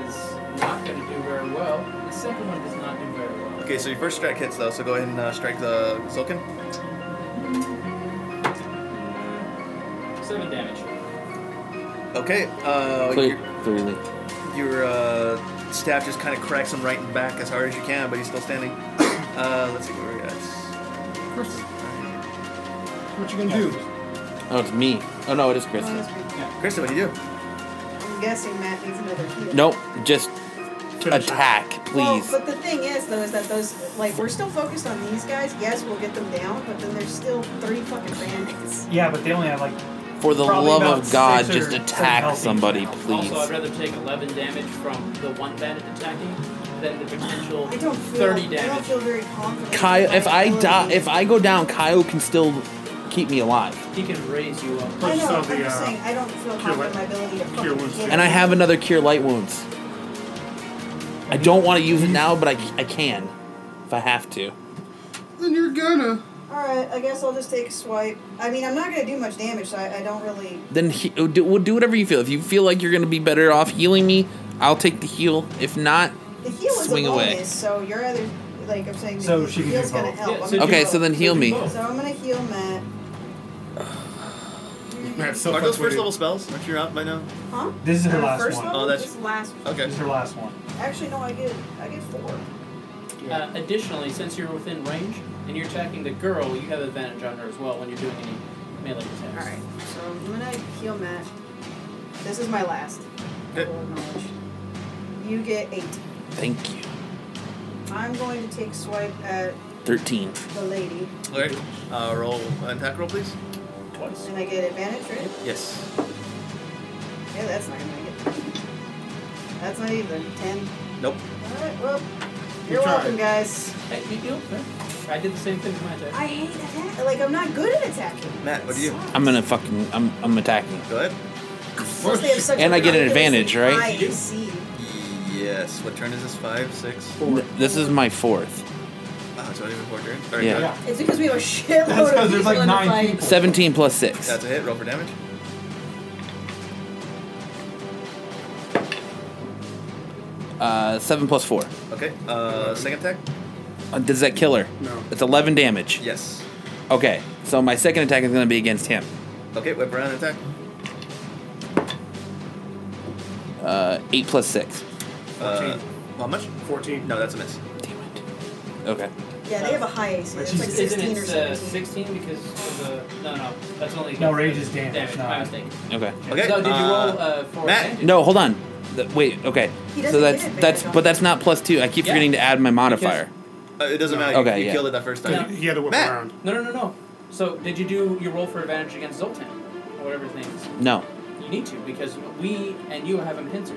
Speaker 7: is not going to do very well. The second one does not do very well.
Speaker 3: Okay, so your first strike hits though, so go ahead and uh, strike the Zolkin.
Speaker 7: Seven damage.
Speaker 3: Okay, uh,
Speaker 2: Cle-
Speaker 3: your,
Speaker 2: Clearly.
Speaker 3: your uh, staff just kind of cracks him right in the back as hard as you (coughs) can, but he's still standing. Uh, let's see where he is.
Speaker 5: What you gonna do?
Speaker 2: Oh, it's me. Oh no, it is Chris.
Speaker 3: Krista, what do you do?
Speaker 4: I'm guessing Matt needs another heal.
Speaker 2: Nope, just
Speaker 5: Finish.
Speaker 2: attack,
Speaker 4: Well,
Speaker 2: please.
Speaker 4: but the thing is, though, is that those like we're still focused on these guys. Yes, we'll get them down, but then there's still thirty fucking bandits. (laughs)
Speaker 6: Yeah, but they only have like.
Speaker 2: For the
Speaker 6: probably
Speaker 2: love
Speaker 6: about
Speaker 2: of God,
Speaker 6: six or
Speaker 2: just
Speaker 6: seven
Speaker 2: attack
Speaker 6: health each
Speaker 2: somebody,
Speaker 6: now.
Speaker 2: please.
Speaker 7: Also, I'd rather take 11 damage from the one bandit attacking than the potential
Speaker 4: I don't feel.
Speaker 7: 30
Speaker 4: I don't
Speaker 7: damage.
Speaker 4: feel very confident.
Speaker 2: Kyle,
Speaker 4: in my
Speaker 2: if I
Speaker 4: ability.
Speaker 2: die, if I go down, Kyle can still keep me alive,
Speaker 7: He can raise you up.
Speaker 4: I know.
Speaker 5: So
Speaker 4: I'm
Speaker 5: the,
Speaker 4: just
Speaker 5: uh,
Speaker 4: saying, I don't feel
Speaker 5: cure
Speaker 4: confident in my ability to
Speaker 5: cure
Speaker 4: fucking
Speaker 5: wounds
Speaker 4: hit
Speaker 5: too.
Speaker 2: and I have another cure light wounds. I don't want to use it now, but I, I can, if I have to.
Speaker 8: Then you're gonna.
Speaker 4: All right, I guess I'll just take a swipe. I mean, I'm not gonna do much damage, so I, I don't really.
Speaker 2: Then he, oh, do, we'll do whatever you feel. If you feel like you're gonna be better off healing me, I'll take the heal. If not,
Speaker 4: The heal is
Speaker 2: Swing
Speaker 4: a
Speaker 2: away.
Speaker 4: bonus, so your other, like I'm saying, the
Speaker 6: So she can do
Speaker 4: heal's gonna
Speaker 6: both.
Speaker 4: help.
Speaker 7: Yeah,
Speaker 4: I'm
Speaker 7: so
Speaker 4: gonna
Speaker 2: okay.
Speaker 4: do
Speaker 2: So then
Speaker 4: both.
Speaker 2: heal me.
Speaker 4: So I'm gonna heal Matt.
Speaker 5: Matt's so
Speaker 3: Are those
Speaker 5: flexible,
Speaker 3: first
Speaker 5: dude.
Speaker 3: level spells? Aren't you out by now?
Speaker 4: Huh?
Speaker 6: This is her
Speaker 4: Uh,
Speaker 6: last
Speaker 4: first
Speaker 6: one.
Speaker 4: level?
Speaker 3: Oh, that's-
Speaker 4: Just last.
Speaker 3: Okay.
Speaker 6: This is her last one.
Speaker 4: Actually, no. I get I get four.
Speaker 7: Uh, additionally, since you're within range and you're attacking the girl, you have advantage on her as well when you're doing any melee
Speaker 4: All
Speaker 7: attacks.
Speaker 4: right. So I'm gonna heal Matt. This is my last. I
Speaker 3: Okay.
Speaker 4: will acknowledge. You get eight.
Speaker 2: thank you.
Speaker 4: I'm going to take swipe at
Speaker 2: Thirteen.
Speaker 4: the lady,
Speaker 3: Okay. Uh, roll an attack roll, please.
Speaker 7: Twice.
Speaker 4: and I get advantage, right?
Speaker 3: Yes.
Speaker 4: Yeah, that's not gonna make it. That's not even ten.
Speaker 3: Nope.
Speaker 4: Alright, well,
Speaker 8: You
Speaker 4: you're
Speaker 8: tried.
Speaker 4: welcome, guys.
Speaker 7: Hey, you deal? Fair. I did the same thing with my attack.
Speaker 4: I hate attack. Like, I'm not good at attacking.
Speaker 3: Matt, what do you do?
Speaker 2: I'm gonna fucking. I'm I'm attacking.
Speaker 3: Go ahead.
Speaker 4: Plus, they have such
Speaker 2: And I get an
Speaker 4: ridiculous
Speaker 2: advantage, right?
Speaker 4: high AC.
Speaker 3: Yes. What turn is this? Five, six.
Speaker 2: Th- This is my fourth.
Speaker 3: Ah, it's already been four turns. All right,
Speaker 2: Yeah.
Speaker 3: go ahead.
Speaker 6: Yeah.
Speaker 4: It's because we have a shitload of
Speaker 6: 'cause there's,
Speaker 4: people
Speaker 6: like,
Speaker 4: in the
Speaker 6: nine
Speaker 4: fight.
Speaker 6: people.
Speaker 2: Seventeen plus six.
Speaker 3: That's a hit. Roll for damage.
Speaker 2: Uh, seven plus four.
Speaker 3: Okay. Uh, second attack.
Speaker 2: Uh, does that kill her?
Speaker 8: No.
Speaker 2: It's eleven damage.
Speaker 3: Yes.
Speaker 2: Okay, so my second attack is gonna be against him.
Speaker 3: Okay. Whip around and attack.
Speaker 2: Uh, eight plus six.
Speaker 3: Uh, how much?
Speaker 5: 14.
Speaker 3: No, that's a miss.
Speaker 2: Damn it. Okay.
Speaker 4: Yeah, they have a high AC. It's
Speaker 6: Which
Speaker 4: like
Speaker 6: is-
Speaker 7: Isn't
Speaker 4: 16
Speaker 7: it
Speaker 4: or
Speaker 7: uh,
Speaker 4: 17.
Speaker 7: 16 because of the. No, no. That's only.
Speaker 6: No, rage is damage, not-
Speaker 7: My mistake.
Speaker 2: Okay.
Speaker 3: Okay.
Speaker 7: So did you
Speaker 3: uh,
Speaker 7: roll uh, for
Speaker 3: Matt.
Speaker 7: advantage?
Speaker 2: No, hold on. Th- wait. Okay.
Speaker 4: He doesn't
Speaker 2: So that's
Speaker 4: get
Speaker 2: that's
Speaker 4: advantage on
Speaker 2: but that's not plus two. I keep
Speaker 7: Yeah.
Speaker 2: forgetting to add my modifier.
Speaker 3: uh, it doesn't matter.
Speaker 2: Okay,
Speaker 3: you you
Speaker 2: yeah.
Speaker 3: killed it that first time.
Speaker 7: No.
Speaker 3: You-
Speaker 5: He had to whip
Speaker 3: Matt.
Speaker 5: around.
Speaker 7: No, no, no, no. So did you do your roll for advantage against Zoltan? Or whatever his name is.
Speaker 2: No.
Speaker 7: You need to because we and you have him pincered.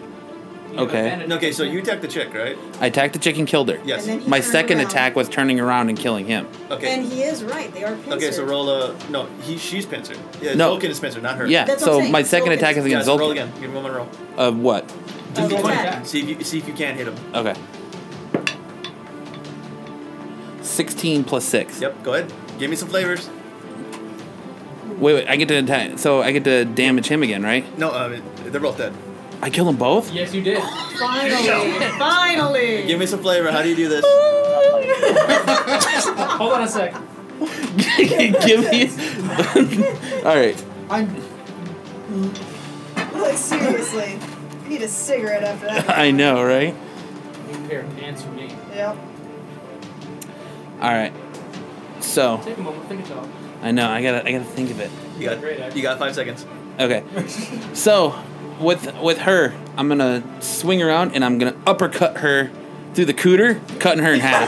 Speaker 7: You have
Speaker 2: Okay.
Speaker 7: advantage
Speaker 3: Okay, so
Speaker 7: against
Speaker 3: you
Speaker 7: him.
Speaker 3: attacked the chick, right?
Speaker 2: I attacked the chicken, killed her.
Speaker 3: Yes.
Speaker 4: And then he
Speaker 2: My
Speaker 4: turned
Speaker 2: second
Speaker 4: around.
Speaker 2: attack was turning around and killing him.
Speaker 3: Okay.
Speaker 4: And he is right. They are pincered.
Speaker 3: okay, so roll a no. He, she's pincer. Yeah,
Speaker 2: No.
Speaker 3: Zolkin is pincer, not her.
Speaker 2: Yeah.
Speaker 4: That's what I'm
Speaker 2: so
Speaker 4: saying.
Speaker 2: my second
Speaker 4: Zolkin.
Speaker 2: attack is
Speaker 3: Guys,
Speaker 2: against
Speaker 3: roll
Speaker 2: Zolkin.
Speaker 3: again. Give him one more roll.
Speaker 2: Of what?
Speaker 4: Of
Speaker 7: Just one
Speaker 4: attack.
Speaker 7: attack.
Speaker 3: See if you see if you can hit him.
Speaker 2: Okay. Sixteen plus six.
Speaker 3: Yep. Go ahead. Give me some flavors.
Speaker 2: Wait, wait. I get to attack. So I get to damage him again, right?
Speaker 3: No, uh, they're both dead.
Speaker 2: I kill them both.
Speaker 7: Yes,
Speaker 3: (laughs)
Speaker 7: you did.
Speaker 4: Finally! Finally!
Speaker 3: Give me some flavor. How do you do this?
Speaker 7: Hold on a sec.
Speaker 2: Give me. All right.
Speaker 5: I'm.
Speaker 4: Like, seriously. I need a cigarette after that.
Speaker 2: I know, right?
Speaker 7: Here, answer me.
Speaker 4: Yep.
Speaker 2: All right. So
Speaker 7: Take a moment, think it all.
Speaker 2: I know I gotta I gotta think of it.
Speaker 3: You got you got five seconds.
Speaker 2: Okay. So with with her, I'm gonna swing around and I'm gonna uppercut her through the cooter, cutting her in half.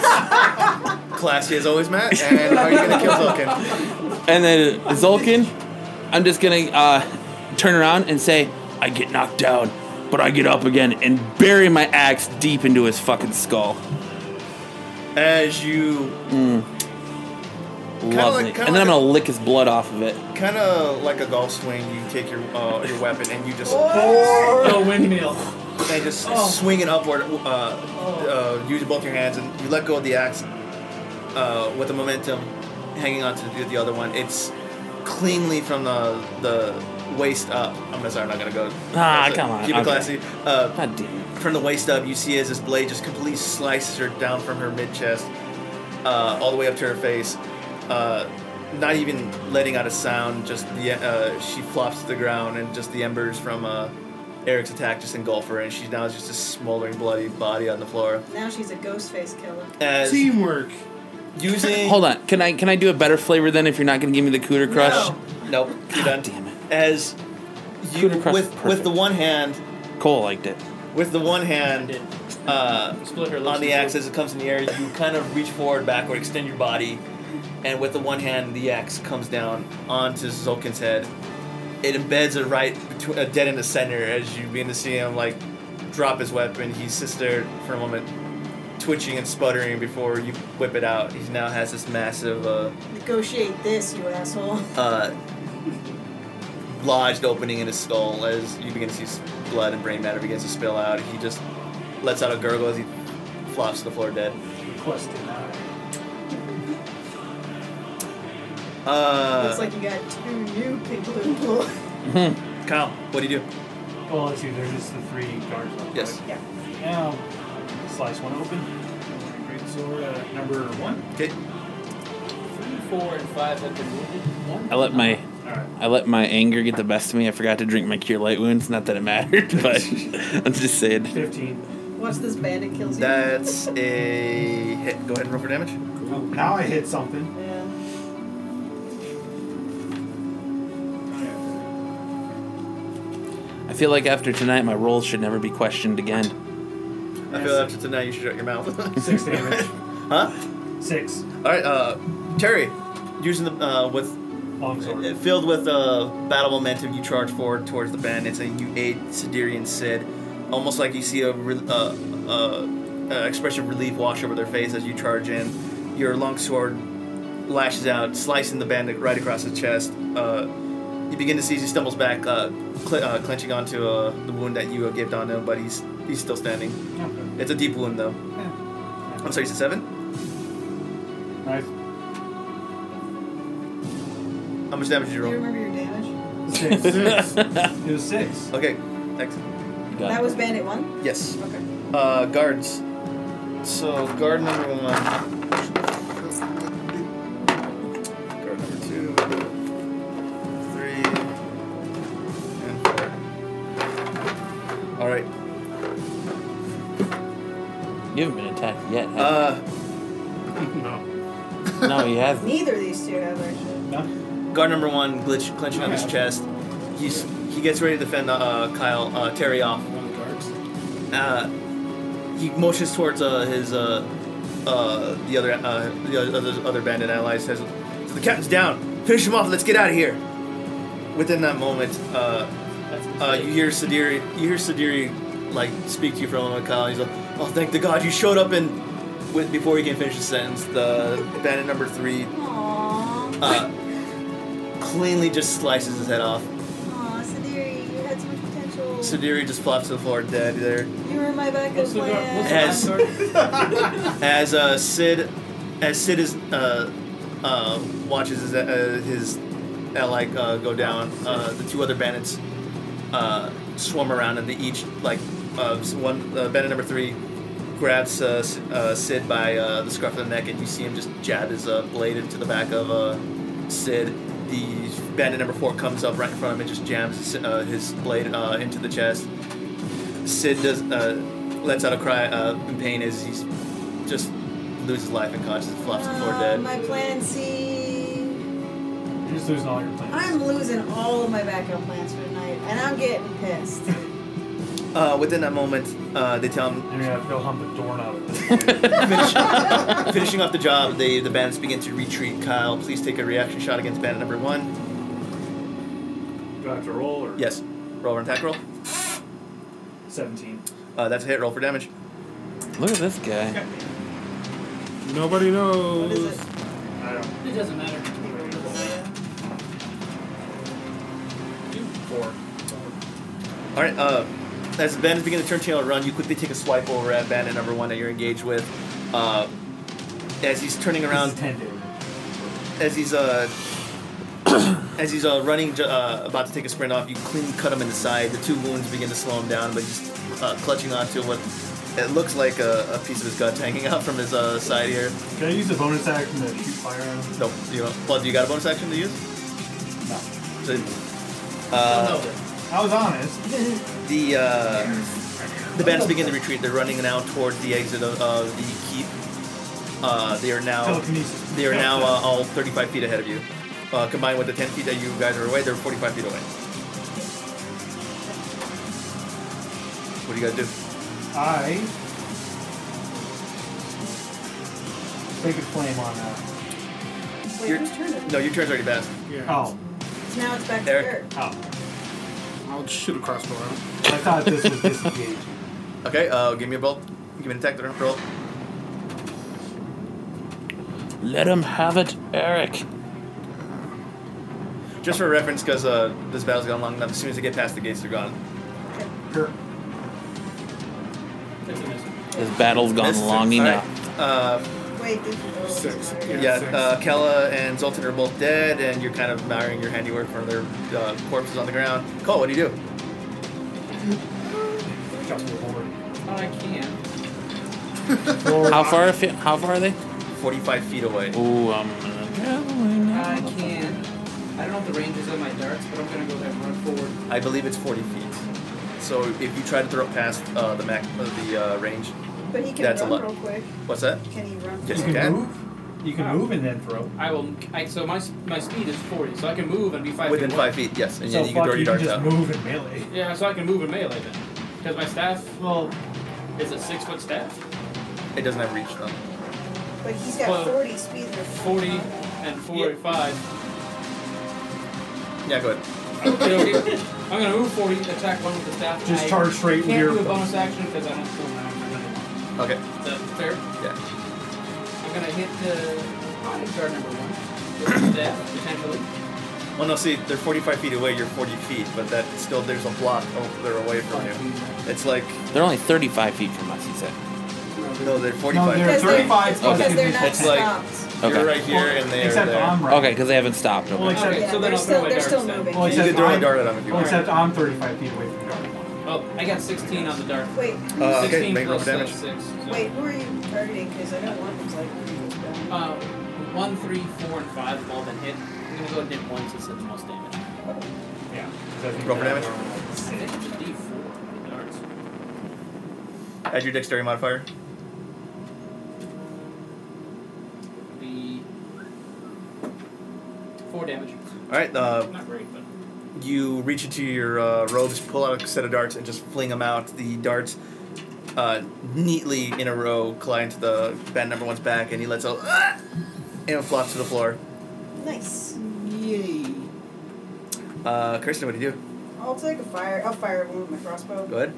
Speaker 3: Classy as always, Matt. And are you gonna kill Zolkin?
Speaker 2: and then Zulkin, I'm just gonna uh, turn around and say, I get knocked down, but I get up again and bury my axe deep into his fucking skull.
Speaker 3: As you
Speaker 2: Love
Speaker 3: like-
Speaker 2: it.
Speaker 3: kinda
Speaker 2: And then I'm
Speaker 3: like a-
Speaker 2: gonna lick his blood off of it.
Speaker 3: kind of like a golf swing, you take your uh, your weapon and you just (laughs)
Speaker 7: The windmill.
Speaker 3: and just
Speaker 7: Oh.
Speaker 3: swing it upward. Uh, uh, use both your hands and you let go of the axe uh, with the momentum hanging on to the, the other one. It's cleanly from the the waist up. I'm sorry, I'm not gonna go.
Speaker 2: Ah,
Speaker 3: That's it.
Speaker 2: come on.
Speaker 3: Keep it
Speaker 2: Okay.
Speaker 3: classy. Uh,
Speaker 2: God damn it.
Speaker 3: from the waist up, you see as this blade just completely slices her down from her mid chest, uh, all the way up to her face. Uh, not even letting out a sound, just the uh, she flops to the ground, and just the embers from uh, Eric's attack just engulf her, and she's now just a smoldering bloody body on the floor.
Speaker 4: Now she's a ghost face killer.
Speaker 3: As
Speaker 8: Teamwork.
Speaker 3: Using.
Speaker 2: (laughs) Hold on. Can I can I do a better flavor then if you're not going to give me the Cooter Crush?
Speaker 3: Nope, you're done.
Speaker 2: Damn it.
Speaker 3: As you
Speaker 2: Cooter Crush is
Speaker 3: with with the
Speaker 2: perfect.
Speaker 3: one hand,
Speaker 2: Cole liked it.
Speaker 3: with the one
Speaker 2: (laughs)
Speaker 3: hand,
Speaker 7: did.
Speaker 3: uh,
Speaker 7: Split her lips
Speaker 3: on the
Speaker 7: in two.
Speaker 3: axe as it comes in the air, you kind of reach forward, backward, extend your body, and with the one hand, the axe comes down onto Zulkin's head. It embeds it right between, uh, dead in the center as you begin to see him like drop his weapon. He sits there for a moment, twitching and sputtering before you whip it out. He now has this massive. Uh,
Speaker 4: Negotiate this, you asshole.
Speaker 3: uh, lodged opening in his skull as you begin to see s- blood and brain matter begins to spill out. He just lets out a gurgle as he flops to the floor dead.
Speaker 6: Requested.
Speaker 3: Uh,
Speaker 4: Looks like you got two new people in pool.
Speaker 3: Kyle, what do you do?
Speaker 6: Well, let's see. There's just the three guards left.
Speaker 3: Yes.
Speaker 6: right? Now, slice one open. Great sword. Uh, number one.
Speaker 3: Okay.
Speaker 7: Three, four, and five have been wounded. One.
Speaker 2: I let my
Speaker 6: All right.
Speaker 2: I let my anger get the best of me. I forgot to drink my cure light wounds. Not that it mattered, (laughs) (laughs) but I'm just saying.
Speaker 6: Fifteen.
Speaker 4: Watch this bandit kills you.
Speaker 3: That's a hit. Go ahead and roll for damage.
Speaker 6: Oh, now I hit something.
Speaker 4: Yeah.
Speaker 2: I feel like after tonight, my roles should never be questioned again. (laughs)
Speaker 3: I feel after tonight you should shut your mouth.
Speaker 6: Six (laughs) damage.
Speaker 3: (laughs) huh?
Speaker 6: Six.
Speaker 3: All right, uh, Terry, using the uh, with
Speaker 6: Long sword.
Speaker 3: Uh, Filled with uh, battle momentum, you charge forward towards the bandits and you aid Sidirian Sid. Almost like you see a re- uh, uh, uh, expression of relief wash over their face as you charge in. Your longsword lashes out, slicing the bandit right across the chest. Uh, you begin to see as he stumbles back, uh, cl- uh, clenching onto uh, the wound that you uh, gave on him, but he's he's still standing.
Speaker 6: Okay.
Speaker 3: It's a deep wound, though. I'm sorry, you said seven?
Speaker 6: Nice.
Speaker 3: How much damage did
Speaker 4: Do
Speaker 3: you roll?
Speaker 4: you remember your damage?
Speaker 6: (laughs) Six. it was six.
Speaker 3: Okay, next.
Speaker 2: Got
Speaker 4: That
Speaker 2: it.
Speaker 4: was bandit one?
Speaker 3: Yes.
Speaker 4: Okay.
Speaker 3: Uh, guards. So guard number one. Guard number two. Three. And four. Alright.
Speaker 2: You haven't been attacked yet. have
Speaker 3: Uh,
Speaker 5: No.
Speaker 2: you? no, he hasn't.
Speaker 4: Neither of these two have actually.
Speaker 3: guard number one, glitch, clenching on his chest. He's he gets ready to defend uh, Kyle uh, Terry off.
Speaker 6: One of the guards.
Speaker 3: Uh, he motions towards uh, his uh, uh, the other uh, the other, other bandit ally says, "So the captain's down. Finish him off. Let's get out of here." Within that moment, uh, uh, you hear Sadiri, you hear Sadiri, like speak to you for a moment, Kyle. and He's like, "Oh, thank the God you showed up!" And with, before he can finish his sentence, the bandit number three
Speaker 4: Aww.
Speaker 3: uh, cleanly just slices his head off.
Speaker 4: Aw, Sidiri, you had so much potential.
Speaker 3: Sadiri just flops to the floor dead there.
Speaker 4: you were my backup
Speaker 7: What's the guard? What's the
Speaker 4: plan.
Speaker 3: As-
Speaker 7: last guard?
Speaker 3: as uh, Sid, as Sid is uh, uh, watches his uh, his ally uh, go down, uh, the two other bandits uh, swarm around and they each like uh, s- one uh, bandit number three grabs uh, S- uh, Sid by uh, the scruff of the neck and you see him just jab his uh, blade into the back of uh, Sid. The bandit number four comes up right in front of him and just jams his, uh, his blade uh, into the chest. Sid does uh, lets out a cry uh, in pain as he's just loses life and conscious and flops to the floor
Speaker 4: Uh,
Speaker 3: dead.
Speaker 4: My plan C.
Speaker 6: You're just losing all your plans.
Speaker 4: I'm losing all of my backup plans for tonight, and I'm getting pissed.
Speaker 3: Uh, within that moment, uh, they tell him
Speaker 6: (laughs) You're gonna have to go hump a doorknob at this point.
Speaker 3: finish, finishing off the job. They the bandits begin to retreat. Kyle, please take a reaction shot against bandit number one.
Speaker 6: (laughs) Do I have to roll or?
Speaker 3: Yes, roll an attack roll.
Speaker 6: Seventeen.
Speaker 3: Uh, that's a hit. Roll for damage.
Speaker 2: Look at this guy.
Speaker 5: Nobody knows.
Speaker 4: what is it?
Speaker 6: I don't.
Speaker 7: It doesn't matter. Two, four.
Speaker 3: All right. Uh, as the bandits begin to turn tail and run, you quickly take a swipe over at bandit number one that you're engaged with. Uh, as he's turning around,
Speaker 6: This is ten damage.
Speaker 3: as he's uh (coughs) as he's uh running ju- uh, about to take a sprint off you clean cut him in the side the two wounds begin to slow him down but he's uh, clutching onto what it looks like a, a piece of his gut hanging (laughs) out from his uh, side here
Speaker 6: Can I use the bonus action to shoot fire at him?
Speaker 3: no you know well do you got a bonus action to use
Speaker 6: No.
Speaker 3: so,
Speaker 7: Oh,
Speaker 3: uh,
Speaker 6: I was honest.
Speaker 3: the uh, the bandits begin to retreat they're running now towards the exit of uh, the keep Uh, they are now
Speaker 6: Telekinesis.
Speaker 3: they are now uh, all 35 feet ahead of you. Uh, combined with the 10 feet that you guys are away, they're 45 feet away. What do you guys do?
Speaker 6: I sacred flame on that.
Speaker 4: Wait,
Speaker 3: You're-
Speaker 4: whose turn is it?
Speaker 3: No, your turn's already passed.
Speaker 8: Yeah.
Speaker 6: Oh,
Speaker 4: Now it's back to
Speaker 3: Eric.
Speaker 4: Eric.
Speaker 6: oh!
Speaker 8: I'll shoot a crossbow at him.
Speaker 6: I thought this was disengaged.
Speaker 3: Okay, uh, give me a roll. Give me an attack roll.
Speaker 2: Let him have it, Eric.
Speaker 3: Just for reference, because uh, this battle's gone long enough. As soon as they get past the gates, they're gone.
Speaker 6: Sure.
Speaker 7: That's a miss.
Speaker 2: This battle's gone
Speaker 3: Missed.
Speaker 2: long
Speaker 3: All
Speaker 2: enough.
Speaker 3: right. Uh,
Speaker 4: Wait, did you roll?
Speaker 8: Six.
Speaker 3: yeah,
Speaker 8: Six.
Speaker 3: uh, Kella and Zoltan are both dead, and you're kind of admiring your handiwork from their uh, corpses on the ground. Cole, what do you do?
Speaker 6: Jump to the board.
Speaker 7: Oh, I can.
Speaker 2: How far? are fi- How far are they?
Speaker 3: 45 feet away.
Speaker 2: Ooh, um, I'm gonna
Speaker 7: I can. I don't know what the range is on my darts, but I'm gonna go ahead and run forward.
Speaker 3: I believe it's 40 feet. So if you try to throw it past uh, the max, uh, the uh, range,
Speaker 4: But he can
Speaker 3: That's a
Speaker 4: run
Speaker 3: lot.
Speaker 4: real quick.
Speaker 3: what's that?
Speaker 4: Can he run?
Speaker 3: Yes,
Speaker 6: You
Speaker 3: you
Speaker 6: can,
Speaker 3: can.
Speaker 6: move. You can
Speaker 7: Wow.
Speaker 6: move and then throw.
Speaker 7: I will. I, so my s- my speed is 40, so I can move and be five
Speaker 3: Within
Speaker 7: feet
Speaker 3: five feet, yes, and
Speaker 6: so
Speaker 3: then you can
Speaker 6: fuck,
Speaker 3: throw your
Speaker 6: you can
Speaker 3: darts
Speaker 6: just
Speaker 3: out.
Speaker 6: move and melee.
Speaker 7: away. Yeah, so I can move in melee then, because my staff well is a six foot staff,
Speaker 3: It doesn't have reach though.
Speaker 4: But he's got
Speaker 7: Well,
Speaker 4: 40 speed. or something.
Speaker 7: 40 and 45.
Speaker 3: Yeah, go ahead.
Speaker 7: Okay, okay. I'm gonna move 40, attack one with the staff.
Speaker 6: Just
Speaker 7: I
Speaker 6: charge straight with
Speaker 7: Can't
Speaker 6: your-
Speaker 7: do a bonus action because I don't feel my own.
Speaker 3: Okay,
Speaker 7: Is that fair?
Speaker 3: yeah.
Speaker 7: I'm gonna hit the cottage guard number one with the staff potentially.
Speaker 3: Well, no, see, they're 45 feet away. You're 40 feet, but that still there's a block. Oh, they're away from you. It's like
Speaker 2: They're only 35 feet from us, he said.
Speaker 3: no, they're 45.
Speaker 6: No, they're
Speaker 4: Because they're-
Speaker 6: 35
Speaker 4: it's because
Speaker 6: plus
Speaker 4: they're not
Speaker 3: It's like-
Speaker 4: stopped.
Speaker 3: You're
Speaker 2: Okay.
Speaker 3: right here, and they are
Speaker 6: Except
Speaker 3: there.
Speaker 6: I'm right.
Speaker 2: Okay, because they haven't stopped. Okay.
Speaker 6: Well,
Speaker 7: Okay,
Speaker 6: except,
Speaker 4: yeah,
Speaker 7: so then
Speaker 4: they're
Speaker 7: I'll
Speaker 4: still-
Speaker 7: throw my
Speaker 4: they're
Speaker 7: darts
Speaker 4: still
Speaker 7: then.
Speaker 4: moving.
Speaker 6: well,
Speaker 3: You
Speaker 6: except
Speaker 3: could throw
Speaker 6: I'm,
Speaker 3: a dart at them if you
Speaker 6: Well,
Speaker 3: want.
Speaker 6: except I'm 35 feet away from dart.
Speaker 7: Oh, I got 16 on the dart.
Speaker 4: Wait,
Speaker 3: Uh, okay,
Speaker 7: 16
Speaker 3: make roll
Speaker 7: plus
Speaker 3: for damage.
Speaker 7: uh, six. So,
Speaker 4: wait, who are you targeting? Because I don't want him to like really go down.
Speaker 7: Uh, one, three, four, and five have all been hit. I'm gonna go and hit one since it's the most damage.
Speaker 6: Yeah. So I think
Speaker 3: Roll for
Speaker 6: that's
Speaker 3: damage.
Speaker 7: I think it's a D4 darts.
Speaker 3: Add your dexterity modifier.
Speaker 7: The four damage.
Speaker 3: All right, uh,
Speaker 7: Not great, but
Speaker 3: you reach into your uh, robes, pull out a set of darts, and just fling them out. The darts uh, neatly in a row climb to the band number one's back, and he lets out "Ah!" (clears throat) and flops to the floor.
Speaker 4: Nice.
Speaker 7: yay.
Speaker 3: Uh, Kirsten, what do you do?
Speaker 4: I'll take a fire. I'll fire one with my crossbow.
Speaker 3: Go ahead.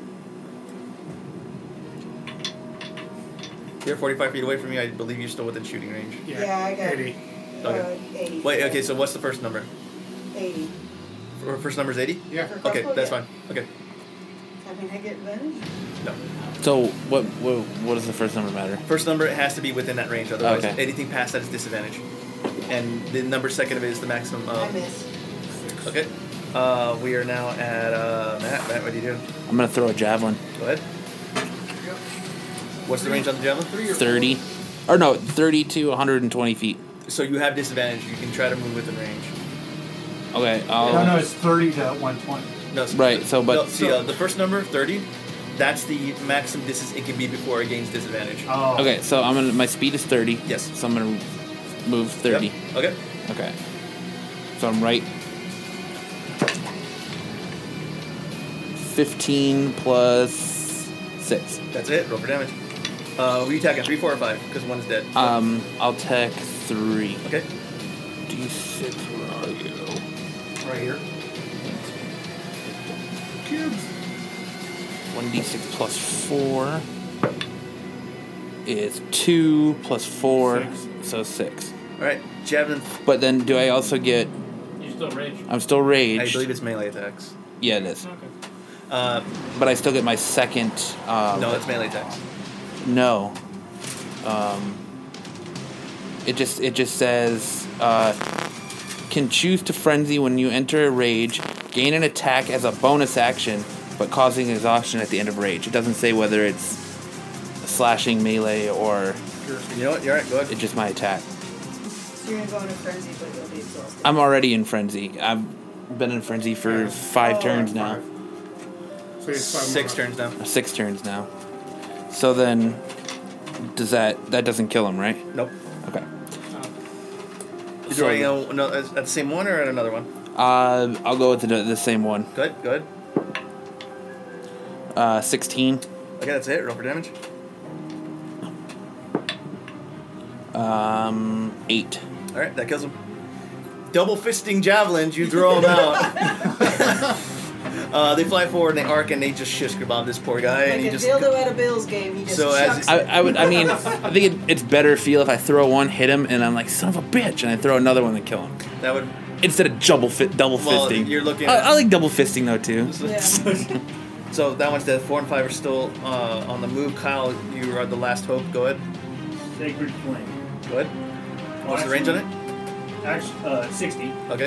Speaker 3: You're 45 feet away from me. I believe you're still within shooting range.
Speaker 4: Yeah, I got-
Speaker 8: 80.
Speaker 3: Okay.
Speaker 4: Uh, 80.
Speaker 3: Wait. Okay. So what's the first number?
Speaker 4: 80.
Speaker 3: F- First number is 80.
Speaker 8: Yeah.
Speaker 4: For
Speaker 3: Okay.
Speaker 4: crossbow,
Speaker 3: That's
Speaker 4: yeah.
Speaker 3: fine. Okay.
Speaker 4: I mean, I get advantage.
Speaker 3: No.
Speaker 2: So what, what what does the first number matter?
Speaker 3: First number it has to be within that range. Otherwise,
Speaker 2: Okay.
Speaker 3: anything past that is disadvantage. And the number second of it is the maximum.
Speaker 4: I
Speaker 3: Of,
Speaker 4: miss.
Speaker 3: okay. Uh, we are now at uh, Matt. Matt, what do you do?
Speaker 2: I'm gonna throw a javelin.
Speaker 3: Go ahead. What's the range on the javelin?
Speaker 2: 30, or no, 30 to 120 feet.
Speaker 3: So you have disadvantage. You can try to move within range.
Speaker 2: Okay, I'll.
Speaker 6: No, no, it's 30 to 120.
Speaker 3: No, so-
Speaker 2: Right, so, but-
Speaker 3: no, see uh, the first number thirty, that's the maximum distance it can be before it gains disadvantage.
Speaker 6: Oh.
Speaker 2: Okay, so I'm gonna. My speed is 30.
Speaker 3: Yes.
Speaker 2: So I'm gonna move 30.
Speaker 3: Yep. Okay.
Speaker 2: Okay. So I'm right. 15 plus 6.
Speaker 3: That's it. Roll for damage. Uh, we attack at three, four, or five because one's dead.
Speaker 2: Um, I'll tech 3.
Speaker 3: okay.
Speaker 2: D6, where are you?
Speaker 6: Right here.
Speaker 2: 1d6 plus 4 is 2 plus 4, so 6.
Speaker 3: All right. Javelin.
Speaker 2: But then do I also get.
Speaker 7: You're still raged.
Speaker 2: I'm still raged.
Speaker 3: I believe it's melee attacks.
Speaker 2: yeah, it is.
Speaker 7: Okay.
Speaker 3: Uh,
Speaker 2: But I still get my second. Um,
Speaker 3: no, it's melee attacks.
Speaker 2: No. Um, it just it just says uh, can choose to frenzy when you enter a rage, gain an attack as a bonus action, but causing exhaustion at the end of rage. It doesn't say whether it's slashing melee or
Speaker 3: You know what? You're right. Go ahead.
Speaker 2: it's just my attack.
Speaker 4: So you're gonna go into frenzy, but you'll be exhausted.
Speaker 2: I'm already in frenzy. I've been in frenzy for five
Speaker 4: Oh,
Speaker 2: turns now,
Speaker 8: So it's five
Speaker 3: Six
Speaker 8: more.
Speaker 3: turns now.
Speaker 2: six turns now. So then, does that that doesn't kill him, right?
Speaker 3: Nope.
Speaker 2: Okay.
Speaker 3: You throwing a, no, at the same one or at another one?
Speaker 2: Uh, I'll go with the, the same one.
Speaker 3: Good, good.
Speaker 2: Uh, sixteen.
Speaker 3: Okay, that's it. Roll for damage.
Speaker 2: Um, eight.
Speaker 3: All right, that kills him. Double fisting javelins, you throw them out.
Speaker 2: (laughs)
Speaker 3: uh, they fly forward and they arc and they just shish kebab this poor guy
Speaker 4: Like
Speaker 3: and he
Speaker 4: a
Speaker 3: just
Speaker 4: dildo at a Bills game. He just
Speaker 3: So as-
Speaker 4: chucks
Speaker 2: I,
Speaker 3: (laughs)
Speaker 4: it.
Speaker 2: I would. I mean, I think it, it's better feel if I throw one, hit him, and I'm like son of a bitch, and I throw another one to kill him
Speaker 3: that would
Speaker 2: instead of double fit, double
Speaker 3: Well,
Speaker 2: fisting.
Speaker 3: you're looking
Speaker 2: I,
Speaker 4: Uh,
Speaker 3: at-
Speaker 2: I like double fisting though too.
Speaker 4: Yeah. uh.
Speaker 3: so that one's dead. Four and five are still uh, on the move. Kyle, you are the last hope. Go ahead.
Speaker 5: Sacred Flame.
Speaker 3: Go ahead. What's the range on it?
Speaker 5: Actually, uh, 60.
Speaker 3: Okay.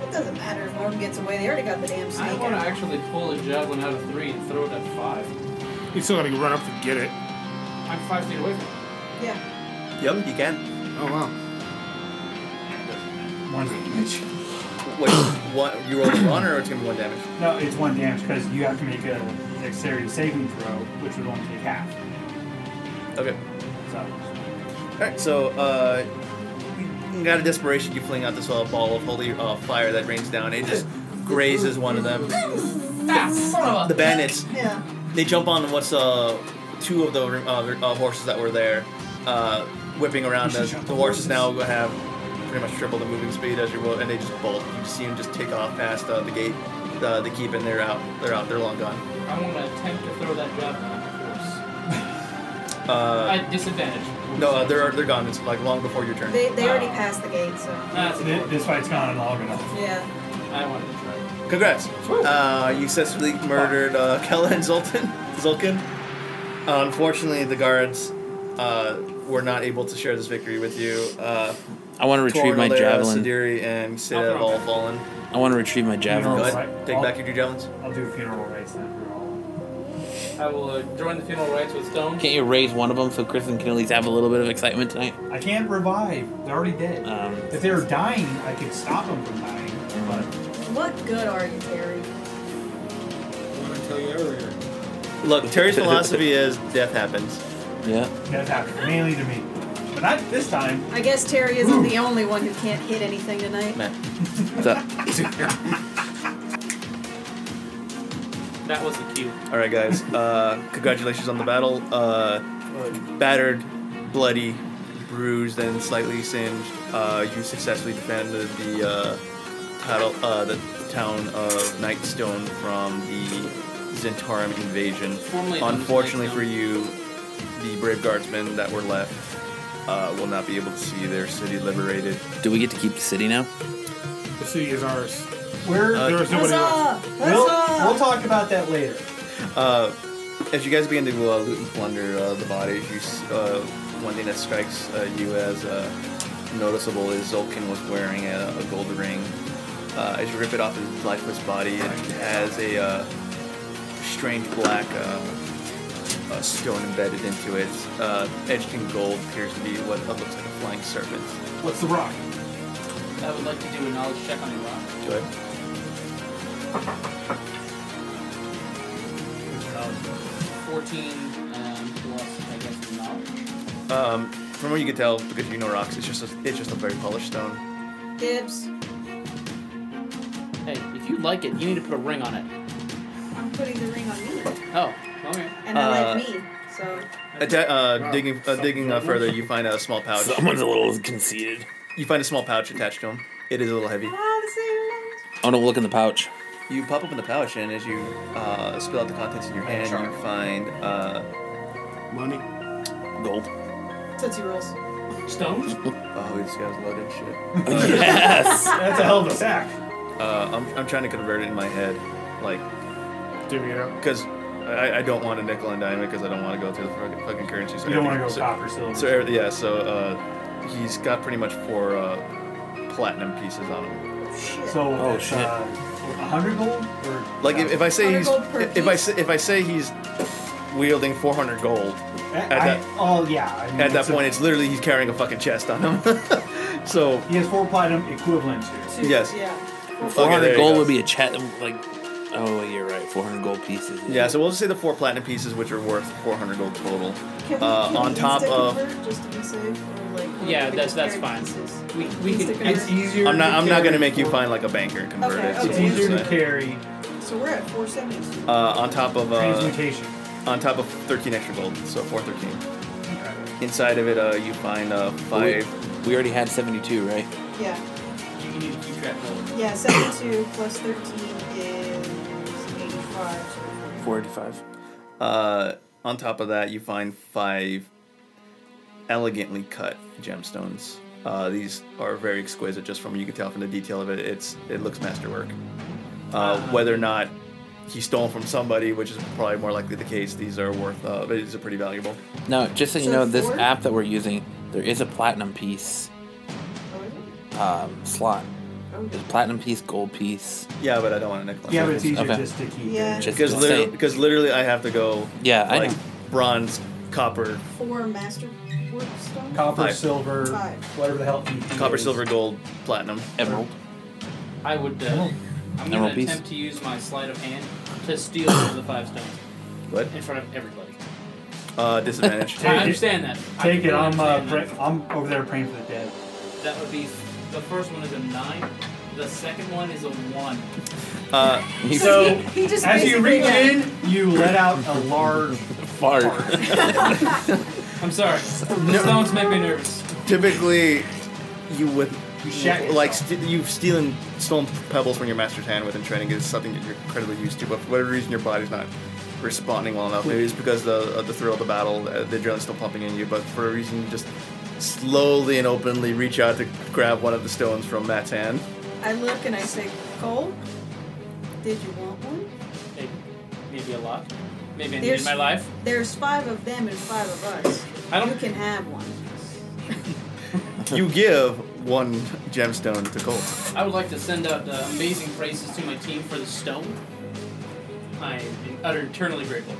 Speaker 4: It doesn't matter if Orm gets away. They already got the damn snake.
Speaker 7: I
Speaker 4: out.
Speaker 7: want to actually pull a javelin out of three and throw it at five.
Speaker 8: You still gotta go run up and get it.
Speaker 7: I'm five feet away from it.
Speaker 4: Yeah.
Speaker 3: Yep, you can.
Speaker 8: Oh wow.
Speaker 5: One damage.
Speaker 3: Wait, (coughs) one, you rolled one or it's gonna be one damage?
Speaker 5: No, it's one damage because you have to make a dexterity saving throw, which would only take half.
Speaker 3: Okay.
Speaker 5: So,
Speaker 3: All right. So uh, you got a desperation. You fling out this uh, ball of holy uh, fire that rains down. It just grazes one of them.
Speaker 7: Ah, son of
Speaker 3: The bandits
Speaker 4: Yeah.
Speaker 3: they jump on what's uh two of the uh, uh, horses that were there, uh, whipping around. The, the horses now have pretty much triple the moving speed as you will, and they just bolt. You see them just take off past uh, the gate, uh, the keep, and they're out. They're out. They're long
Speaker 7: a-
Speaker 3: gone.
Speaker 7: I want to attempt to throw that javelin at the horse.
Speaker 3: (laughs) Uh,
Speaker 7: At disadvantage.
Speaker 3: no, uh, they're they're gone. It's like long before your turn.
Speaker 4: They, they already
Speaker 7: Ah.
Speaker 4: passed the gate, so.
Speaker 7: That's
Speaker 3: (laughs)
Speaker 5: thi-
Speaker 7: a
Speaker 5: this,
Speaker 7: four.
Speaker 5: fight's gone long enough.
Speaker 4: Yeah.
Speaker 7: I wanted to try. it.
Speaker 3: Congrats. Uh, you successfully murdered uh, (laughs) Kella and Zoltan. Zulkin. Uh, unfortunately, the guards uh, were not able to share this victory with you. Uh,
Speaker 2: I want to retrieve my
Speaker 3: Tornalera,
Speaker 2: javelin.
Speaker 3: Sidiri, and Sid have all fallen.
Speaker 2: I want to retrieve my
Speaker 3: Go
Speaker 2: javelin.
Speaker 3: ahead. Take back your two javelins.
Speaker 5: I'll do funeral rites then for all.
Speaker 7: I will uh, join the funeral rites with stones.
Speaker 2: Can't you raise one of them so Kristen can at least have a little bit of excitement tonight?
Speaker 5: I can't revive. They're already dead.
Speaker 3: Uh.
Speaker 2: Um,
Speaker 5: if they were dying, I could stop them from dying. But
Speaker 4: What good are you, Terry?
Speaker 8: What did I tell you earlier?
Speaker 3: Look, Terry's philosophy is death happens.
Speaker 2: yeah.
Speaker 5: that happened mainly to me. But not this time.
Speaker 4: I guess Terry isn't the only one who can't hit anything tonight.
Speaker 3: Man.
Speaker 2: So,
Speaker 7: That was the cue.
Speaker 3: All right, guys. Uh, congratulations on the battle. Uh, battered, bloody, bruised, and slightly singed. Uh, you successfully defended the uh, title, uh, the town of Nightstone from the Zentarum invasion.
Speaker 7: Formerly known as
Speaker 3: Unfortunately for
Speaker 7: Nightstone.
Speaker 3: you, the brave guardsmen that were left uh, will not be able to see their city liberated.
Speaker 2: do we get to keep the city now?
Speaker 8: The city is ours.
Speaker 5: We're,
Speaker 3: Uh,
Speaker 8: There was nobody left.
Speaker 4: Huzzah!
Speaker 5: we'll,
Speaker 4: Huzzah!
Speaker 5: we'll talk about that later.
Speaker 3: Uh, as you guys begin to uh, loot and plunder uh, the bodies, you s- uh, one thing that strikes uh, you as uh, noticeable is Zolkin was wearing a, a gold ring. Uh, as you rip it off his lifeless body, it has a uh, strange black uh, uh, stone embedded into it. Uh, edged in gold appears to be what uh, looks like a flying serpent.
Speaker 5: What's the rock?
Speaker 7: I would like to do a knowledge check on the rock.
Speaker 3: Do it.
Speaker 7: Fourteen um, plus, I guess, knowledge.
Speaker 3: Um, from what you can tell, because you know rocks, it's just a, it's just a very polished stone.
Speaker 4: Dibs.
Speaker 7: Hey, if you like it, you need to put a ring on it.
Speaker 4: I'm putting the ring on me.
Speaker 7: Oh, okay.
Speaker 4: And I like
Speaker 3: Uh,
Speaker 4: me, so.
Speaker 3: Atta- uh, digging uh, digging uh, further, you find a small pouch.
Speaker 2: Someone's a little conceited.
Speaker 3: You find a small pouch attached to him. It is a little heavy.
Speaker 4: Ah, the same
Speaker 2: Oh no! Look in the pouch.
Speaker 3: You pop open the pouch, and as you uh, spill out the contents in your hand, you find uh,
Speaker 8: Money.
Speaker 2: Gold.
Speaker 4: amount. Tootsie Rolls.
Speaker 7: Stones?
Speaker 3: oh, this guy's loaded shit.
Speaker 2: (laughs) (laughs) yes.
Speaker 5: That's a hell of a sack.
Speaker 3: Uh, I'm, I'm trying to convert it in my head, like
Speaker 8: Divvy it up.
Speaker 3: because I, I don't want a nickel and dime it because I don't want to go through the fucking, fucking currency. So
Speaker 5: You don't want to
Speaker 3: everything-
Speaker 5: go
Speaker 3: so,
Speaker 5: copper silver.
Speaker 3: So every- yeah, so uh, he's got pretty much four uh, platinum pieces on him.
Speaker 4: Shit.
Speaker 5: So
Speaker 2: Oh,
Speaker 5: it's,
Speaker 2: shit.
Speaker 5: uh, 100 gold or
Speaker 3: Like if, if I say he's
Speaker 4: 100 gold per
Speaker 3: if I
Speaker 4: piece.
Speaker 3: say, if I say he's wielding 400 gold,
Speaker 5: at
Speaker 3: that-
Speaker 5: oh yeah. I mean,
Speaker 3: At that
Speaker 5: it's a-
Speaker 3: point, it's literally he's carrying a fucking chest on him. (laughs) so
Speaker 5: he has four platinum equivalent to.
Speaker 4: Two-
Speaker 3: yes.
Speaker 4: Yeah.
Speaker 3: Okay, there you
Speaker 2: 400 gold
Speaker 3: go.
Speaker 2: would be a chest. Like Oh, you're right. 400 gold pieces.
Speaker 3: Yeah, so we'll just say the four platinum pieces, which are worth 400 gold total.
Speaker 4: Can we,
Speaker 3: Uh,
Speaker 4: can
Speaker 3: on
Speaker 4: we
Speaker 3: top
Speaker 4: stick
Speaker 3: of-
Speaker 4: over just to be safe, or like one
Speaker 7: Yeah,
Speaker 4: of the
Speaker 7: that's- that's
Speaker 4: compared
Speaker 7: fine.
Speaker 4: pieces?
Speaker 7: We, we can.
Speaker 4: Stick
Speaker 6: It's
Speaker 4: around.
Speaker 6: easier.
Speaker 3: I'm not.
Speaker 6: to
Speaker 3: I'm not gonna
Speaker 6: carry
Speaker 3: make you
Speaker 6: for-
Speaker 3: find like a banker and convert
Speaker 4: Okay,
Speaker 3: it.
Speaker 6: It's
Speaker 4: Okay.
Speaker 6: easier to
Speaker 3: So,
Speaker 6: carry
Speaker 4: So we're at 472.
Speaker 3: Uh, on top of uh,
Speaker 6: transmutation.
Speaker 3: on top of 13 extra gold, so 413. Inside of it, uh, you find uh,
Speaker 2: We,
Speaker 3: five.
Speaker 2: we already had 72, right?
Speaker 4: Yeah,
Speaker 7: You need to keep track of
Speaker 4: yeah. 72 plus 13 is 85. So
Speaker 2: 485.
Speaker 3: Uh, on top of that, you find five elegantly cut gemstones. Uh, these are very exquisite, just from you can tell from the detail of it. It's it looks masterwork. Uh, whether or not he stole from somebody, which is probably more likely the case, these are worth. Uh, but these are pretty valuable.
Speaker 2: No, just so you
Speaker 4: So
Speaker 2: know, this
Speaker 4: four?
Speaker 2: app that we're using, there is a platinum piece
Speaker 4: Oh, is it?
Speaker 2: um, slot.
Speaker 4: Oh,
Speaker 2: There's platinum piece, gold piece.
Speaker 3: Yeah, but I don't want a necklace.
Speaker 6: Yeah, but it's easier
Speaker 2: Okay.
Speaker 6: just to keep.
Speaker 4: Yeah.
Speaker 6: it.
Speaker 2: Just
Speaker 3: because
Speaker 2: to
Speaker 3: literally,
Speaker 2: say-
Speaker 3: because literally, I have to go
Speaker 2: Yeah, I
Speaker 3: like
Speaker 2: know.
Speaker 3: bronze, copper,
Speaker 4: Four master work stones?
Speaker 6: Copper,
Speaker 3: Five.
Speaker 6: silver,
Speaker 4: Five.
Speaker 7: (laughs)
Speaker 6: whatever the hell. EP
Speaker 3: copper,
Speaker 6: is.
Speaker 3: silver, gold, platinum.
Speaker 2: Emerald.
Speaker 7: it. I would. Uh,
Speaker 6: Oh.
Speaker 7: I'm
Speaker 2: Emerald
Speaker 7: going to
Speaker 2: piece.
Speaker 7: attempt to use my sleight of hand to steal (coughs) one of the five stones
Speaker 3: What?
Speaker 7: in front of everybody.
Speaker 3: Uh,
Speaker 6: (laughs)
Speaker 3: disadvantage.
Speaker 6: Take
Speaker 7: I
Speaker 6: it.
Speaker 7: understand that. I
Speaker 6: Take it.
Speaker 7: completely
Speaker 6: I'm uh,
Speaker 7: understand
Speaker 6: pray-
Speaker 7: that.
Speaker 6: I'm over there praying for the dead.
Speaker 7: That would be the first one is a nine. The second one is a one.
Speaker 3: Uh,
Speaker 6: So,
Speaker 4: (laughs) he, he just
Speaker 6: As you
Speaker 4: basically
Speaker 6: reach
Speaker 4: went,
Speaker 6: in, you let out a large
Speaker 4: (laughs)
Speaker 2: Fart. (laughs)
Speaker 7: I'm sorry. The stones make me nervous.
Speaker 3: typically, you would
Speaker 6: You shat
Speaker 3: like
Speaker 6: yourself.
Speaker 3: st- you've stealen stolen pebbles from your master's hand with training is something that you're incredibly used to, but for whatever reason, your body's not responding well enough. Maybe it's because the of the thrill of the battle, uh, the adrenaline's still pumping in you, but for a reason, you just slowly and openly reach out to grab one of the stones from Matt's hand.
Speaker 4: I look and I say, Cole, did you want one?
Speaker 7: Hey, Maybe a lot. Maybe I
Speaker 4: There's-
Speaker 7: need my life.
Speaker 4: There's five of them and five of us.
Speaker 7: I don't-
Speaker 4: You can have one.
Speaker 2: (laughs)
Speaker 3: you give one gemstone to Cole.
Speaker 7: I would like to send out the amazing praises to my team for the stone. I am utter eternally grateful.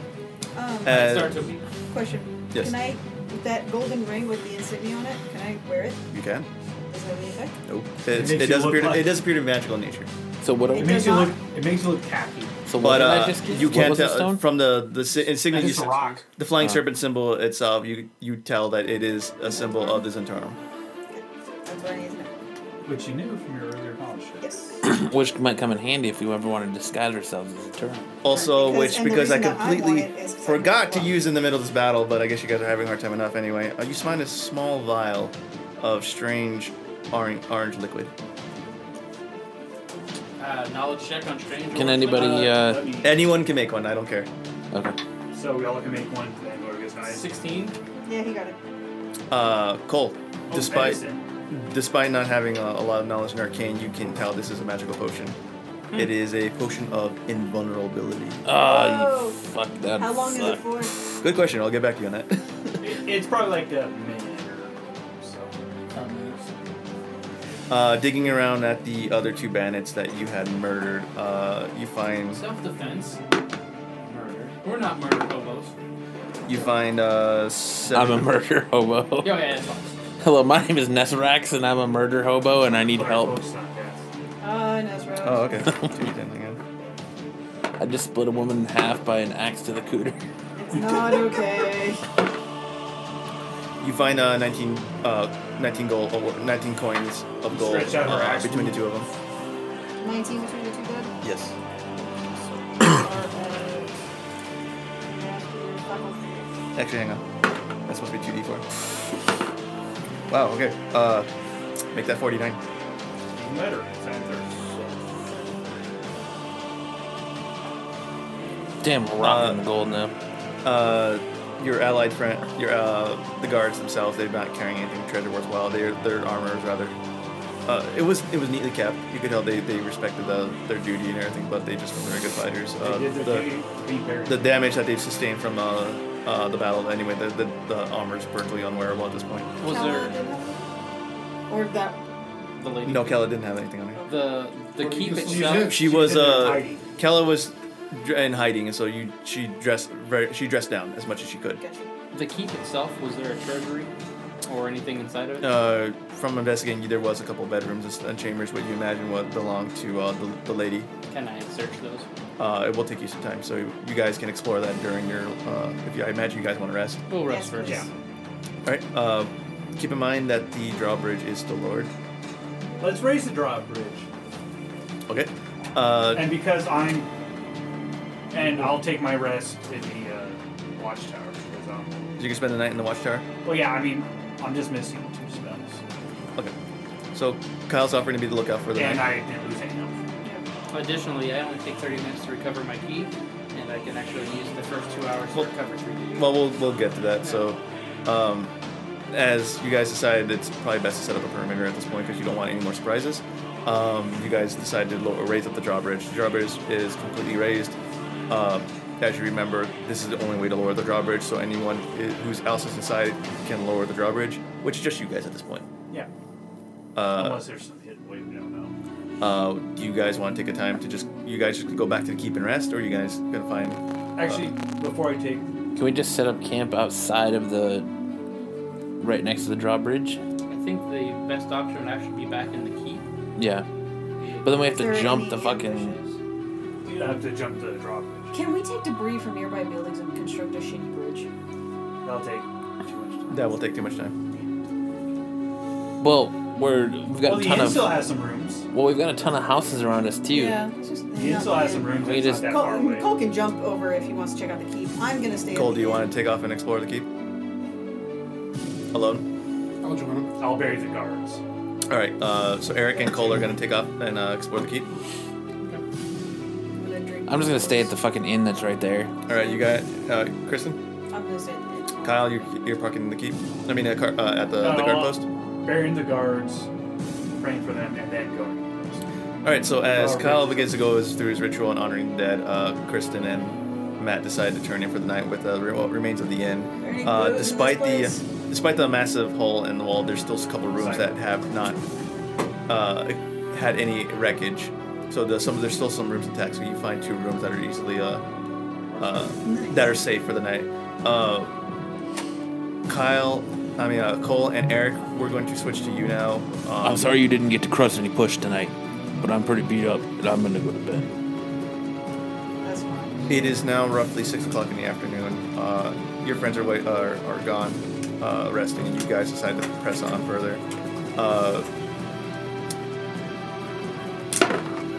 Speaker 4: Um,
Speaker 3: Uh,
Speaker 7: I start to weep.
Speaker 4: question.
Speaker 3: yes.
Speaker 4: Can I, with that golden ring with the insignia on it, can I wear it?
Speaker 3: You can.
Speaker 4: Does that have any effect?
Speaker 3: Nope.
Speaker 6: It
Speaker 3: It's,
Speaker 6: makes
Speaker 3: it
Speaker 6: you
Speaker 3: does
Speaker 6: look
Speaker 3: appear. To,
Speaker 6: like-
Speaker 3: It does appear to be magical in nature.
Speaker 2: So what?
Speaker 6: It
Speaker 2: Are,
Speaker 4: It
Speaker 6: makes
Speaker 4: does
Speaker 6: you
Speaker 4: not-
Speaker 6: look. It makes you look tacky.
Speaker 2: so
Speaker 3: But
Speaker 2: what did I
Speaker 3: uh,
Speaker 2: just get?
Speaker 3: you
Speaker 2: What
Speaker 3: can't
Speaker 2: was the
Speaker 3: tell
Speaker 2: stone?
Speaker 3: from the the si- insignia.
Speaker 6: It's
Speaker 3: you
Speaker 6: just a
Speaker 3: s-
Speaker 6: rock.
Speaker 3: The flying
Speaker 2: Oh.
Speaker 3: serpent symbol itself, you you tell that it is a symbol of the Zentarum.
Speaker 4: That's what I need to know.
Speaker 6: Which you knew from your earlier knowledge.
Speaker 4: Yes.
Speaker 2: Which might come in handy if we ever want to disguise ourselves as a turtle.
Speaker 3: Also,
Speaker 4: Because-
Speaker 3: which
Speaker 4: and the
Speaker 3: because I
Speaker 4: reason that I
Speaker 3: completely
Speaker 4: want it is 'cause I
Speaker 3: forgot
Speaker 4: want
Speaker 3: to
Speaker 4: it.
Speaker 3: use in the middle of this battle, but I guess you guys are having a hard time enough anyway. Uh, you find a small vial of strange orange, orange liquid.
Speaker 7: Uh, knowledge check on strange.
Speaker 2: Can
Speaker 7: orcs.
Speaker 2: anybody, uh,
Speaker 6: let me-
Speaker 3: Anyone can make one. I don't care.
Speaker 2: Okay.
Speaker 6: so we all can make one today. Whoever gets highest.
Speaker 7: Sixteen.
Speaker 4: yeah, he got it.
Speaker 3: Uh, Cole,
Speaker 6: Oh,
Speaker 3: despite
Speaker 6: medicine.
Speaker 3: despite not having a, a lot of knowledge in arcane, you can tell this is a magical potion. It is a potion of invulnerability.
Speaker 2: Oh,
Speaker 4: Whoa.
Speaker 2: you fuck that.
Speaker 4: How long is it for?
Speaker 3: Good question. I'll get back to you on that. (laughs)
Speaker 6: It- it's probably like a minute or so. Ten minutes.
Speaker 3: Uh, digging around at the other two bandits that you had murdered, uh, you find
Speaker 7: Self defense.
Speaker 6: Murder.
Speaker 7: We're not murder hobos.
Speaker 3: you find uh, seven,
Speaker 2: I'm a murder hobo.
Speaker 7: Yeah, yeah, it's fine.
Speaker 2: Hello, my name is Nesrax, and I'm a murder hobo, and I need
Speaker 6: Alright,
Speaker 2: help.
Speaker 6: folks, not death.
Speaker 4: Uh, no, it's right.
Speaker 3: Oh, okay. Two, you didn't, hang on.
Speaker 2: I just split a woman in half by an axe to the cooter. (laughs)
Speaker 4: It's not okay.
Speaker 3: You find uh, 19, uh, 19 gold, or 19 coins of gold
Speaker 6: Stretch out her
Speaker 3: uh,
Speaker 6: axe.
Speaker 3: between the two of them.
Speaker 4: 19 between the two good?
Speaker 3: Yes.
Speaker 4: uh,
Speaker 3: Actually, hang on. That's supposed to be two d four. Wow. Okay. Uh, make that forty nine.
Speaker 6: Letter. It's either-
Speaker 2: Damn, we're rocking the gold now.
Speaker 3: Uh, your allied friend, your uh, the guards themselves, they're not carrying anything treasure worthwhile. Their their armor is rather. Uh, it was it was neatly kept. You could tell they, they respected the, their duty and everything, but they just weren't very good fighters. Uh,
Speaker 6: They did their
Speaker 3: the,
Speaker 6: duty to be buried.
Speaker 3: the damage that they've sustained from uh, uh, the battle anyway the, the, the armor is virtually unwearable at this point
Speaker 7: Was there
Speaker 4: Or that.
Speaker 7: the lady?
Speaker 3: no Kella didn't have anything on her
Speaker 7: The the
Speaker 8: Or you
Speaker 7: keep it
Speaker 8: just use
Speaker 7: shut.
Speaker 8: it.
Speaker 3: she was
Speaker 6: She's in there
Speaker 3: uh
Speaker 6: hiding.
Speaker 3: Kella was dr- in hiding and so you she dressed very she dressed down as much as she could
Speaker 7: The keep itself. Was there a treasury or anything inside of it?
Speaker 3: uh, from investigating there was a couple bedrooms and s- and chambers what you imagine what belonged to uh, the, the lady
Speaker 7: Can I search those?
Speaker 5: Uh, it will take you some time, so you guys can explore that during your. Uh, if you, I imagine you guys want to rest.
Speaker 7: We'll
Speaker 4: Yes,
Speaker 7: rest first.
Speaker 4: please.
Speaker 5: All right. Uh, keep in mind that the drawbridge is still lowered.
Speaker 6: Let's raise the drawbridge.
Speaker 5: Okay. Uh,
Speaker 6: And because I'm, and I'll take my rest in the uh, watchtower. Because I'm,
Speaker 5: you can spend the night in the watchtower.
Speaker 6: well, yeah, I mean, I'm just missing two spells,
Speaker 5: Okay. So Kyle's offering to be the lookout for the
Speaker 6: and
Speaker 5: night.
Speaker 6: I didn't lose any health.
Speaker 7: Additionally, I only take 30 minutes to recover my key, and I can actually use the first two hours to recover 3D.
Speaker 5: Well, we'll we'll get to that. So, um, as you guys decide, it's probably best to set up a perimeter at this point because you don't want any more surprises. Um, you guys decide to lower, raise up the drawbridge. The drawbridge is completely raised. Um, as you remember, this is the only way to lower the drawbridge. So anyone i- who's else is inside can lower the drawbridge, which is just you guys at this point.
Speaker 6: Yeah,
Speaker 5: Uh,
Speaker 6: unless there's some hidden way we don't know.
Speaker 5: uh, do you guys want to take a time to just you guys just go back to the keep and rest, or you guys gonna find?
Speaker 6: Actually, before I take,
Speaker 2: Can we just set up camp outside of the, right next to the drawbridge?
Speaker 7: I think the best option would actually be back in the key.
Speaker 2: Yeah, but then we have
Speaker 4: Is
Speaker 2: to
Speaker 4: there
Speaker 2: jump
Speaker 4: any
Speaker 2: the fucking.
Speaker 4: ambushes?
Speaker 6: you have to jump the drawbridge.
Speaker 10: Can we take debris from nearby buildings and construct a shitty bridge?
Speaker 6: That'll take too much time.
Speaker 5: That will take too much time.
Speaker 2: Well, we're we've got
Speaker 6: well,
Speaker 2: a
Speaker 6: the
Speaker 2: ton
Speaker 6: inn
Speaker 2: of
Speaker 6: still has some rooms.
Speaker 2: well, we've got a ton of houses around us too.
Speaker 4: Yeah, let's just.
Speaker 6: The inn still has some rooms.
Speaker 2: We
Speaker 6: It's
Speaker 2: just-
Speaker 6: not that far
Speaker 4: Cole,
Speaker 6: away.
Speaker 4: Cole can jump over if he wants to check out the keep. I'm gonna stay. at
Speaker 5: Cole,
Speaker 4: the
Speaker 5: do you
Speaker 4: keep.
Speaker 5: want to take off and explore the keep? Alone.
Speaker 8: I'll join him.
Speaker 6: I'll bury the guards.
Speaker 5: All right, uh, so Eric and Cole are gonna take off and uh, explore the keep.
Speaker 4: I'm gonna drink.
Speaker 2: I'm just gonna stay at the fucking inn that's right there.
Speaker 5: All right, you got uh, Kristen,
Speaker 4: I'm gonna stay at the keep.
Speaker 5: Kyle. You you're parking in the keep. I mean, uh, car, uh, at the,
Speaker 6: No,
Speaker 5: the guard
Speaker 6: I'll-
Speaker 5: post.
Speaker 6: Burying the guards, praying for them, and then going. to the post.
Speaker 5: All right, so as
Speaker 6: Oh,
Speaker 5: Kyle
Speaker 6: right.
Speaker 5: begins to go his- through his ritual and honoring the dead, uh, Kristen and Matt decide to turn in for the night with the re- what remains of the
Speaker 4: Are any
Speaker 5: inn. Uh,
Speaker 4: clues in this
Speaker 5: despite the
Speaker 4: place?
Speaker 5: despite the massive hole in the wall, there's still a couple rooms that have not uh, had any wreckage. So the, some there's still some rooms intact. So you find two rooms that are easily uh, uh, that are safe for the night. Uh, Kyle, I mean uh, Cole and Eric, we're going to switch to you now. Um,
Speaker 2: I'm sorry you didn't get to crush any push tonight, but I'm pretty beat up and I'm gonna go to bed. (laughs)
Speaker 4: That's fine.
Speaker 5: It is now roughly six o'clock in the afternoon. Uh, your friends are, wa- are are gone, uh, resting, and you guys decide to press on further. Uh,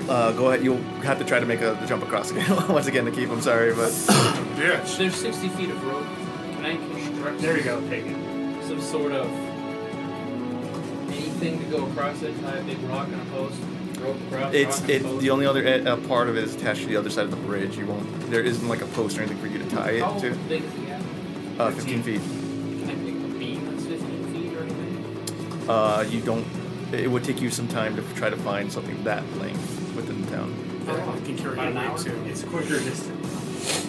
Speaker 5: uh, go ahead. You'll have to try to make a, the jump across again (laughs) once again to keep. I'm sorry, but
Speaker 8: Bitch.
Speaker 7: There's 60 feet of rope. Can I construct
Speaker 6: There you go. Take it.
Speaker 7: some sort of anything to go across it? Tie a big rock and a post, rope across.
Speaker 5: it's
Speaker 7: rock and
Speaker 5: it.
Speaker 7: post.
Speaker 5: The only other uh, part of it is attached to the other side of the bridge. You won't. There isn't like a post or anything for you to tie
Speaker 7: How
Speaker 5: it to.
Speaker 7: big is the gap?
Speaker 5: Uh, 15 feet.
Speaker 7: Can I pick a beam that's 15 feet or anything?
Speaker 5: Uh, you don't. It would take you some time to try to find something that length within the town.
Speaker 8: I can carry
Speaker 7: About
Speaker 8: a
Speaker 7: an hour.
Speaker 8: weight too.
Speaker 6: It's a quicker distance.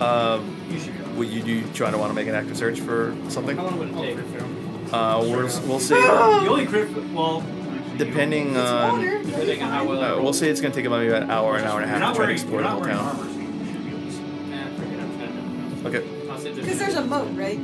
Speaker 5: Um,
Speaker 6: You should go.
Speaker 5: Would you, you trying to want to make an active search for something?
Speaker 7: How long would it take?
Speaker 5: Uh, we're, we'll see.
Speaker 6: The only crypt. Well,
Speaker 4: Ah!
Speaker 5: Depending
Speaker 4: It's
Speaker 5: on,
Speaker 4: water. You'll be
Speaker 7: Depending on how
Speaker 4: fine.
Speaker 7: well I
Speaker 5: uh,
Speaker 7: roll.
Speaker 5: we'll say it's gonna take about maybe an hour, an hour and a
Speaker 6: you're
Speaker 5: half
Speaker 6: not
Speaker 5: to try to
Speaker 6: wearing,
Speaker 5: explore
Speaker 6: you're
Speaker 5: the
Speaker 6: not
Speaker 5: whole
Speaker 6: wearing armor,
Speaker 5: town.
Speaker 6: so you should be able to see.
Speaker 7: Nah, forget it.
Speaker 5: Okay.
Speaker 7: I'll say
Speaker 4: Because there's a moat, right?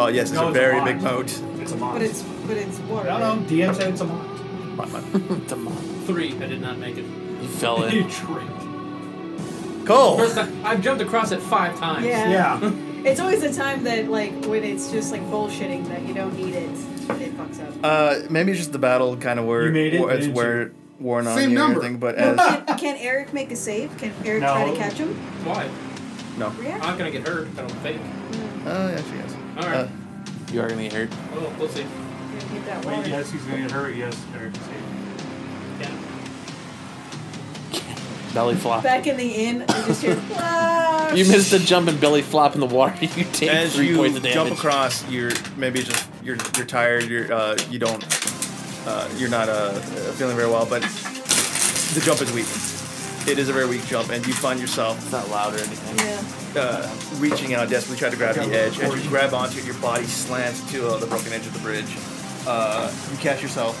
Speaker 5: Oh yes, it's
Speaker 6: No,
Speaker 5: a
Speaker 6: it's a
Speaker 5: very
Speaker 6: lot.
Speaker 5: big moat.
Speaker 6: It's a mod.
Speaker 4: But it's but it's water.
Speaker 6: no,
Speaker 4: right?
Speaker 6: no. DM said it's a mod. (laughs)
Speaker 7: three. I did not make it.
Speaker 2: You fell
Speaker 6: You
Speaker 2: (laughs) in.
Speaker 6: trick.
Speaker 7: (laughs)
Speaker 5: Cole.
Speaker 7: First time, I've jumped across it five times.
Speaker 4: Yeah.
Speaker 5: (laughs)
Speaker 6: Yeah.
Speaker 4: It's always a time that like when it's just like bullshitting that you don't need it, it fucks
Speaker 5: (laughs)
Speaker 4: up.
Speaker 5: Uh, maybe it's just the battle kind of where
Speaker 6: You made it,
Speaker 5: where it's
Speaker 6: didn't
Speaker 5: where it worn on
Speaker 8: Same
Speaker 5: you and
Speaker 8: number.
Speaker 5: everything,
Speaker 8: (laughs)
Speaker 5: but
Speaker 4: No,
Speaker 5: as uh,
Speaker 4: can, can Eric make a save? Can Eric
Speaker 6: No.
Speaker 4: try to catch him?
Speaker 7: Why?
Speaker 5: no.
Speaker 7: I'm
Speaker 4: Yeah.
Speaker 7: not gonna get hurt. I don't think.
Speaker 5: Uh, actually yes.
Speaker 7: All right.
Speaker 5: Uh,
Speaker 2: You are gonna get hurt.
Speaker 7: Well, we'll see.
Speaker 4: Gotta get that
Speaker 6: Wait,
Speaker 4: water.
Speaker 6: yes, he's gonna get hurt. Yes, Eric. is safe.
Speaker 7: Yeah.
Speaker 2: Belly flop.
Speaker 4: Back in the inn, I just
Speaker 5: (laughs)
Speaker 4: hear. "Ah!"
Speaker 2: You missed the jump and belly flop in the water. (laughs) You take
Speaker 5: as
Speaker 2: three
Speaker 5: you
Speaker 2: points of damage.
Speaker 5: jump across, you're maybe just you're you're tired. You're uh, you don't uh, you're not uh, feeling very well, but the jump is weak. It is a very weak jump, and you find yourself
Speaker 2: It's not loud or anything.
Speaker 4: Yeah.
Speaker 5: uh, reaching out desperately trying to grab the edge. As you grab onto it, your body slams to uh, the broken edge of the bridge. Uh, you catch yourself.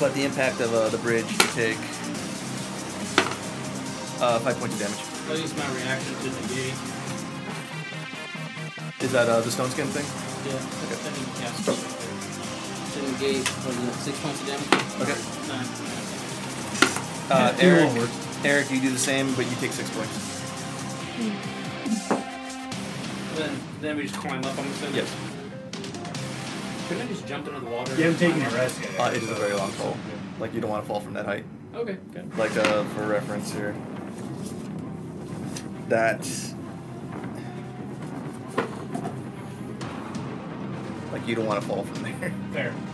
Speaker 5: But the impact of uh, the bridge, you take uh, five points of damage.
Speaker 7: I'll use my reaction to negate.
Speaker 5: Is that uh, the stone skin thing?
Speaker 7: Yeah. Okay. I need to cast To negate, what is it, six points of damage?
Speaker 5: Okay.
Speaker 7: Nine.
Speaker 5: Uh,
Speaker 11: Yeah,
Speaker 5: Eric,
Speaker 11: it won't work.
Speaker 5: Eric, you do the same, but you take six points.
Speaker 7: Then, then we just climb up, I'm assuming?
Speaker 5: Yes.
Speaker 7: Couldn't I just jump into the water?
Speaker 6: You haven't taken a rest yet.
Speaker 5: Uh, it is a very long fall. Like you don't want to fall from that height.
Speaker 7: Okay, good.
Speaker 5: Like uh, for reference here, that like you don't want to fall from there. (laughs)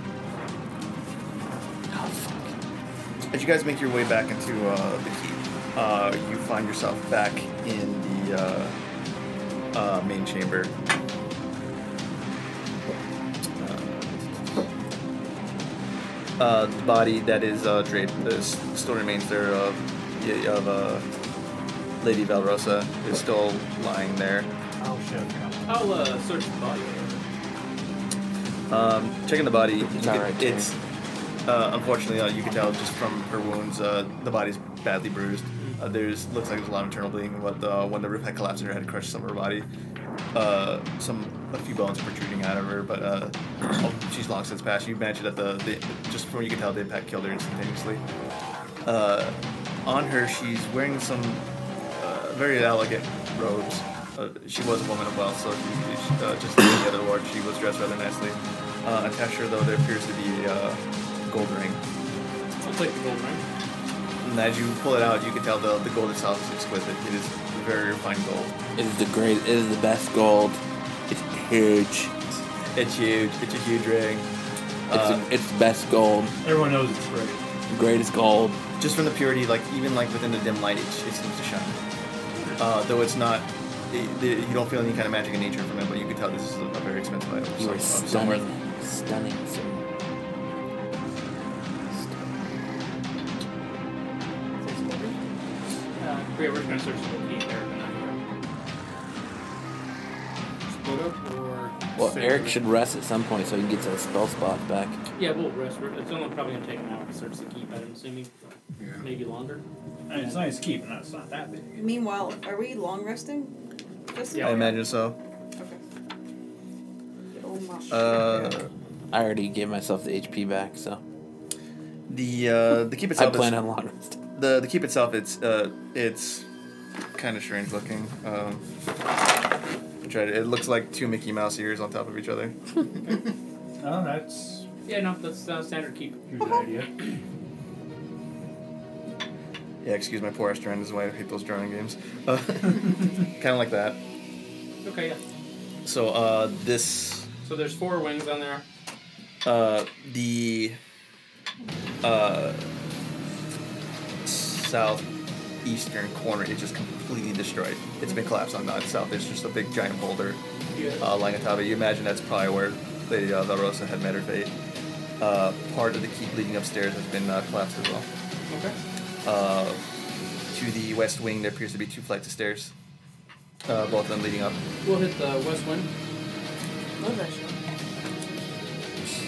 Speaker 5: Oh,
Speaker 6: Fair.
Speaker 5: As you guys make your way back into uh, the keep, uh, you find yourself back in the uh, uh, main chamber. Uh, uh, the body that is uh, draped, the s- still remains there of, y- of uh, Lady Valrosa is still lying there.
Speaker 6: Oh shit. yeah.
Speaker 7: I'll uh, search the body.
Speaker 5: Um, checking the body, it's,
Speaker 2: not right, Terry.
Speaker 5: it's uh, unfortunately uh, you can tell just from her wounds, uh, the body's badly bruised. Uh, there's looks like there's a lot of internal bleeding, but uh, when the roof had collapsed, and her head crushed some of her body. Uh, some a few bones protruding out of her, but uh, oh, she's long since passed. You imagine that the, the just from what you can tell, the impact killed her instantaneously. Uh, on her, she's wearing some uh, very elegant robes. Uh, she was a woman of wealth, so she, she uh, just like the other lord, she was dressed rather nicely. Uh, attached to her, though, there appears to be a uh, gold ring.
Speaker 7: I'll take the gold ring.
Speaker 5: And as you pull it out, you can tell the, the gold itself is exquisite. It is very refined gold.
Speaker 2: It is the great. It is the best gold. It's huge.
Speaker 5: It's huge. It's a huge ring.
Speaker 2: It's,
Speaker 5: Uh,
Speaker 2: it's the best gold.
Speaker 6: Everyone knows it's great.
Speaker 2: Greatest gold.
Speaker 5: just from the purity, like even like within the dim light, it, it seems to shine. Uh, though it's not, it, it- you don't feel any kind of magic in nature from it, but you can tell this is a, a very expensive item.
Speaker 2: You
Speaker 5: So,
Speaker 2: are
Speaker 5: um, somewhere-
Speaker 2: stunning. Stunning, sir.
Speaker 7: Uh, great, we're just gonna search the key there. but not here.
Speaker 3: Split up or.
Speaker 2: Well,
Speaker 3: save
Speaker 2: Eric
Speaker 3: it?
Speaker 2: should rest at some point so he can get those spell spots back.
Speaker 7: Yeah, we'll rest. We're- It's only probably gonna take an hour to search the keep, I'm assuming.
Speaker 3: Yeah.
Speaker 7: Maybe longer.
Speaker 6: I mean, it's nice to keep, but it's not that big.
Speaker 4: Meanwhile, are we long resting? Justin?
Speaker 5: I imagine so.
Speaker 4: Okay. Get all my-
Speaker 5: Uh,
Speaker 2: I already gave myself the HP back, so
Speaker 5: the uh, the keep
Speaker 2: I
Speaker 5: itself.
Speaker 2: plan
Speaker 5: is,
Speaker 2: on long rest.
Speaker 5: the the keep itself. It's uh, it's kind of strange looking. Um, I tried it. It looks like two Mickey Mouse ears on top of each other.
Speaker 6: Oh, that's
Speaker 7: Yeah, no, that's uh, standard keep.
Speaker 6: usually an idea.
Speaker 5: Yeah, excuse my poor Astron. This is why I hate those drawing games. Uh, (laughs) kind of like that.
Speaker 7: Okay, yeah.
Speaker 5: So uh, this
Speaker 7: So there's four wings on there.
Speaker 5: uh, the uh, southeastern corner is just completely destroyed. It's been collapsed on the south. There's just a big giant boulder
Speaker 7: Yeah.
Speaker 5: uh, lying on top of it. You imagine that's probably where Lady uh, Valrosa had met her fate. Uh, part of the keep leading upstairs has been uh, collapsed as well.
Speaker 7: Okay.
Speaker 5: Uh, to the west wing, there appears to be two flights of stairs, uh, both of them leading up.
Speaker 7: We'll hit the west wing.
Speaker 4: Love that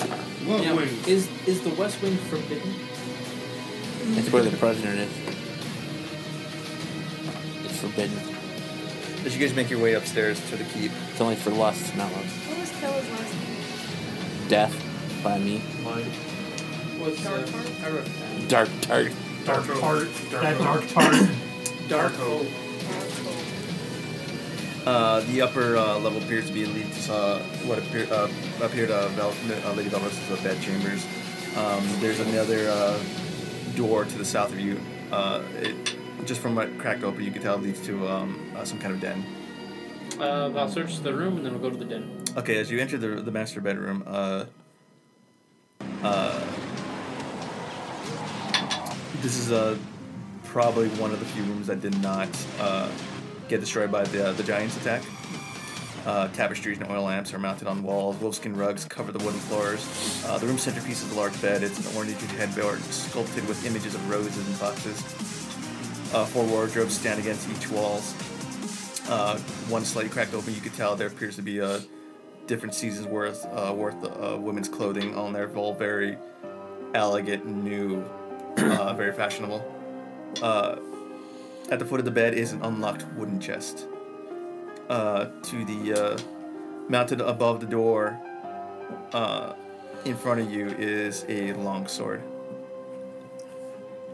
Speaker 4: show.
Speaker 3: Love
Speaker 7: Now,
Speaker 3: wings.
Speaker 7: Is is the west wing forbidden?
Speaker 2: It's where the president is. It's forbidden.
Speaker 5: As you guys make your way upstairs to the keep,
Speaker 2: It's only for lust, not love.
Speaker 4: What was Kella's last name?
Speaker 2: Death by me.
Speaker 7: Was uh,
Speaker 4: Dark Heart?
Speaker 7: I wrote it down.
Speaker 2: Dark tart.
Speaker 6: Dark
Speaker 3: Dark
Speaker 6: tart.
Speaker 3: Dark
Speaker 6: That
Speaker 3: Oak.
Speaker 6: dark tart.
Speaker 7: Dark
Speaker 3: Oak.
Speaker 7: Oak.
Speaker 5: Uh, the upper uh, level appears to be leads to uh, what appear, uh, appeared uh, Val- uh, Lady Valrosa's uh, bed chambers. Um, there's another uh, door to the south of you. Uh, it, just from what cracked open, you could tell it leads to um, uh, some kind of den.
Speaker 7: Uh, I'll search the room and then we'll go to the den.
Speaker 5: Okay, as you enter the, the master bedroom, uh, uh, this is uh, probably one of the few rooms that did not uh, get destroyed by the, the giant's attack. Uh, tapestries and oil lamps are mounted on walls. Wolfskin rugs cover the wooden floors. Uh, the room's centerpiece is a large bed. It's an ornate headboard sculpted with images of roses and foxes. Uh, four wardrobes stand against each walls. Uh, one slightly cracked open, you could tell there appears to be a different seasons worth uh, worth uh, women's clothing on there, all very elegant, new, uh, very fashionable. Uh, at the foot of the bed is an unlocked wooden chest. Uh, to the uh, mounted above the door, uh, in front of you is a long sword.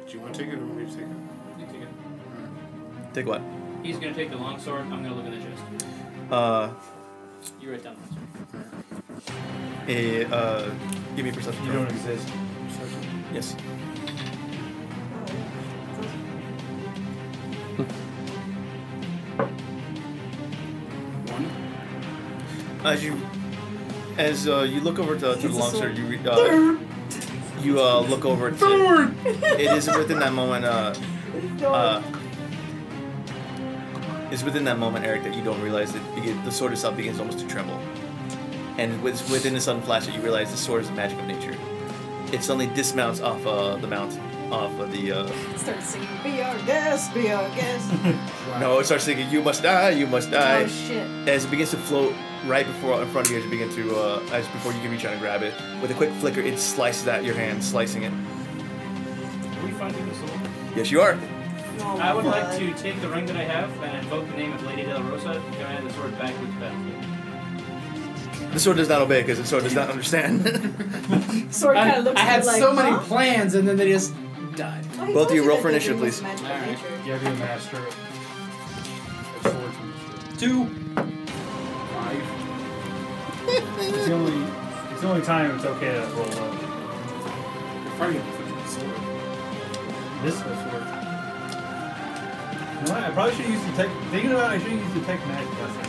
Speaker 8: Do you want to take it or want me to take it?
Speaker 7: You take it.
Speaker 5: Take what?
Speaker 7: He's gonna take the long sword. I'm gonna look at the chest.
Speaker 5: Uh,
Speaker 7: You write down the sword.
Speaker 5: a, uh, give me a perception.
Speaker 6: You
Speaker 5: roll.
Speaker 6: don't exist.
Speaker 5: Yes.
Speaker 8: One.
Speaker 5: As you, as uh, you look over to, to the lobster, you re- uh, you uh, look over to. it is within that moment. Uh, uh, it's within that moment, Eric, that you don't realize that begin, the sword itself begins almost to tremble, and with, within a sudden flash, that you realize the sword is the magic of nature. It suddenly dismounts off uh, the mountain, off of the. Uh,
Speaker 4: Start singing, be our guest, be our guest.
Speaker 5: no, it starts thinking, "You must die, you must die."
Speaker 4: oh shit.
Speaker 5: as it begins to float right before in front of you as you begin to uh, as before you can reach out and grab it with a quick flicker it slices at your hand slicing it
Speaker 7: Are we finding the sword?
Speaker 5: yes you are
Speaker 4: Oh,
Speaker 7: I would
Speaker 4: my
Speaker 7: like
Speaker 4: God.
Speaker 7: to take the ring that I have and invoke the name of Lady Del Rosa and command the sword back to the battlefield.
Speaker 5: the sword does not obey because the sword does not understand
Speaker 4: Sword
Speaker 7: I-
Speaker 4: kind of looks
Speaker 8: I
Speaker 4: at
Speaker 8: had
Speaker 4: me like,
Speaker 8: so many
Speaker 4: huh?
Speaker 8: plans and then they just died.
Speaker 4: I told
Speaker 5: Both of you roll
Speaker 4: that
Speaker 5: for
Speaker 4: the
Speaker 5: initiative,
Speaker 4: thing was magic of
Speaker 7: Alright.
Speaker 4: nature.
Speaker 6: You have to be a master of swords and shit.
Speaker 8: Two. Five.
Speaker 6: It's the only, it's the only time it's okay to roll low.
Speaker 8: You're probably gonna fucking sword.
Speaker 6: This is a sword. You know what? I probably should use detect. Thinking about it, I should use detect magic. That's not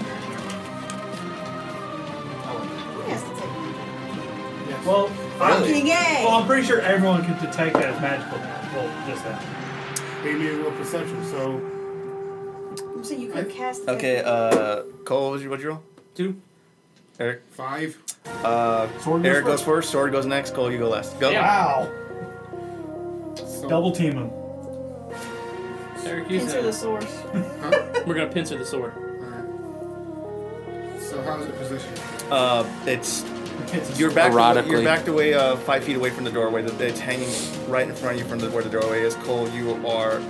Speaker 4: He has to take
Speaker 6: very Well,
Speaker 4: Fucking
Speaker 6: I,
Speaker 4: A.
Speaker 6: well, I'm pretty sure everyone could detect that as magical now. Well, just that.
Speaker 8: Amy roll perception, so
Speaker 4: So you could cast it.
Speaker 5: (laughs) okay uh Cole what would you, what'd you roll
Speaker 8: two.
Speaker 5: Eric
Speaker 8: Five.
Speaker 5: uh
Speaker 6: Sword
Speaker 5: Eric goes first sword goes next Cole you go last go
Speaker 7: Yeah.
Speaker 6: Wow.
Speaker 8: So,
Speaker 6: Double team him.
Speaker 7: Eric, use
Speaker 4: Enter
Speaker 7: the-
Speaker 4: the source.
Speaker 8: Huh?
Speaker 7: We're gonna pincer the sword.
Speaker 8: Alright. So how's it positioned?
Speaker 5: uh it's
Speaker 6: It's a
Speaker 5: you're back to,
Speaker 12: Erotically.
Speaker 5: you're back to way uh five feet away from the doorway that it's hanging right in front of you from the, where the doorway is Cole you are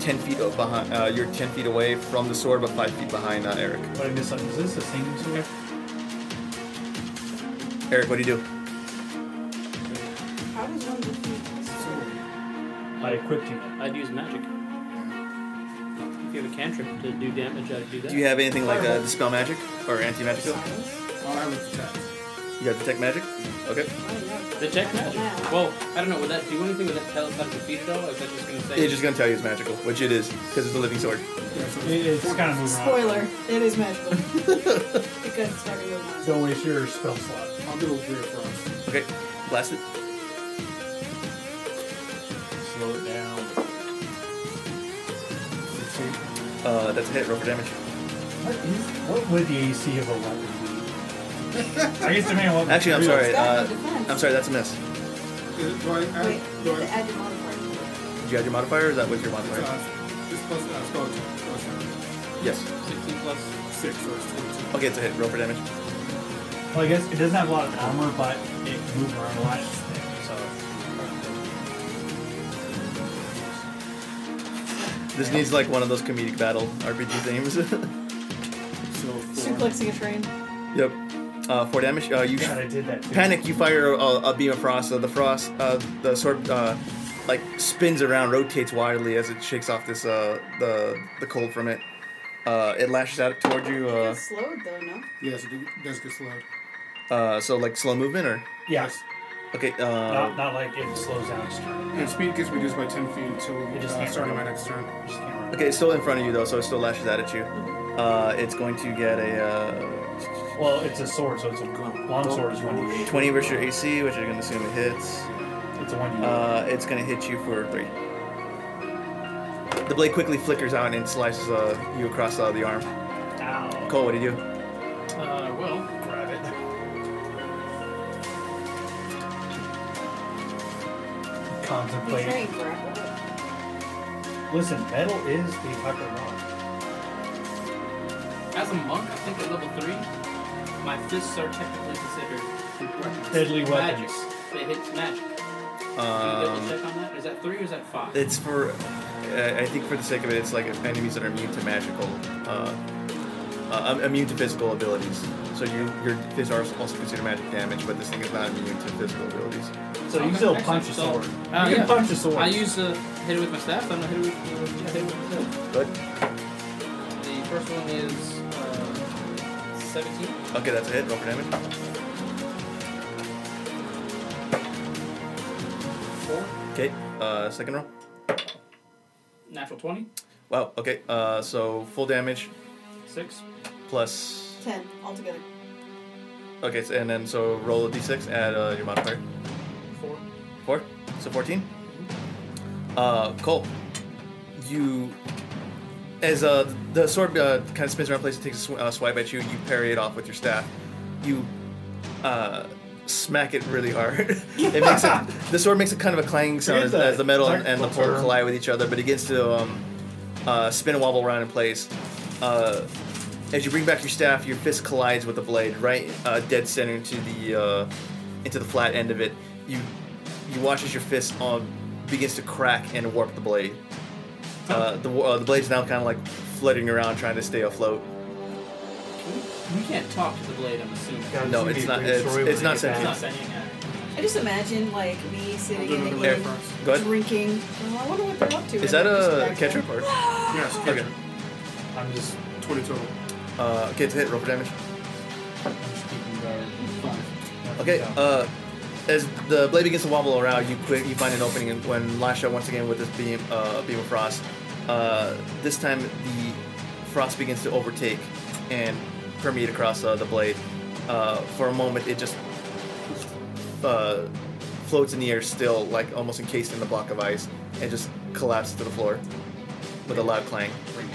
Speaker 5: 10 feet o- behind uh, you're 10 feet away from the sword but 5 feet behind uh, Eric
Speaker 6: But I missed something. Is this a singing sword?
Speaker 5: Eric what do you do
Speaker 4: How does one defeat
Speaker 8: So,
Speaker 6: I equipped you.
Speaker 7: I'd use magic. If you have a cantrip to do damage, I'd do that.
Speaker 5: Do you have anything like uh, dispel magic or anti magic? You
Speaker 8: I'll have it detect.
Speaker 5: have detect magic. Okay.
Speaker 7: Detect magic. Well, I don't know. Would that do anything? Would that tell us how to defeat it all? Or is that just gonna say?
Speaker 5: It's just gonna tell you it's magical, which it is, because it's a living sword.
Speaker 8: Yeah, so
Speaker 6: It, it's kind of moving around.
Speaker 4: Spoiler, it is magical. because it's not going to
Speaker 6: Don't waste your spell slot.
Speaker 8: I'll do a weird frost.
Speaker 5: Okay. Blast it.
Speaker 6: Slow it down.
Speaker 8: Sixteen.
Speaker 5: Uh, that's a hit. Roll for damage.
Speaker 6: What, is, what would the AC of a weapon be? I guess depending on what.
Speaker 5: Actually, I'm sorry.
Speaker 4: It's got
Speaker 5: Uh,
Speaker 4: no defense.
Speaker 5: I'm sorry. That's a miss.
Speaker 8: Is it, do I add?
Speaker 4: Wait, you
Speaker 8: do
Speaker 4: have
Speaker 8: I,
Speaker 4: to add your modifier.
Speaker 5: Did you add your modifier? Or is that with your
Speaker 8: it's,
Speaker 5: modifier?
Speaker 8: uh, it's plus uh, spell attack, plus, uh,
Speaker 5: Yes.
Speaker 7: 16 plus.
Speaker 8: six, so it's twenty-two.
Speaker 5: Okay, it's a hit. Roll for damage.
Speaker 6: Well, I guess it doesn't have a lot of armor, but it moves around a lot. It's thick, so.
Speaker 5: This needs like one of those comedic battle RPG themes. (laughs)
Speaker 8: So four.
Speaker 4: Suplexing a train.
Speaker 5: yep. Uh, four damage. Uh, you
Speaker 6: God, I did that. Too.
Speaker 5: panic. You fire a, a beam of frost. Uh, the frost. Uh, the sword. Uh, like spins around, rotates wildly as it shakes off this uh, the the cold from it. Uh, it lashes out toward you. Uh,
Speaker 4: It's slowed though, no?
Speaker 8: Yes, it does get slowed.
Speaker 5: Uh, so like slow movement or
Speaker 6: Yes.
Speaker 5: okay.
Speaker 6: Not,
Speaker 5: Uh,
Speaker 6: not like it slows down its turn.
Speaker 8: And speed gets reduced by 10 feet until
Speaker 6: It just
Speaker 8: uh,
Speaker 6: can't
Speaker 8: starting my
Speaker 6: run.
Speaker 8: next turn.
Speaker 6: It just can't run.
Speaker 5: okay, it's still in front of you though, so it still lashes out at you. Uh, it's going to get a uh,
Speaker 6: Well, it's a sword, so it's a long sword. Is one d
Speaker 5: twenty versus your AC, which you're gonna assume it hits.
Speaker 6: It's a one d
Speaker 5: Uh, it's gonna hit you for three. The blade quickly flickers out and slices uh, you across uh, the arm.
Speaker 6: Ow.
Speaker 5: Cole, what do you do?
Speaker 7: Uh, well,
Speaker 6: Grab it.
Speaker 4: The
Speaker 6: Contemplate.
Speaker 4: train grapple.
Speaker 6: Listen, metal is the fucking rock.
Speaker 7: as a monk, I think at level three, my fists are technically considered
Speaker 6: Deadly
Speaker 7: magic.
Speaker 6: weapons.
Speaker 7: They hit magic. Can you double
Speaker 5: Um,
Speaker 7: check on that? Is that three or is that five?
Speaker 5: it's for, uh, I think for the sake of it, it's like enemies that are immune to magical uh, uh, immune to physical abilities. So you, your this are also considered magic damage, but this thing is not immune to physical abilities.
Speaker 6: So you
Speaker 7: Okay,
Speaker 6: can still
Speaker 7: excellent.
Speaker 6: punch a
Speaker 7: So-
Speaker 6: sword.
Speaker 7: Uh,
Speaker 6: you
Speaker 7: yeah.
Speaker 6: can punch a sword.
Speaker 7: I use uh, hit it with my staff. I'm gonna hit it with, uh, yeah, hit it with my staff.
Speaker 5: Good.
Speaker 7: The first one is uh, 17.
Speaker 5: Okay, that's a hit. Roll for damage.
Speaker 7: Four.
Speaker 5: Okay. Uh, second roll.
Speaker 7: Natural 20.
Speaker 5: Wow. Okay. Uh, so full damage
Speaker 7: Six.
Speaker 5: plus.
Speaker 4: Ten altogether.
Speaker 5: Okay, so, and then so roll a d6, add uh, your modifier.
Speaker 7: Four.
Speaker 5: Four. So 14. Uh, Cole, you. As uh, the sword uh, kind of spins around the place and takes a sw- uh, swipe at you, you parry it off with your staff. You uh, smack it really hard. (laughs) it makes it, the sword makes a kind of a clang sound
Speaker 6: Forget
Speaker 5: as,
Speaker 6: that
Speaker 5: as the metal and, and the
Speaker 6: technical
Speaker 5: pole
Speaker 6: term.
Speaker 5: collide with each other, but it gets to um, uh, spin and wobble around in place. Uh, as you bring back your staff, your fist collides with the blade, right uh, dead center into the uh, into the flat end of it. You you watch as your fist um, begins to crack and warp the blade. Uh, the wa- uh, the blade's now kind of like floating around, trying to stay afloat.
Speaker 7: We, we can't talk to the blade, I'm assuming.
Speaker 6: God,
Speaker 5: No,
Speaker 6: this
Speaker 5: it's
Speaker 6: is gonna
Speaker 5: not-
Speaker 6: be a great
Speaker 5: it's-
Speaker 6: story
Speaker 5: it's
Speaker 6: when we
Speaker 5: not
Speaker 6: get
Speaker 5: sentient.
Speaker 7: It's not
Speaker 6: back.
Speaker 7: saying yeah.
Speaker 3: I just imagine like me sitting in the inn,
Speaker 5: Go ahead.
Speaker 3: drinking. Well, I wonder what they're up to.
Speaker 5: Is
Speaker 3: and
Speaker 5: that
Speaker 3: then just
Speaker 5: a
Speaker 3: back
Speaker 5: ketchup
Speaker 3: there.
Speaker 5: or?
Speaker 8: Yes,
Speaker 5: Okay.
Speaker 6: I'm just
Speaker 8: Twenty total.
Speaker 5: Uh, okay, it's a hit. Roll for damage.
Speaker 6: I'm just keeping guard. Five.
Speaker 5: Okay.
Speaker 6: Yeah.
Speaker 5: Uh, as the blade begins to wobble around, you quick you find an opening, and when lash out once again with this beam uh, beam of frost, uh, this time the frost begins to overtake and permeate across uh, the blade. Uh, for a moment, it just uh, floats in the air, still like almost encased in the block of ice, and just collapses to the floor with a loud clang.
Speaker 7: Strange.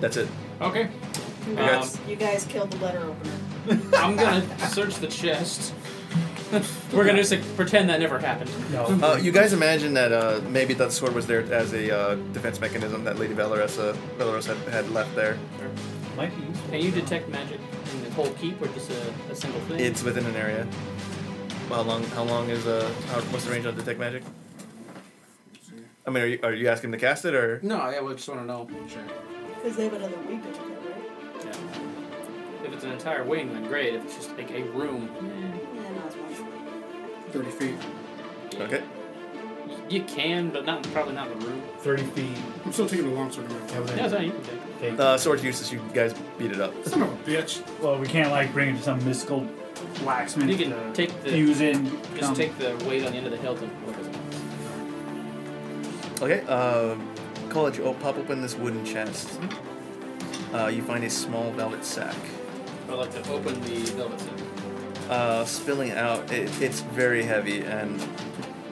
Speaker 5: That's it.
Speaker 7: Okay.
Speaker 5: Congrats.
Speaker 4: You guys killed the letter opener.
Speaker 7: I'm gonna search the chest. We're gonna just like, pretend that never happened.
Speaker 6: No.
Speaker 5: Uh, you guys imagine that uh, maybe that sword was there as a uh, defense mechanism that Lady Valoressa, Valorous had, had left there.
Speaker 6: Might be useful.
Speaker 7: Can you detect magic in the whole keep or just a, a single thing?
Speaker 5: It's within an area. How long? How long is uh? How, what's the range on detect magic? I mean, are you, are you asking to cast it or?
Speaker 7: no, yeah, we just want to know.
Speaker 8: Sure.
Speaker 4: Because they have another week to do it,
Speaker 7: Yeah. If it's an entire wing, then great. If it's just like a room,
Speaker 4: right? Yeah, no, it's one.
Speaker 8: Thirty feet.
Speaker 5: Okay.
Speaker 7: y- you can, but not probably not in the room.
Speaker 6: 30 feet.
Speaker 8: I'm still taking the long sword. around.
Speaker 6: Yeah,
Speaker 7: Yeah, so you can take.
Speaker 6: Take.
Speaker 5: Uh, sword's useless. You guys beat it up.
Speaker 8: Son of a bitch.
Speaker 6: well, we can't like bring it to some mystical blacksmith.
Speaker 7: You can
Speaker 6: to
Speaker 7: take the-
Speaker 6: fuse in.
Speaker 7: Just
Speaker 6: come-
Speaker 7: take the weight on the end of the hilt and work as well.
Speaker 5: Okay. Uh, College. Oh, pop open this wooden chest. Uh, you find a small velvet sack.
Speaker 7: I'd like to open the velvet sack.
Speaker 5: uh, spilling out. It, it's very heavy, and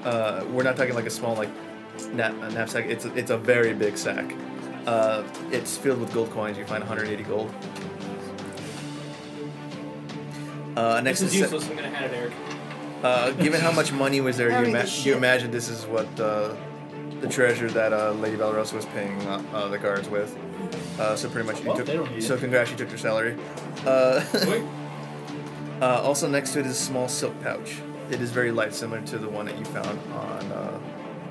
Speaker 5: uh, we're not talking like a small like nap, a knapsack. It's a, it's a very big sack. Uh, it's filled with gold coins. You find 180 gold. Uh, next
Speaker 7: This is
Speaker 5: is se-
Speaker 7: useless. I'm gonna hand it Eric.
Speaker 5: Uh, given how much money was there, you,
Speaker 4: Carry the
Speaker 5: ima- you
Speaker 4: shit.
Speaker 5: imagine this is what uh, the treasure that uh, Lady Valorosa was paying uh, uh, the guards with. Uh, so pretty much, you
Speaker 6: Well,
Speaker 5: took,
Speaker 6: they don't need
Speaker 5: so
Speaker 6: it.
Speaker 5: congrats, you took your salary. Uh, (laughs)
Speaker 7: Wait.
Speaker 5: Uh, also next to it is a small silk pouch. It is very light, similar to the one that you found on uh,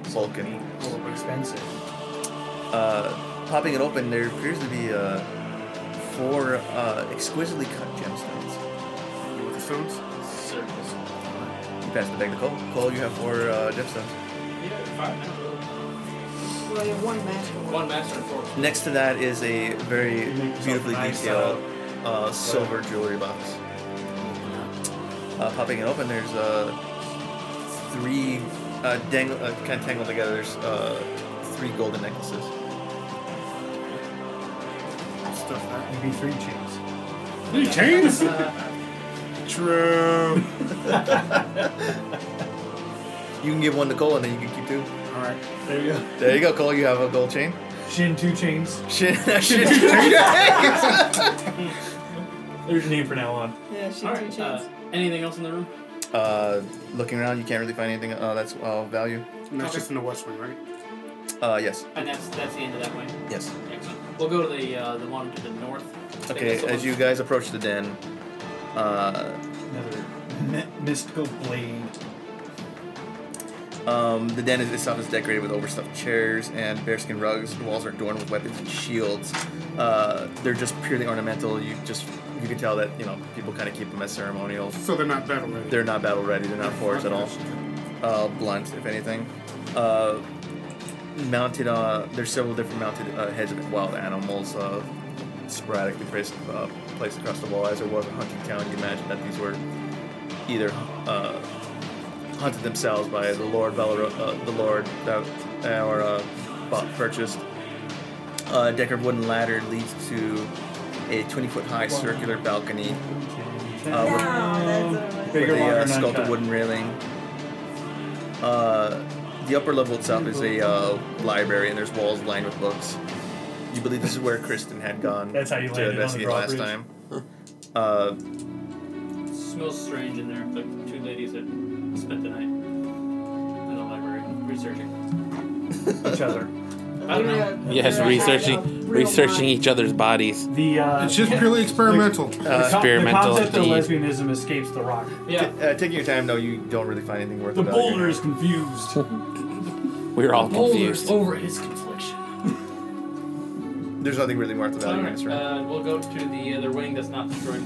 Speaker 5: Vulcan.
Speaker 6: Oh, expensive.
Speaker 5: Uh, popping it open, there appears to be uh, four uh, exquisitely cut gemstones.
Speaker 8: You want the stones?
Speaker 7: Circles.
Speaker 5: You pass the bag to Cole. Cole, you have four uh, gemstones.
Speaker 7: Yeah, five.
Speaker 4: Well, you have one magical one.
Speaker 7: One master and four.
Speaker 5: Next to that is a very
Speaker 6: You make yourself
Speaker 5: beautifully
Speaker 6: nice,
Speaker 5: detailed uh, silver jewelry box. Uh, popping it open, there's uh, three uh, dang- uh, kind of tangled together. There's uh, three golden necklaces.
Speaker 8: Stuff that.
Speaker 6: Maybe three chains.
Speaker 8: Three chains?
Speaker 6: (laughs)
Speaker 7: Uh,
Speaker 8: True.
Speaker 5: You can give one to Cole, and then you can keep two.
Speaker 8: All right.
Speaker 6: There you go.
Speaker 5: There you go, Cole. You have a gold chain. (laughs)
Speaker 6: Shin two chains.
Speaker 5: Shit, shit. (laughs) uh,
Speaker 6: There's your name for now on.
Speaker 4: Yeah, she
Speaker 7: all
Speaker 4: two
Speaker 7: right.
Speaker 4: chains.
Speaker 7: Uh, anything else in the room?
Speaker 5: Uh, looking around, you can't really find anything. Uh, that's all value.
Speaker 8: And that's
Speaker 7: Okay.
Speaker 8: just in the west wing, right?
Speaker 5: Uh, yes,
Speaker 7: And that's that's the end of that wing.
Speaker 5: yes.
Speaker 7: Excellent. We'll go to the uh, the one to the north. I think
Speaker 5: Okay,
Speaker 7: that's the
Speaker 5: as
Speaker 7: one-
Speaker 5: you guys approach the den, uh,
Speaker 6: Another mi- mystical blade.
Speaker 5: Um, the den itself is decorated with overstuffed chairs and bearskin rugs. The walls are adorned with weapons and shields. Uh, they're just purely ornamental. You just you can tell that you know people kind of keep them as ceremonial.
Speaker 8: So they're not battle ready.
Speaker 5: They're not battle ready. They're not forged at all. Uh, blunt, if anything. Uh, mounted. Uh, there's several different mounted uh, heads of wild animals uh, sporadically placed, uh, placed across the wall. As there was a hunting town, you imagine that these were either uh, hunted themselves by the Lord Valero- uh, the Lord that our uh, bought purchased. A deck of wooden ladder leads to a 20 foot high circular balcony uh,
Speaker 4: No,
Speaker 5: with
Speaker 4: that's what it was.
Speaker 6: Bigger,
Speaker 5: the
Speaker 6: longer,
Speaker 5: uh,
Speaker 6: and
Speaker 5: sculpted
Speaker 6: uncut.
Speaker 5: wooden railing. Uh, the upper level itself is a uh, library, and there's walls lined with books. You believe this is where Kristen had gone
Speaker 6: That's how you
Speaker 5: to
Speaker 6: landed on the
Speaker 5: investigate last
Speaker 6: drawbridge.
Speaker 5: time. Uh,
Speaker 7: smells strange in there. Like two ladies that spent the night in the library researching.
Speaker 6: each other.
Speaker 7: I don't know.
Speaker 1: Yes,
Speaker 4: Yeah.
Speaker 1: researching
Speaker 4: Real
Speaker 1: researching
Speaker 4: mind.
Speaker 1: each other's bodies.
Speaker 6: The uh,
Speaker 8: It's just purely experimental.
Speaker 6: the co-
Speaker 1: experimental
Speaker 6: The concept
Speaker 1: indeed.
Speaker 6: of lesbianism escapes the rock.
Speaker 7: Yeah.
Speaker 5: t- uh, taking your time, though, you don't really find anything worth
Speaker 6: The
Speaker 5: it. out here.
Speaker 6: boulder is confused.
Speaker 1: We were all confused.
Speaker 7: over his confliction.
Speaker 5: There's nothing really worth about in
Speaker 7: Alright,
Speaker 5: this room.
Speaker 7: uh, we'll go to the other wing that's not destroyed.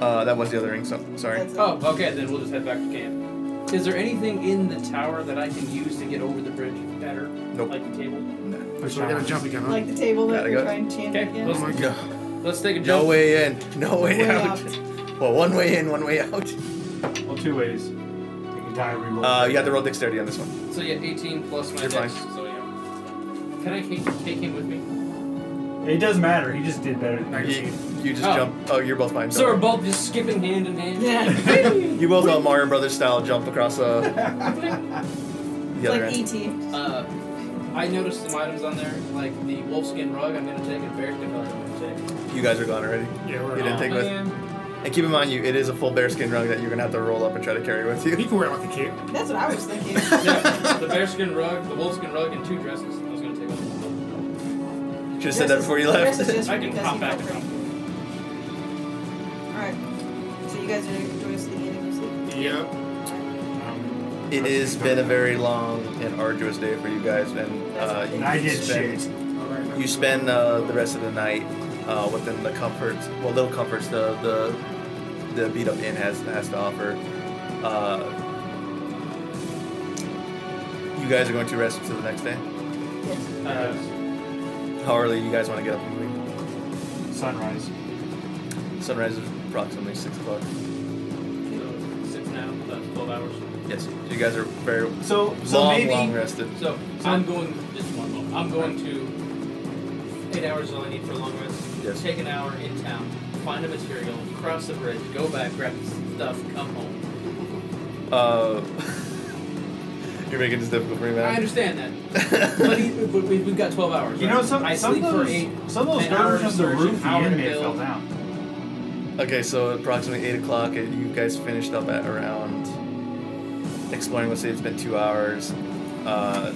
Speaker 5: Uh, that was the other ring. So, sorry. (laughs)
Speaker 4: That's it.
Speaker 7: Oh, okay, then we'll just head back to camp. Is there anything in the tower that I can use to get over the bridge better?
Speaker 5: Nope.
Speaker 7: Like the table?
Speaker 8: So I gotta jump again, huh?
Speaker 4: Like the table that
Speaker 5: Gotta
Speaker 4: we
Speaker 5: go.
Speaker 4: try and change
Speaker 7: Okay,
Speaker 4: again.
Speaker 8: oh my god.
Speaker 7: Let's take a
Speaker 5: No
Speaker 7: jump.
Speaker 5: way in. No way,
Speaker 4: Way
Speaker 5: out. (laughs) Well, one way in, one way out.
Speaker 6: well, two ways. You can die or reroll.
Speaker 5: Uh, you got to roll dexterity on this one.
Speaker 7: So yeah, 18 plus my
Speaker 5: You're
Speaker 7: dex.
Speaker 5: fine.
Speaker 7: So yeah. Can I take, take him with me?
Speaker 6: It doesn't matter. He just did better. Than (laughs)
Speaker 5: You,
Speaker 6: me.
Speaker 5: you just
Speaker 7: Oh.
Speaker 5: jump. Oh, you're both fine.
Speaker 7: So we're
Speaker 5: don't worry.
Speaker 7: both just skipping hand in
Speaker 4: (laughs)
Speaker 7: hand.
Speaker 4: Yeah.
Speaker 5: You both uh, Mario Brothers style jump across uh, the
Speaker 4: it's
Speaker 5: other
Speaker 4: like E
Speaker 5: end.
Speaker 4: E.T.
Speaker 7: Uh, I noticed some items on there, like the wolfskin rug. I'm gonna take and bearskin rug. I'm gonna take.
Speaker 5: You guys are gone already.
Speaker 8: Yeah, we're
Speaker 5: You
Speaker 8: out.
Speaker 5: didn't take with.
Speaker 7: Man,
Speaker 5: And keep in mind, you it is a full bearskin rug that you're gonna have to roll up and try to carry with
Speaker 8: You
Speaker 5: you. (laughs)
Speaker 8: can wear it like a cape.
Speaker 4: That's what I was thinking.
Speaker 7: (laughs) yeah, the bearskin rug, the wolfskin rug, and two dresses. I was gonna take one.
Speaker 5: Should have said that before you left.
Speaker 4: This is just
Speaker 7: I can
Speaker 4: because
Speaker 7: pop
Speaker 4: you
Speaker 7: back
Speaker 4: felt great. Alright. So you guys are going to join us to the end of sleep?
Speaker 8: Yep.
Speaker 5: it has been a very long and arduous day for you guys, and uh, you
Speaker 6: And I did
Speaker 5: spend
Speaker 6: shit.
Speaker 5: you spend uh, the rest of the night uh, within the comforts, well, little comforts the the the beat up inn has has to offer. Uh, you guys are going to rest until the next day.
Speaker 4: Yes.
Speaker 7: Uh,
Speaker 5: How early you guys want to get up and leave?
Speaker 6: Sunrise.
Speaker 5: Sunrise is approximately six o'clock.
Speaker 7: so six now, that's 12 hours.
Speaker 5: Yes, you guys are very
Speaker 6: So, so
Speaker 5: long,
Speaker 6: maybe
Speaker 5: long rested.
Speaker 7: So I'm going just one moment. I'm going to eight hours is all I need for a long rest.
Speaker 5: Yes.
Speaker 7: Take an hour in town, find a material, cross the bridge, go back, grab stuff, come home.
Speaker 5: Uh, (laughs) you're making this difficult for me,
Speaker 7: I
Speaker 5: man.
Speaker 7: understand that.
Speaker 5: (laughs)
Speaker 7: but he, but we, we've got 12 hours.
Speaker 6: you
Speaker 7: right?
Speaker 6: know some
Speaker 7: I
Speaker 6: some
Speaker 7: sleep
Speaker 6: of
Speaker 7: for
Speaker 6: those
Speaker 7: eight.
Speaker 6: some of those
Speaker 7: an hour
Speaker 6: doors from the
Speaker 7: search,
Speaker 6: roof
Speaker 7: an
Speaker 6: the
Speaker 7: hour to
Speaker 6: inmate
Speaker 7: build.
Speaker 6: fell down.
Speaker 5: okay, so approximately eight o'clock, it- you guys finished up at around exploring. Let's say it's been two hours. Uh,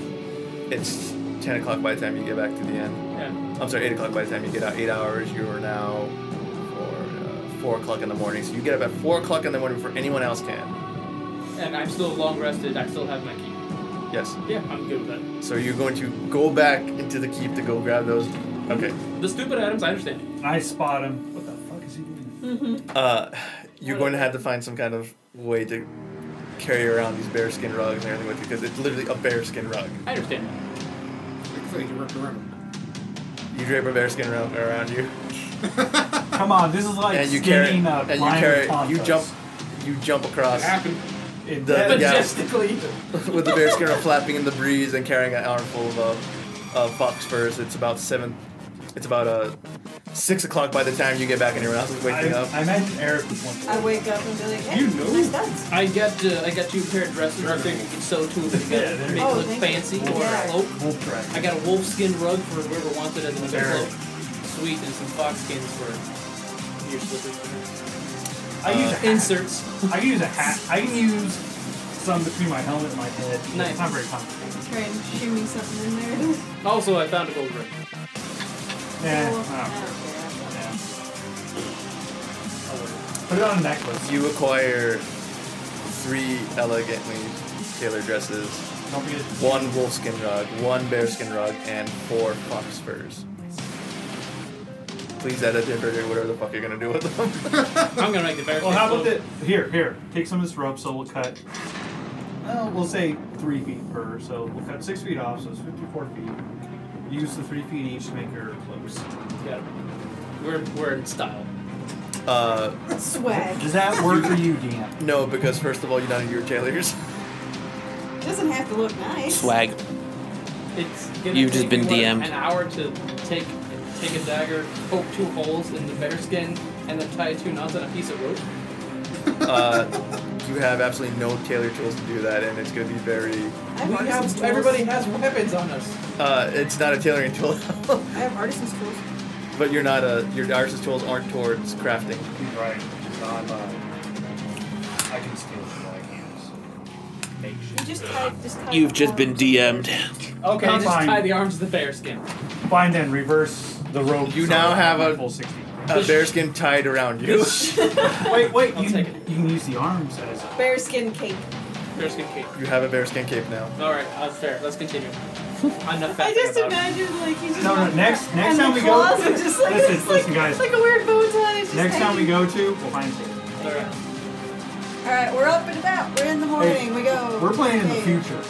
Speaker 5: it's ten o'clock by the time you get back to the inn.
Speaker 7: Yeah.
Speaker 5: I'm sorry, eight o'clock by the time you get out. Eight hours. You are now four, uh, four o'clock in the morning. So you get up at four o'clock in the morning before anyone else can.
Speaker 7: And I'm still long rested. I still have my key.
Speaker 5: Yes.
Speaker 7: Yeah, I'm good with that.
Speaker 5: So you're going to go back into the keep to go grab those. Okay.
Speaker 7: The stupid items, I understand.
Speaker 6: I spot him. What the fuck is he doing?
Speaker 5: Uh, you're going to have to find some kind of way to carry around these bearskin rugs and everything with you because it's literally a bearskin rug.
Speaker 7: I understand. that.
Speaker 8: Looks like you wrapped around.
Speaker 5: You drape a bearskin rug around you,
Speaker 6: Come on, this is like
Speaker 5: and you carry,
Speaker 6: skinning a
Speaker 5: and you
Speaker 6: lion
Speaker 5: carry,
Speaker 6: with
Speaker 5: you
Speaker 6: tatas.
Speaker 5: jump, you jump
Speaker 6: (laughs)
Speaker 5: across
Speaker 8: Happened.
Speaker 6: It-
Speaker 5: the-
Speaker 6: that-
Speaker 5: yeah.
Speaker 7: Majestically.
Speaker 5: with the bearskin rug flapping in the breeze and carrying an armful of, uh, of fox furs. It's about seven, it's about uh, six o'clock by the time you get back and everyone else is waking
Speaker 6: I,
Speaker 5: up.
Speaker 6: I imagine Eric was one.
Speaker 4: I wake up and be like, hey,
Speaker 8: You know.
Speaker 4: nice duds.
Speaker 7: I got uh, I got two pair of dresses. I think you can sew two of them together.
Speaker 6: Yeah,
Speaker 7: Make it
Speaker 4: oh,
Speaker 7: look
Speaker 4: thank you.
Speaker 7: fancy or
Speaker 4: Yeah.
Speaker 7: a cloak.
Speaker 6: Wolf track.
Speaker 7: I got a wolf skin rug for whoever wants it as a winter
Speaker 6: Fair.
Speaker 7: cloak. Sweet, and some fox skins for your slippers. Uh,
Speaker 6: I use a hat.
Speaker 7: Inserts.
Speaker 6: I can use a hat. I can use some between my helmet and my head.
Speaker 7: Nice.
Speaker 6: It's not very complicated.
Speaker 4: Try and shimmy something in there.
Speaker 7: Also, I found a gold ring.
Speaker 4: (laughs)
Speaker 6: Yeah.
Speaker 4: Well,
Speaker 6: I don't know.
Speaker 4: I don't care.
Speaker 6: Yeah. Put it on a necklace.
Speaker 5: You acquire three elegantly tailor dresses,
Speaker 6: Don't forget to
Speaker 5: one wolfskin rug, one bearskin rug, and four fox furs. Please edit it or do whatever the fuck you're gonna do with them. (laughs)
Speaker 7: I'm gonna make the bear.
Speaker 6: Well, how about
Speaker 7: clothes.
Speaker 6: this? Here, here. Take some of this rope, so we'll cut. Uh, we'll say three feet per, so we'll cut six feet off, so it's 54 feet. Use the three feet each to make your clothes.
Speaker 7: Yeah. We're, we're in style.
Speaker 5: uh,
Speaker 4: Swag.
Speaker 6: Does that work for you, DM?
Speaker 5: no, because first of all, you're not your tailors. (laughs)
Speaker 4: Doesn't have to look nice.
Speaker 2: Swag.
Speaker 7: It's gonna
Speaker 2: You've just
Speaker 7: take
Speaker 2: been
Speaker 7: me, what,
Speaker 2: DM'd.
Speaker 7: An hour to take take a dagger, poke two holes in the bear skin, and then tie two knots on a piece of rope.
Speaker 5: Uh, you have absolutely no tailor tools to do that, and it's gonna be very.
Speaker 4: I
Speaker 7: We
Speaker 4: artisan's
Speaker 7: have
Speaker 4: tools.
Speaker 7: everybody has weapons on us.
Speaker 5: Uh, it's not a tailoring tool, (laughs)
Speaker 4: I have artisan's tools.
Speaker 5: but you're not a your artist's tools aren't towards crafting.
Speaker 13: He's right. He's not, uh, I can steal from my hands. Make
Speaker 4: You
Speaker 13: shit.
Speaker 4: just tied, just tied
Speaker 2: You've just been DM'd.
Speaker 7: Okay,
Speaker 6: I'm
Speaker 7: just
Speaker 6: fine.
Speaker 7: tie the arms to the bear skin.
Speaker 6: Fine then, reverse the rope.
Speaker 5: You
Speaker 6: so
Speaker 5: now have a-
Speaker 6: full 60.
Speaker 5: A bearskin tied around you.
Speaker 6: Wait, wait.
Speaker 7: I'll
Speaker 6: you,
Speaker 7: take it.
Speaker 6: you can use the arms as.
Speaker 4: Bearskin cape.
Speaker 7: Bear skin cape.
Speaker 5: (laughs) You have a bearskin cape now.
Speaker 7: All right, that's fair.
Speaker 4: (laughs)
Speaker 7: Let's continue. I'm not
Speaker 4: I just
Speaker 7: about it.
Speaker 4: imagine like he's just
Speaker 6: No, no,
Speaker 4: walking
Speaker 6: next-
Speaker 4: around,
Speaker 6: next
Speaker 4: and
Speaker 6: time
Speaker 4: the
Speaker 6: we go-
Speaker 4: claws are just like
Speaker 6: Listen,
Speaker 4: it's
Speaker 6: listen,
Speaker 4: like,
Speaker 6: guys.
Speaker 4: like a weird bow tie. It's just
Speaker 6: Next time we
Speaker 4: hanging.
Speaker 6: go to, we'll find a table.
Speaker 7: All right.
Speaker 4: All right, we're up and about. We're in the morning. we go.
Speaker 6: We're playing in the
Speaker 4: Hey.
Speaker 6: future.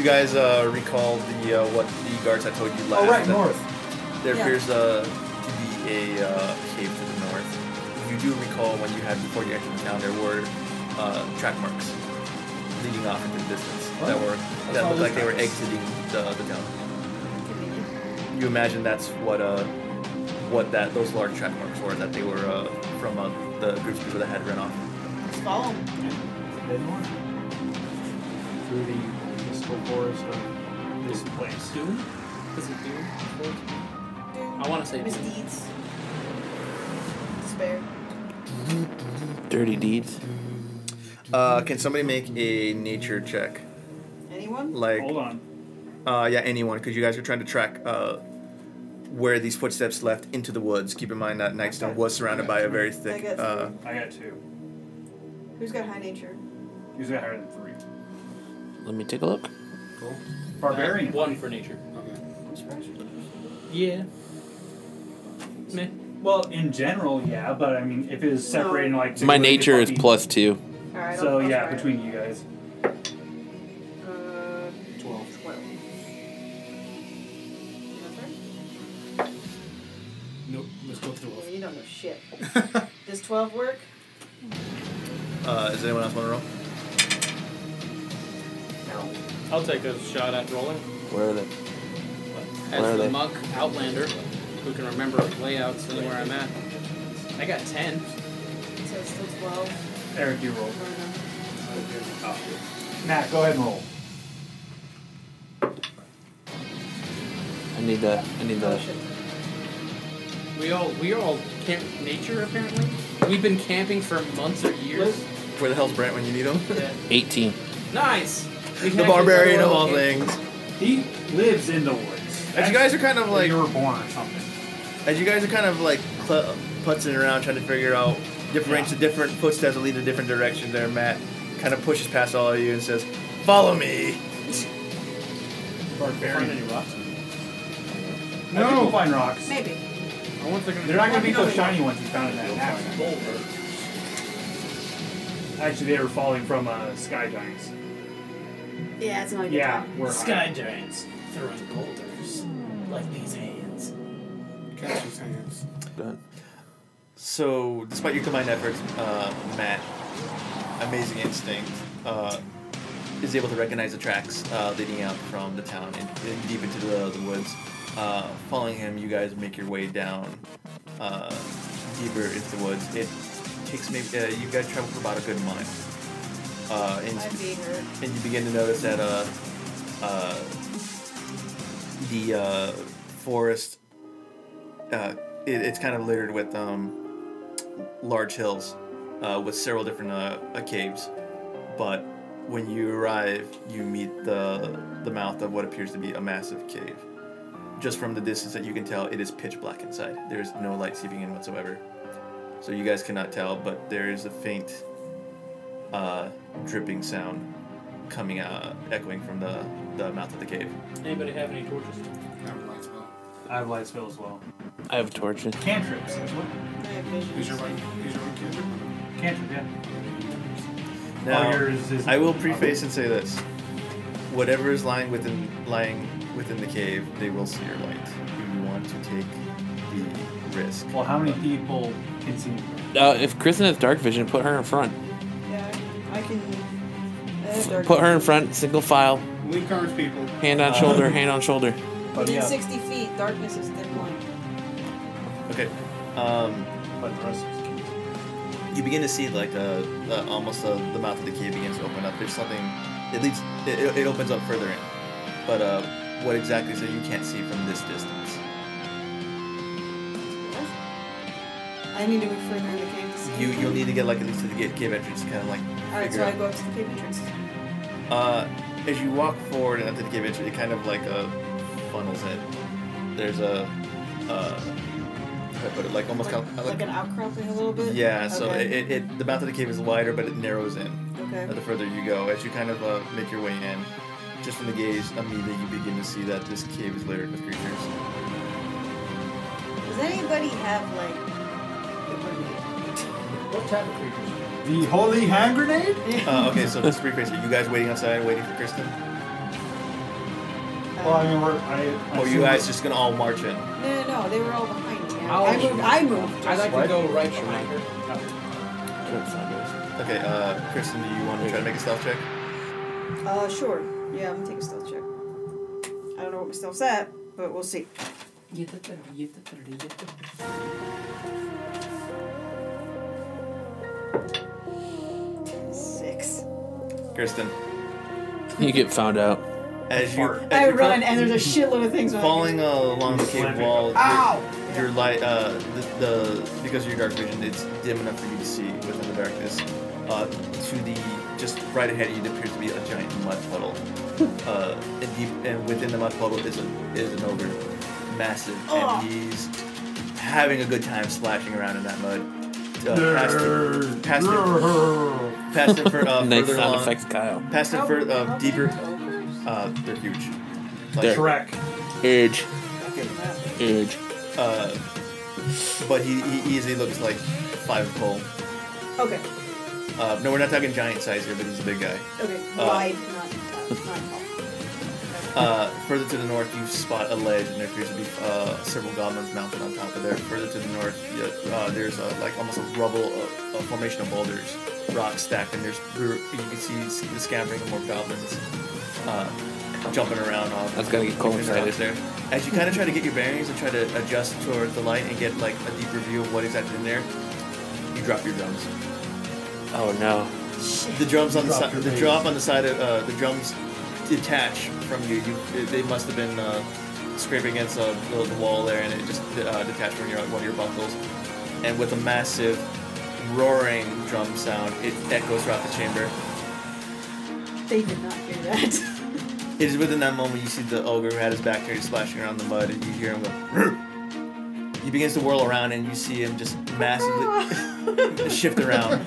Speaker 5: You guys uh, recall the uh, what the guards had told you last.
Speaker 6: Oh, right,
Speaker 5: that
Speaker 6: north.
Speaker 5: There
Speaker 4: Yeah.
Speaker 5: appears uh, to be a uh, cave to the north. You do recall when you had before you entered town, there were uh, track marks leading off into the distance that were that
Speaker 6: all
Speaker 5: looked
Speaker 6: those
Speaker 5: like they were
Speaker 6: tracks.
Speaker 5: exiting the, the town. You imagine that's what uh, what that those large track marks were that they were uh, from uh, the groups of people that had run off.
Speaker 4: Just follow 'em.
Speaker 6: Then north. Through the mystical forest of this place.
Speaker 7: Doom? Is it Doom? I want to say Doom.
Speaker 4: Misdeeds. Despair.
Speaker 2: Dirty deeds.
Speaker 5: Uh, can somebody make a nature check?
Speaker 4: Anyone?
Speaker 5: Like,
Speaker 6: Hold on.
Speaker 5: uh, yeah, anyone, because you guys are trying to track uh, where these footsteps left into the woods. Keep in mind that Nightstone was surrounded by a very
Speaker 4: I
Speaker 5: thick.
Speaker 4: guess.
Speaker 5: Uh,
Speaker 6: I got two.
Speaker 4: Who's got high nature?
Speaker 6: He's got higher than three.
Speaker 2: Let me take a look.
Speaker 8: Cool.
Speaker 6: Barbarian.
Speaker 7: One for nature.
Speaker 8: Okay.
Speaker 4: I'm surprised you didn't.
Speaker 7: Yeah. Meh.
Speaker 6: Well, in general, yeah, but I mean, if it is separating like two,
Speaker 2: My
Speaker 6: it'd be
Speaker 2: nature is
Speaker 6: funky.
Speaker 2: plus two.
Speaker 4: All right.
Speaker 6: So
Speaker 4: I'll, I'll
Speaker 6: yeah,
Speaker 4: try it.
Speaker 6: between you guys,
Speaker 4: Uh,
Speaker 6: twelve.
Speaker 4: twelve. You know, sir?
Speaker 8: Nope. Let's go
Speaker 4: Yeah,
Speaker 8: through.
Speaker 4: You don't know shit. Does twelve work?
Speaker 5: (laughs) uh, does anyone else want to roll?
Speaker 7: I'll take a shot at rolling.
Speaker 2: Where are they?
Speaker 7: As
Speaker 2: Where are
Speaker 7: the
Speaker 2: they?
Speaker 7: monk outlander who can remember layouts and where I'm at. I got ten.
Speaker 4: So it's still twelve.
Speaker 6: Eric, you roll.
Speaker 4: I don't know.
Speaker 6: Matt, go ahead and roll.
Speaker 2: I need the. I need
Speaker 4: Oh,
Speaker 2: the.
Speaker 4: shit.
Speaker 7: We all we all camp nature apparently. We've been camping for months or (laughs) years.
Speaker 5: Where the hell's Brent when you
Speaker 4: (laughs)
Speaker 5: need him?
Speaker 7: Yeah.
Speaker 2: Eighteen.
Speaker 7: Nice. We can
Speaker 5: the
Speaker 7: actually
Speaker 5: barbarian
Speaker 7: go
Speaker 5: of
Speaker 7: to a
Speaker 5: all
Speaker 7: camp.
Speaker 5: things.
Speaker 6: He lives in the woods.
Speaker 5: As you guys are kind of
Speaker 6: Where
Speaker 5: like,
Speaker 6: you were born or something.
Speaker 5: as you guys are kind of like pl- putzing around trying to figure out different the different footsteps that lead to different directions. There, Matt kind of pushes past all of you and says, "Follow me."
Speaker 7: Find
Speaker 6: Barbarian.
Speaker 7: any rocks?
Speaker 6: No, people find rocks.
Speaker 4: Maybe.
Speaker 7: I wonder if they're gonna
Speaker 6: They're not going to be
Speaker 7: Well,
Speaker 6: those shiny ones you found in that
Speaker 7: no,
Speaker 6: map.
Speaker 7: they're gold.
Speaker 6: Actually, they were falling from uh, sky giants.
Speaker 14: Yeah, it's not
Speaker 6: Yeah, we're
Speaker 7: Sky giants throwing boulders like these hands.
Speaker 8: Catch his hands.
Speaker 2: Done.
Speaker 5: So, despite your combined efforts, uh, Matt, amazing instinct, uh, is able to recognize the tracks uh, leading out from the town and, and deep into the, the woods. Uh, following him, you guys make your way down uh, deeper into the woods. It takes maybe uh, you guys travel for about a good mile, uh,
Speaker 4: I'd
Speaker 5: and,
Speaker 4: be hurt.
Speaker 5: and you begin to notice that uh, uh, the uh, forest uh, it, it's kind of littered with um, large hills uh, with several different uh, uh, caves. But when you arrive, you meet the the mouth of what appears to be a massive cave. Just from the distance that you can tell, it is pitch black inside. There is no light seeping in whatsoever. So you guys cannot tell, but there is a faint uh, dripping sound coming out, echoing from the, the mouth of the cave.
Speaker 7: Anybody have any torches?
Speaker 3: Never mind, spell.
Speaker 6: I have light spell as well.
Speaker 2: I have torches.
Speaker 6: Cantrips. That's what?
Speaker 3: Use your one. Use your one cantrip.
Speaker 6: Cantrip, yeah.
Speaker 5: Now,
Speaker 6: All yours is-
Speaker 5: Um, I will preface and say this: whatever is lying within lying within the cave, they will see your light. Do you want to take the risk?
Speaker 6: Well, how many people can see?
Speaker 2: Uh, if Kristen has dark vision, put her in front.
Speaker 4: Yeah, I can. Uh, dark
Speaker 2: Put her in front, single file,
Speaker 3: Link arms, people.
Speaker 2: hand on shoulder, hand on shoulder.
Speaker 6: But
Speaker 4: Within
Speaker 6: yeah,
Speaker 4: 60 feet, darkness is thin line.
Speaker 5: Okay. Um,
Speaker 6: but the rest is
Speaker 5: you begin to see like uh, uh, almost uh, the mouth of the cave begins to open up. There's something. It leads. It, it- it opens up further in. But uh, what exactly is it you can't see from this distance?
Speaker 4: I need to go further in the cave to see.
Speaker 5: You you'll need to get like at least to the gate, cave entrance, kind of like.
Speaker 4: Alright,
Speaker 5: figure
Speaker 4: so I
Speaker 5: out-
Speaker 4: go up to the cave entrance.
Speaker 5: Uh, as you walk forward and up to the cave entrance, it kind of like uh, funnels it. There's a, uh, how do I put it like almost
Speaker 4: like,
Speaker 5: kind of
Speaker 4: like
Speaker 5: like,
Speaker 4: an outcropping a little bit?
Speaker 5: uh, yeah. So
Speaker 4: okay.
Speaker 5: it, it, it the mouth of the cave is wider, but it narrows in
Speaker 4: Okay.
Speaker 5: uh, the further you go. As you kind of uh, make your way in, just from the gaze, immediately you begin to see that this cave is littered with creatures.
Speaker 4: (laughs) Does anybody have, like. the grenade?
Speaker 7: What type of creatures?
Speaker 6: The holy hand grenade?
Speaker 5: uh, okay, so just rephrase it. You guys waiting outside, waiting for Kristen?
Speaker 6: Well, I mean, we're. I, I
Speaker 5: Or Oh, you
Speaker 6: assume-
Speaker 5: guys just gonna all march
Speaker 4: No,
Speaker 5: in?
Speaker 4: no, no, they were all behind me.
Speaker 7: I'll-
Speaker 4: I moved. Oh. I moved.
Speaker 7: I'd like
Speaker 6: What?
Speaker 7: to go right behind her.
Speaker 5: Okay, uh, Kristen, do you want to try to make a stealth check?
Speaker 4: Uh, sure. Yeah, I'm gonna take a stealth check. I don't know what my stealth's at, but we'll see. Six.
Speaker 5: Kristen,
Speaker 2: You get found out.
Speaker 5: as you as
Speaker 4: I
Speaker 5: you
Speaker 4: run, and there's a shitload of things on
Speaker 5: falling uh, along the cave
Speaker 6: Slamming.
Speaker 5: wall. your-
Speaker 4: Ow!
Speaker 5: Your light, uh, the, the because of your dark vision, it's dim enough for you to see within the darkness. Uh, to the just right ahead, of you, it appears to be a giant mud
Speaker 4: (laughs)
Speaker 5: puddle. uh, and, deep, and within the mud puddle is a, is an ogre, massive,
Speaker 4: Ugh.
Speaker 5: and he's having a good time splashing around in that mud. Uh, past him, past him, past him for uh,
Speaker 2: (laughs) nice
Speaker 5: further
Speaker 2: sound
Speaker 5: along,
Speaker 2: effects, Kyle.
Speaker 5: past him
Speaker 4: How-
Speaker 5: for uh,
Speaker 4: how
Speaker 5: deeper.
Speaker 4: big are ogres?
Speaker 5: Uh, they're huge.
Speaker 2: They're-
Speaker 6: Shrek.
Speaker 2: Urge,
Speaker 4: Fucking hell.
Speaker 2: urge.
Speaker 5: Uh, but he, he easily looks like five full.
Speaker 4: Okay,
Speaker 5: Uh, no, we're not talking giant size here, but he's a big guy.
Speaker 4: okay.
Speaker 5: Uh,
Speaker 4: Wide, not, not, not tall.
Speaker 5: Uh, further to the north, you spot a ledge, and there appears to be uh, several goblins mounted on top of there. Further to the north, yeah, uh, there's uh, like almost a rubble, uh, a, a formation of boulders, rocks stacked, and there's you can see s- the scattering of more goblins uh, jumping around. Off
Speaker 2: That's gonna get cold inside,
Speaker 5: there. As you kind of try to get your bearings and try to adjust towards the light and get like a deeper view of what exactly in there, you drop your drums.
Speaker 2: Oh no.
Speaker 5: The drums on the
Speaker 6: Drop
Speaker 5: side,
Speaker 6: your
Speaker 5: the
Speaker 6: bass.
Speaker 5: drop on the side of uh, the drums detach from you. You, they must have been uh, scraping against uh, the, the wall there, and it just uh, detached from your one of your buckles. And with a massive roaring drum sound, it echoes throughout the chamber.
Speaker 4: They did not hear that.
Speaker 5: It is within that moment you see the ogre who had his back turned, splashing around the mud, and you hear him go. "Rrr." He begins to whirl around, and you see him just massively shift around.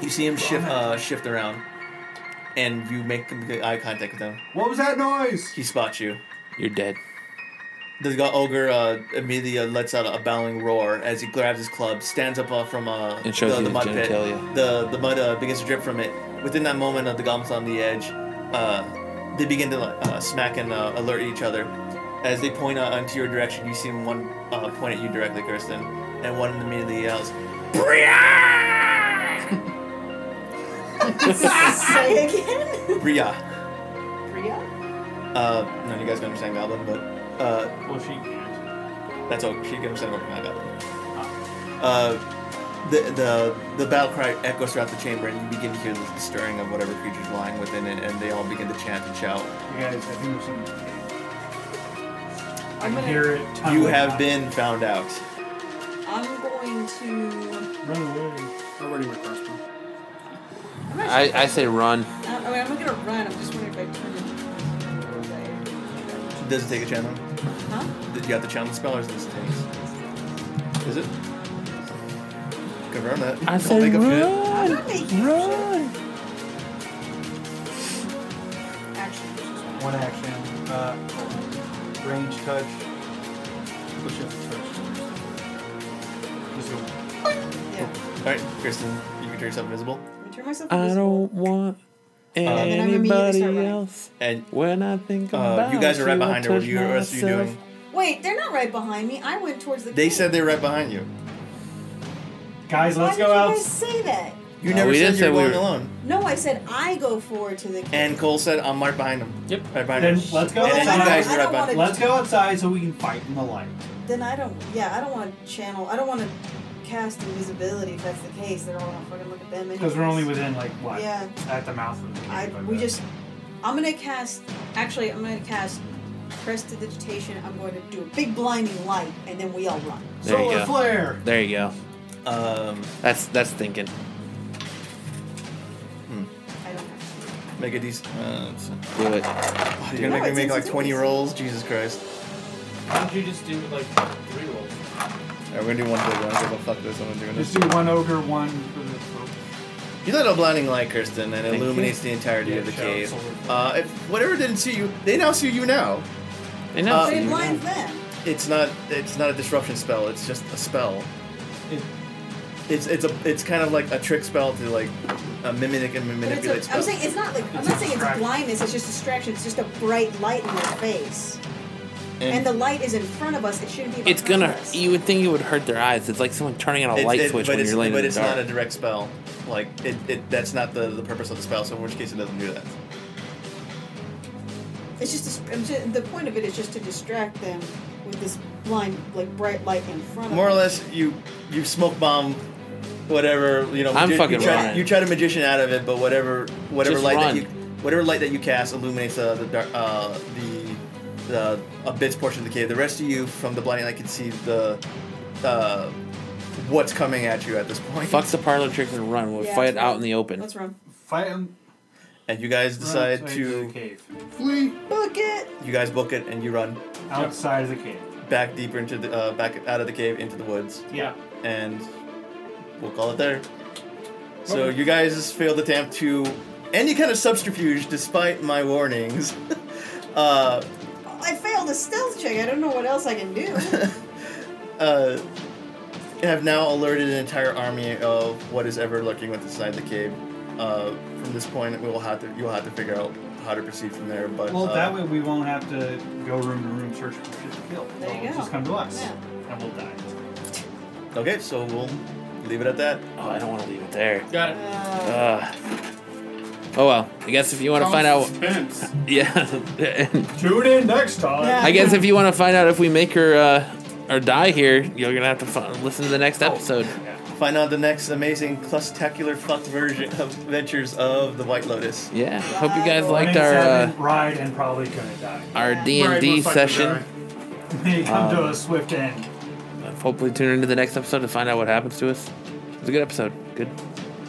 Speaker 5: You see him shift uh, shift around, and you make complete eye contact with him.
Speaker 6: What was that noise?
Speaker 5: He spots you.
Speaker 2: You're dead.
Speaker 5: The go- ogre uh, immediately uh, lets out a bowing roar as he grabs his club, stands up uh, from uh,
Speaker 2: And shows
Speaker 5: the,
Speaker 2: you
Speaker 5: the
Speaker 2: his
Speaker 5: mud pit.
Speaker 2: genitalia.
Speaker 5: The the mud uh, begins to drip from it. Within that moment, uh, the goblins on the edge, uh, they begin to uh, smack and uh, alert each other. As they point uh, into your direction, you see them one uh, point at you directly, Kirsten, and one immediately yells,
Speaker 4: (laughs) Say again?
Speaker 5: "Bria!"
Speaker 4: Priya?
Speaker 5: Uh, none of you guys can understand Goblin, but uh,
Speaker 6: Well, she can't.
Speaker 5: That's all. She can understand what I got. Uh, the the the battle cry echoes throughout the chamber, and you begin to hear the stirring of whatever creatures lying within it, and they all begin to chant and shout.
Speaker 6: You guys, I think there's some. I can
Speaker 4: I'm gonna-
Speaker 6: hear it.
Speaker 5: You
Speaker 6: tumbling
Speaker 5: have
Speaker 6: out.
Speaker 5: been found out.
Speaker 15: I'm going to.
Speaker 6: Run away.
Speaker 3: I'm running my crossbow.
Speaker 2: I, I say run.
Speaker 4: I, I mean, uh, I'm not gonna run. I'm just wondering if I turn it.
Speaker 5: Does it take a channel?
Speaker 4: Huh?
Speaker 5: Did you have to channel the spell, or is this takes? Is it? Confirm that.
Speaker 2: I
Speaker 5: Don't
Speaker 2: say
Speaker 5: make up shit.
Speaker 2: run.
Speaker 4: I'm not making
Speaker 2: Run.
Speaker 6: one action. Uh, range touch.
Speaker 3: Push up the touch.
Speaker 6: Just go.
Speaker 4: Yeah.
Speaker 5: All right, Kristen, you can turn yourself invisible,
Speaker 4: Let me turn myself
Speaker 2: I
Speaker 4: invisible.
Speaker 2: don't want
Speaker 4: then I remember you to
Speaker 2: anybody
Speaker 4: start running.
Speaker 2: else.
Speaker 5: and
Speaker 2: When I think
Speaker 5: uh,
Speaker 2: about
Speaker 5: you guys are right
Speaker 2: I
Speaker 5: behind her. What are
Speaker 2: touch
Speaker 5: you, what else are you
Speaker 2: myself.
Speaker 5: doing?
Speaker 16: Wait, they're not right behind me. I went towards the.
Speaker 5: They
Speaker 16: gate.
Speaker 5: said they're right behind you.
Speaker 6: Guys,
Speaker 4: Why
Speaker 6: let's
Speaker 4: did
Speaker 6: go
Speaker 4: you
Speaker 6: out.
Speaker 4: guys say that?
Speaker 5: You
Speaker 2: No,
Speaker 5: never
Speaker 2: we
Speaker 5: said
Speaker 2: didn't
Speaker 5: you were
Speaker 2: say we
Speaker 5: going
Speaker 2: were-
Speaker 5: alone.
Speaker 16: No, I said I go forward to the. gate.
Speaker 5: And Cole said, "I'm right behind him."
Speaker 7: Yep.
Speaker 5: Right behind
Speaker 6: Then
Speaker 5: him.
Speaker 6: let's go
Speaker 5: And then you
Speaker 6: outside.
Speaker 5: guys
Speaker 16: I
Speaker 5: are
Speaker 16: don't
Speaker 5: right behind.
Speaker 16: wanna-
Speaker 6: Let's go outside so we can fight in the light.
Speaker 4: Then I don't. Yeah, I don't want to channel. I don't want to cast invisibility if that's the case. They're all gonna fucking look at them.
Speaker 6: Because we're only within like what?
Speaker 4: Yeah.
Speaker 6: At the mouth of the
Speaker 4: I
Speaker 6: cave,
Speaker 4: we
Speaker 6: bet.
Speaker 4: just. I'm gonna cast. Actually, I'm gonna cast prestidigitation. I'm going to do a big blinding light, and then we all run.
Speaker 2: There you
Speaker 6: Solar
Speaker 2: go.
Speaker 6: flare.
Speaker 2: There you go.
Speaker 5: uh, Um,
Speaker 2: That's that's thinking.
Speaker 4: I don't know.
Speaker 5: make a decent. Uh, let's see.
Speaker 2: Do it.
Speaker 5: Oh, you're
Speaker 4: No,
Speaker 5: gonna make me
Speaker 4: it's
Speaker 5: make like
Speaker 4: instantaneous.
Speaker 5: 20 rolls. Jesus Christ.
Speaker 7: Why don't you just do like three rolls?
Speaker 5: All right, we're gonna do one big one. I don't give a fuck this. I'm doing this.
Speaker 6: Just do one ogre, one for the.
Speaker 5: You lit a blinding light, Kristen, and it
Speaker 2: Thank
Speaker 5: illuminates the entirety of the
Speaker 6: Yeah, shower,
Speaker 5: cave.
Speaker 6: solar flare.
Speaker 5: Uh, if whatever didn't see you, they now see you now.
Speaker 2: And now
Speaker 5: Uh,
Speaker 2: see
Speaker 4: They
Speaker 2: you.
Speaker 4: blind them.
Speaker 5: It's not. It's not a disruption spell. It's just a spell.
Speaker 6: It-
Speaker 5: It's it's a it's kind of like a trick spell to like uh, mimic and
Speaker 4: But it's
Speaker 5: manipulate
Speaker 4: a, I'm
Speaker 5: spells.
Speaker 4: saying it's not like I'm
Speaker 6: It's
Speaker 4: not
Speaker 6: a
Speaker 4: saying it's
Speaker 6: distraction.
Speaker 4: blindness. It's just distraction. It's just a bright light in their face, and, the light is in front of us. It shouldn't be.
Speaker 2: It's
Speaker 4: behind
Speaker 2: gonna.
Speaker 4: us.
Speaker 2: You would think it would hurt their eyes. It's like someone turning on a
Speaker 5: It-
Speaker 2: light
Speaker 5: it-
Speaker 2: switch
Speaker 5: but
Speaker 2: when
Speaker 5: it's,
Speaker 2: you're laying in
Speaker 5: but
Speaker 2: the
Speaker 5: it's
Speaker 2: dark.
Speaker 5: not a direct spell. Like it, it that's not the, the purpose of the spell. So in which case it doesn't do that.
Speaker 4: It's just, dis- I'm just the point of it is just to distract them with this blind, like bright light in front.
Speaker 5: More or
Speaker 4: of them.
Speaker 5: less, you you smoke bomb, whatever you know.
Speaker 2: I'm
Speaker 5: magi-
Speaker 2: fucking
Speaker 5: you try,
Speaker 2: running.
Speaker 5: You try to magician out of it, but whatever whatever
Speaker 2: Just
Speaker 5: light
Speaker 2: run.
Speaker 5: that you whatever light that you cast illuminates uh, the dark uh, the the a bits portion of the cave. The rest of you from the blinding light can see the uh, what's coming at you at this point.
Speaker 2: Fuck the parlor tricks and run. We'll
Speaker 4: Yeah,
Speaker 2: fight
Speaker 4: that's
Speaker 2: out
Speaker 4: right.
Speaker 2: in the open.
Speaker 4: Let's run.
Speaker 6: Fight him.
Speaker 5: And you guys decide
Speaker 6: outside the
Speaker 5: to
Speaker 6: cave.
Speaker 3: Flee!
Speaker 4: Book it.
Speaker 5: you guys book it and you run
Speaker 6: Outside of the cave.
Speaker 5: back deeper into the uh, back out of the cave into the woods.
Speaker 6: Yeah.
Speaker 5: and we'll call it there. So you guys failed to attempt to any kind of subterfuge despite my warnings. (laughs) uh,
Speaker 4: I failed a stealth check. I don't know what else I can
Speaker 2: (laughs)
Speaker 4: do.
Speaker 5: uh, have now alerted an entire army of what is ever lurking with inside the cave. Uh, from this point, we will have to you'll have to figure out how to proceed from there. But
Speaker 6: Well,
Speaker 5: uh,
Speaker 6: that way we won't have to go room to room search for shit to kill.
Speaker 4: There
Speaker 6: They'll
Speaker 4: you go.
Speaker 6: Just come to us,
Speaker 4: Yeah.
Speaker 6: and we'll die.
Speaker 5: okay, so we'll leave it at that.
Speaker 2: Oh, I don't want to leave it there.
Speaker 7: Got it.
Speaker 4: Uh,
Speaker 2: Ugh. Oh well. I guess if you want to find out,
Speaker 3: Suspense.
Speaker 2: yeah. (laughs)
Speaker 6: Tune in next time.
Speaker 4: Yeah.
Speaker 2: I guess if you want to find out if we make her uh, or die here, you're gonna have to f- listen to the next episode.
Speaker 5: Find out the next amazing clustacular fuck version of adventures of the White Lotus.
Speaker 2: Yeah. Hope you guys
Speaker 6: Morning
Speaker 2: liked our uh,
Speaker 6: seven, ride and probably gonna die. (laughs)
Speaker 2: our D
Speaker 3: Right,
Speaker 2: and D
Speaker 3: we'll fucking
Speaker 2: session.
Speaker 3: die.
Speaker 6: May come to
Speaker 2: um,
Speaker 6: a swift end.
Speaker 2: Hopefully, tune into the next episode to find out what happens to us. It was a good episode. Good.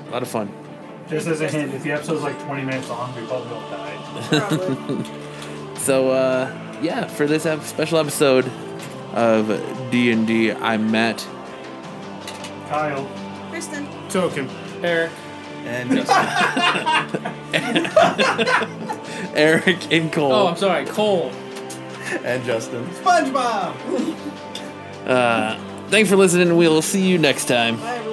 Speaker 2: A lot of fun.
Speaker 6: Just as a hint, if the episode's like 20 minutes long, we probably won't die.
Speaker 2: (laughs)
Speaker 4: probably.
Speaker 2: So uh, yeah, for this ep- special episode of D and D, I'm Matt.
Speaker 6: Kyle.
Speaker 4: Kristen.
Speaker 3: Token. Eric.
Speaker 5: And Justin. (laughs)
Speaker 2: Eric and Cole.
Speaker 7: Oh, I'm sorry, Cole.
Speaker 5: and Justin.
Speaker 6: SpongeBob!
Speaker 2: Uh, thanks for listening. We'll see you next time.
Speaker 4: Bye, everyone.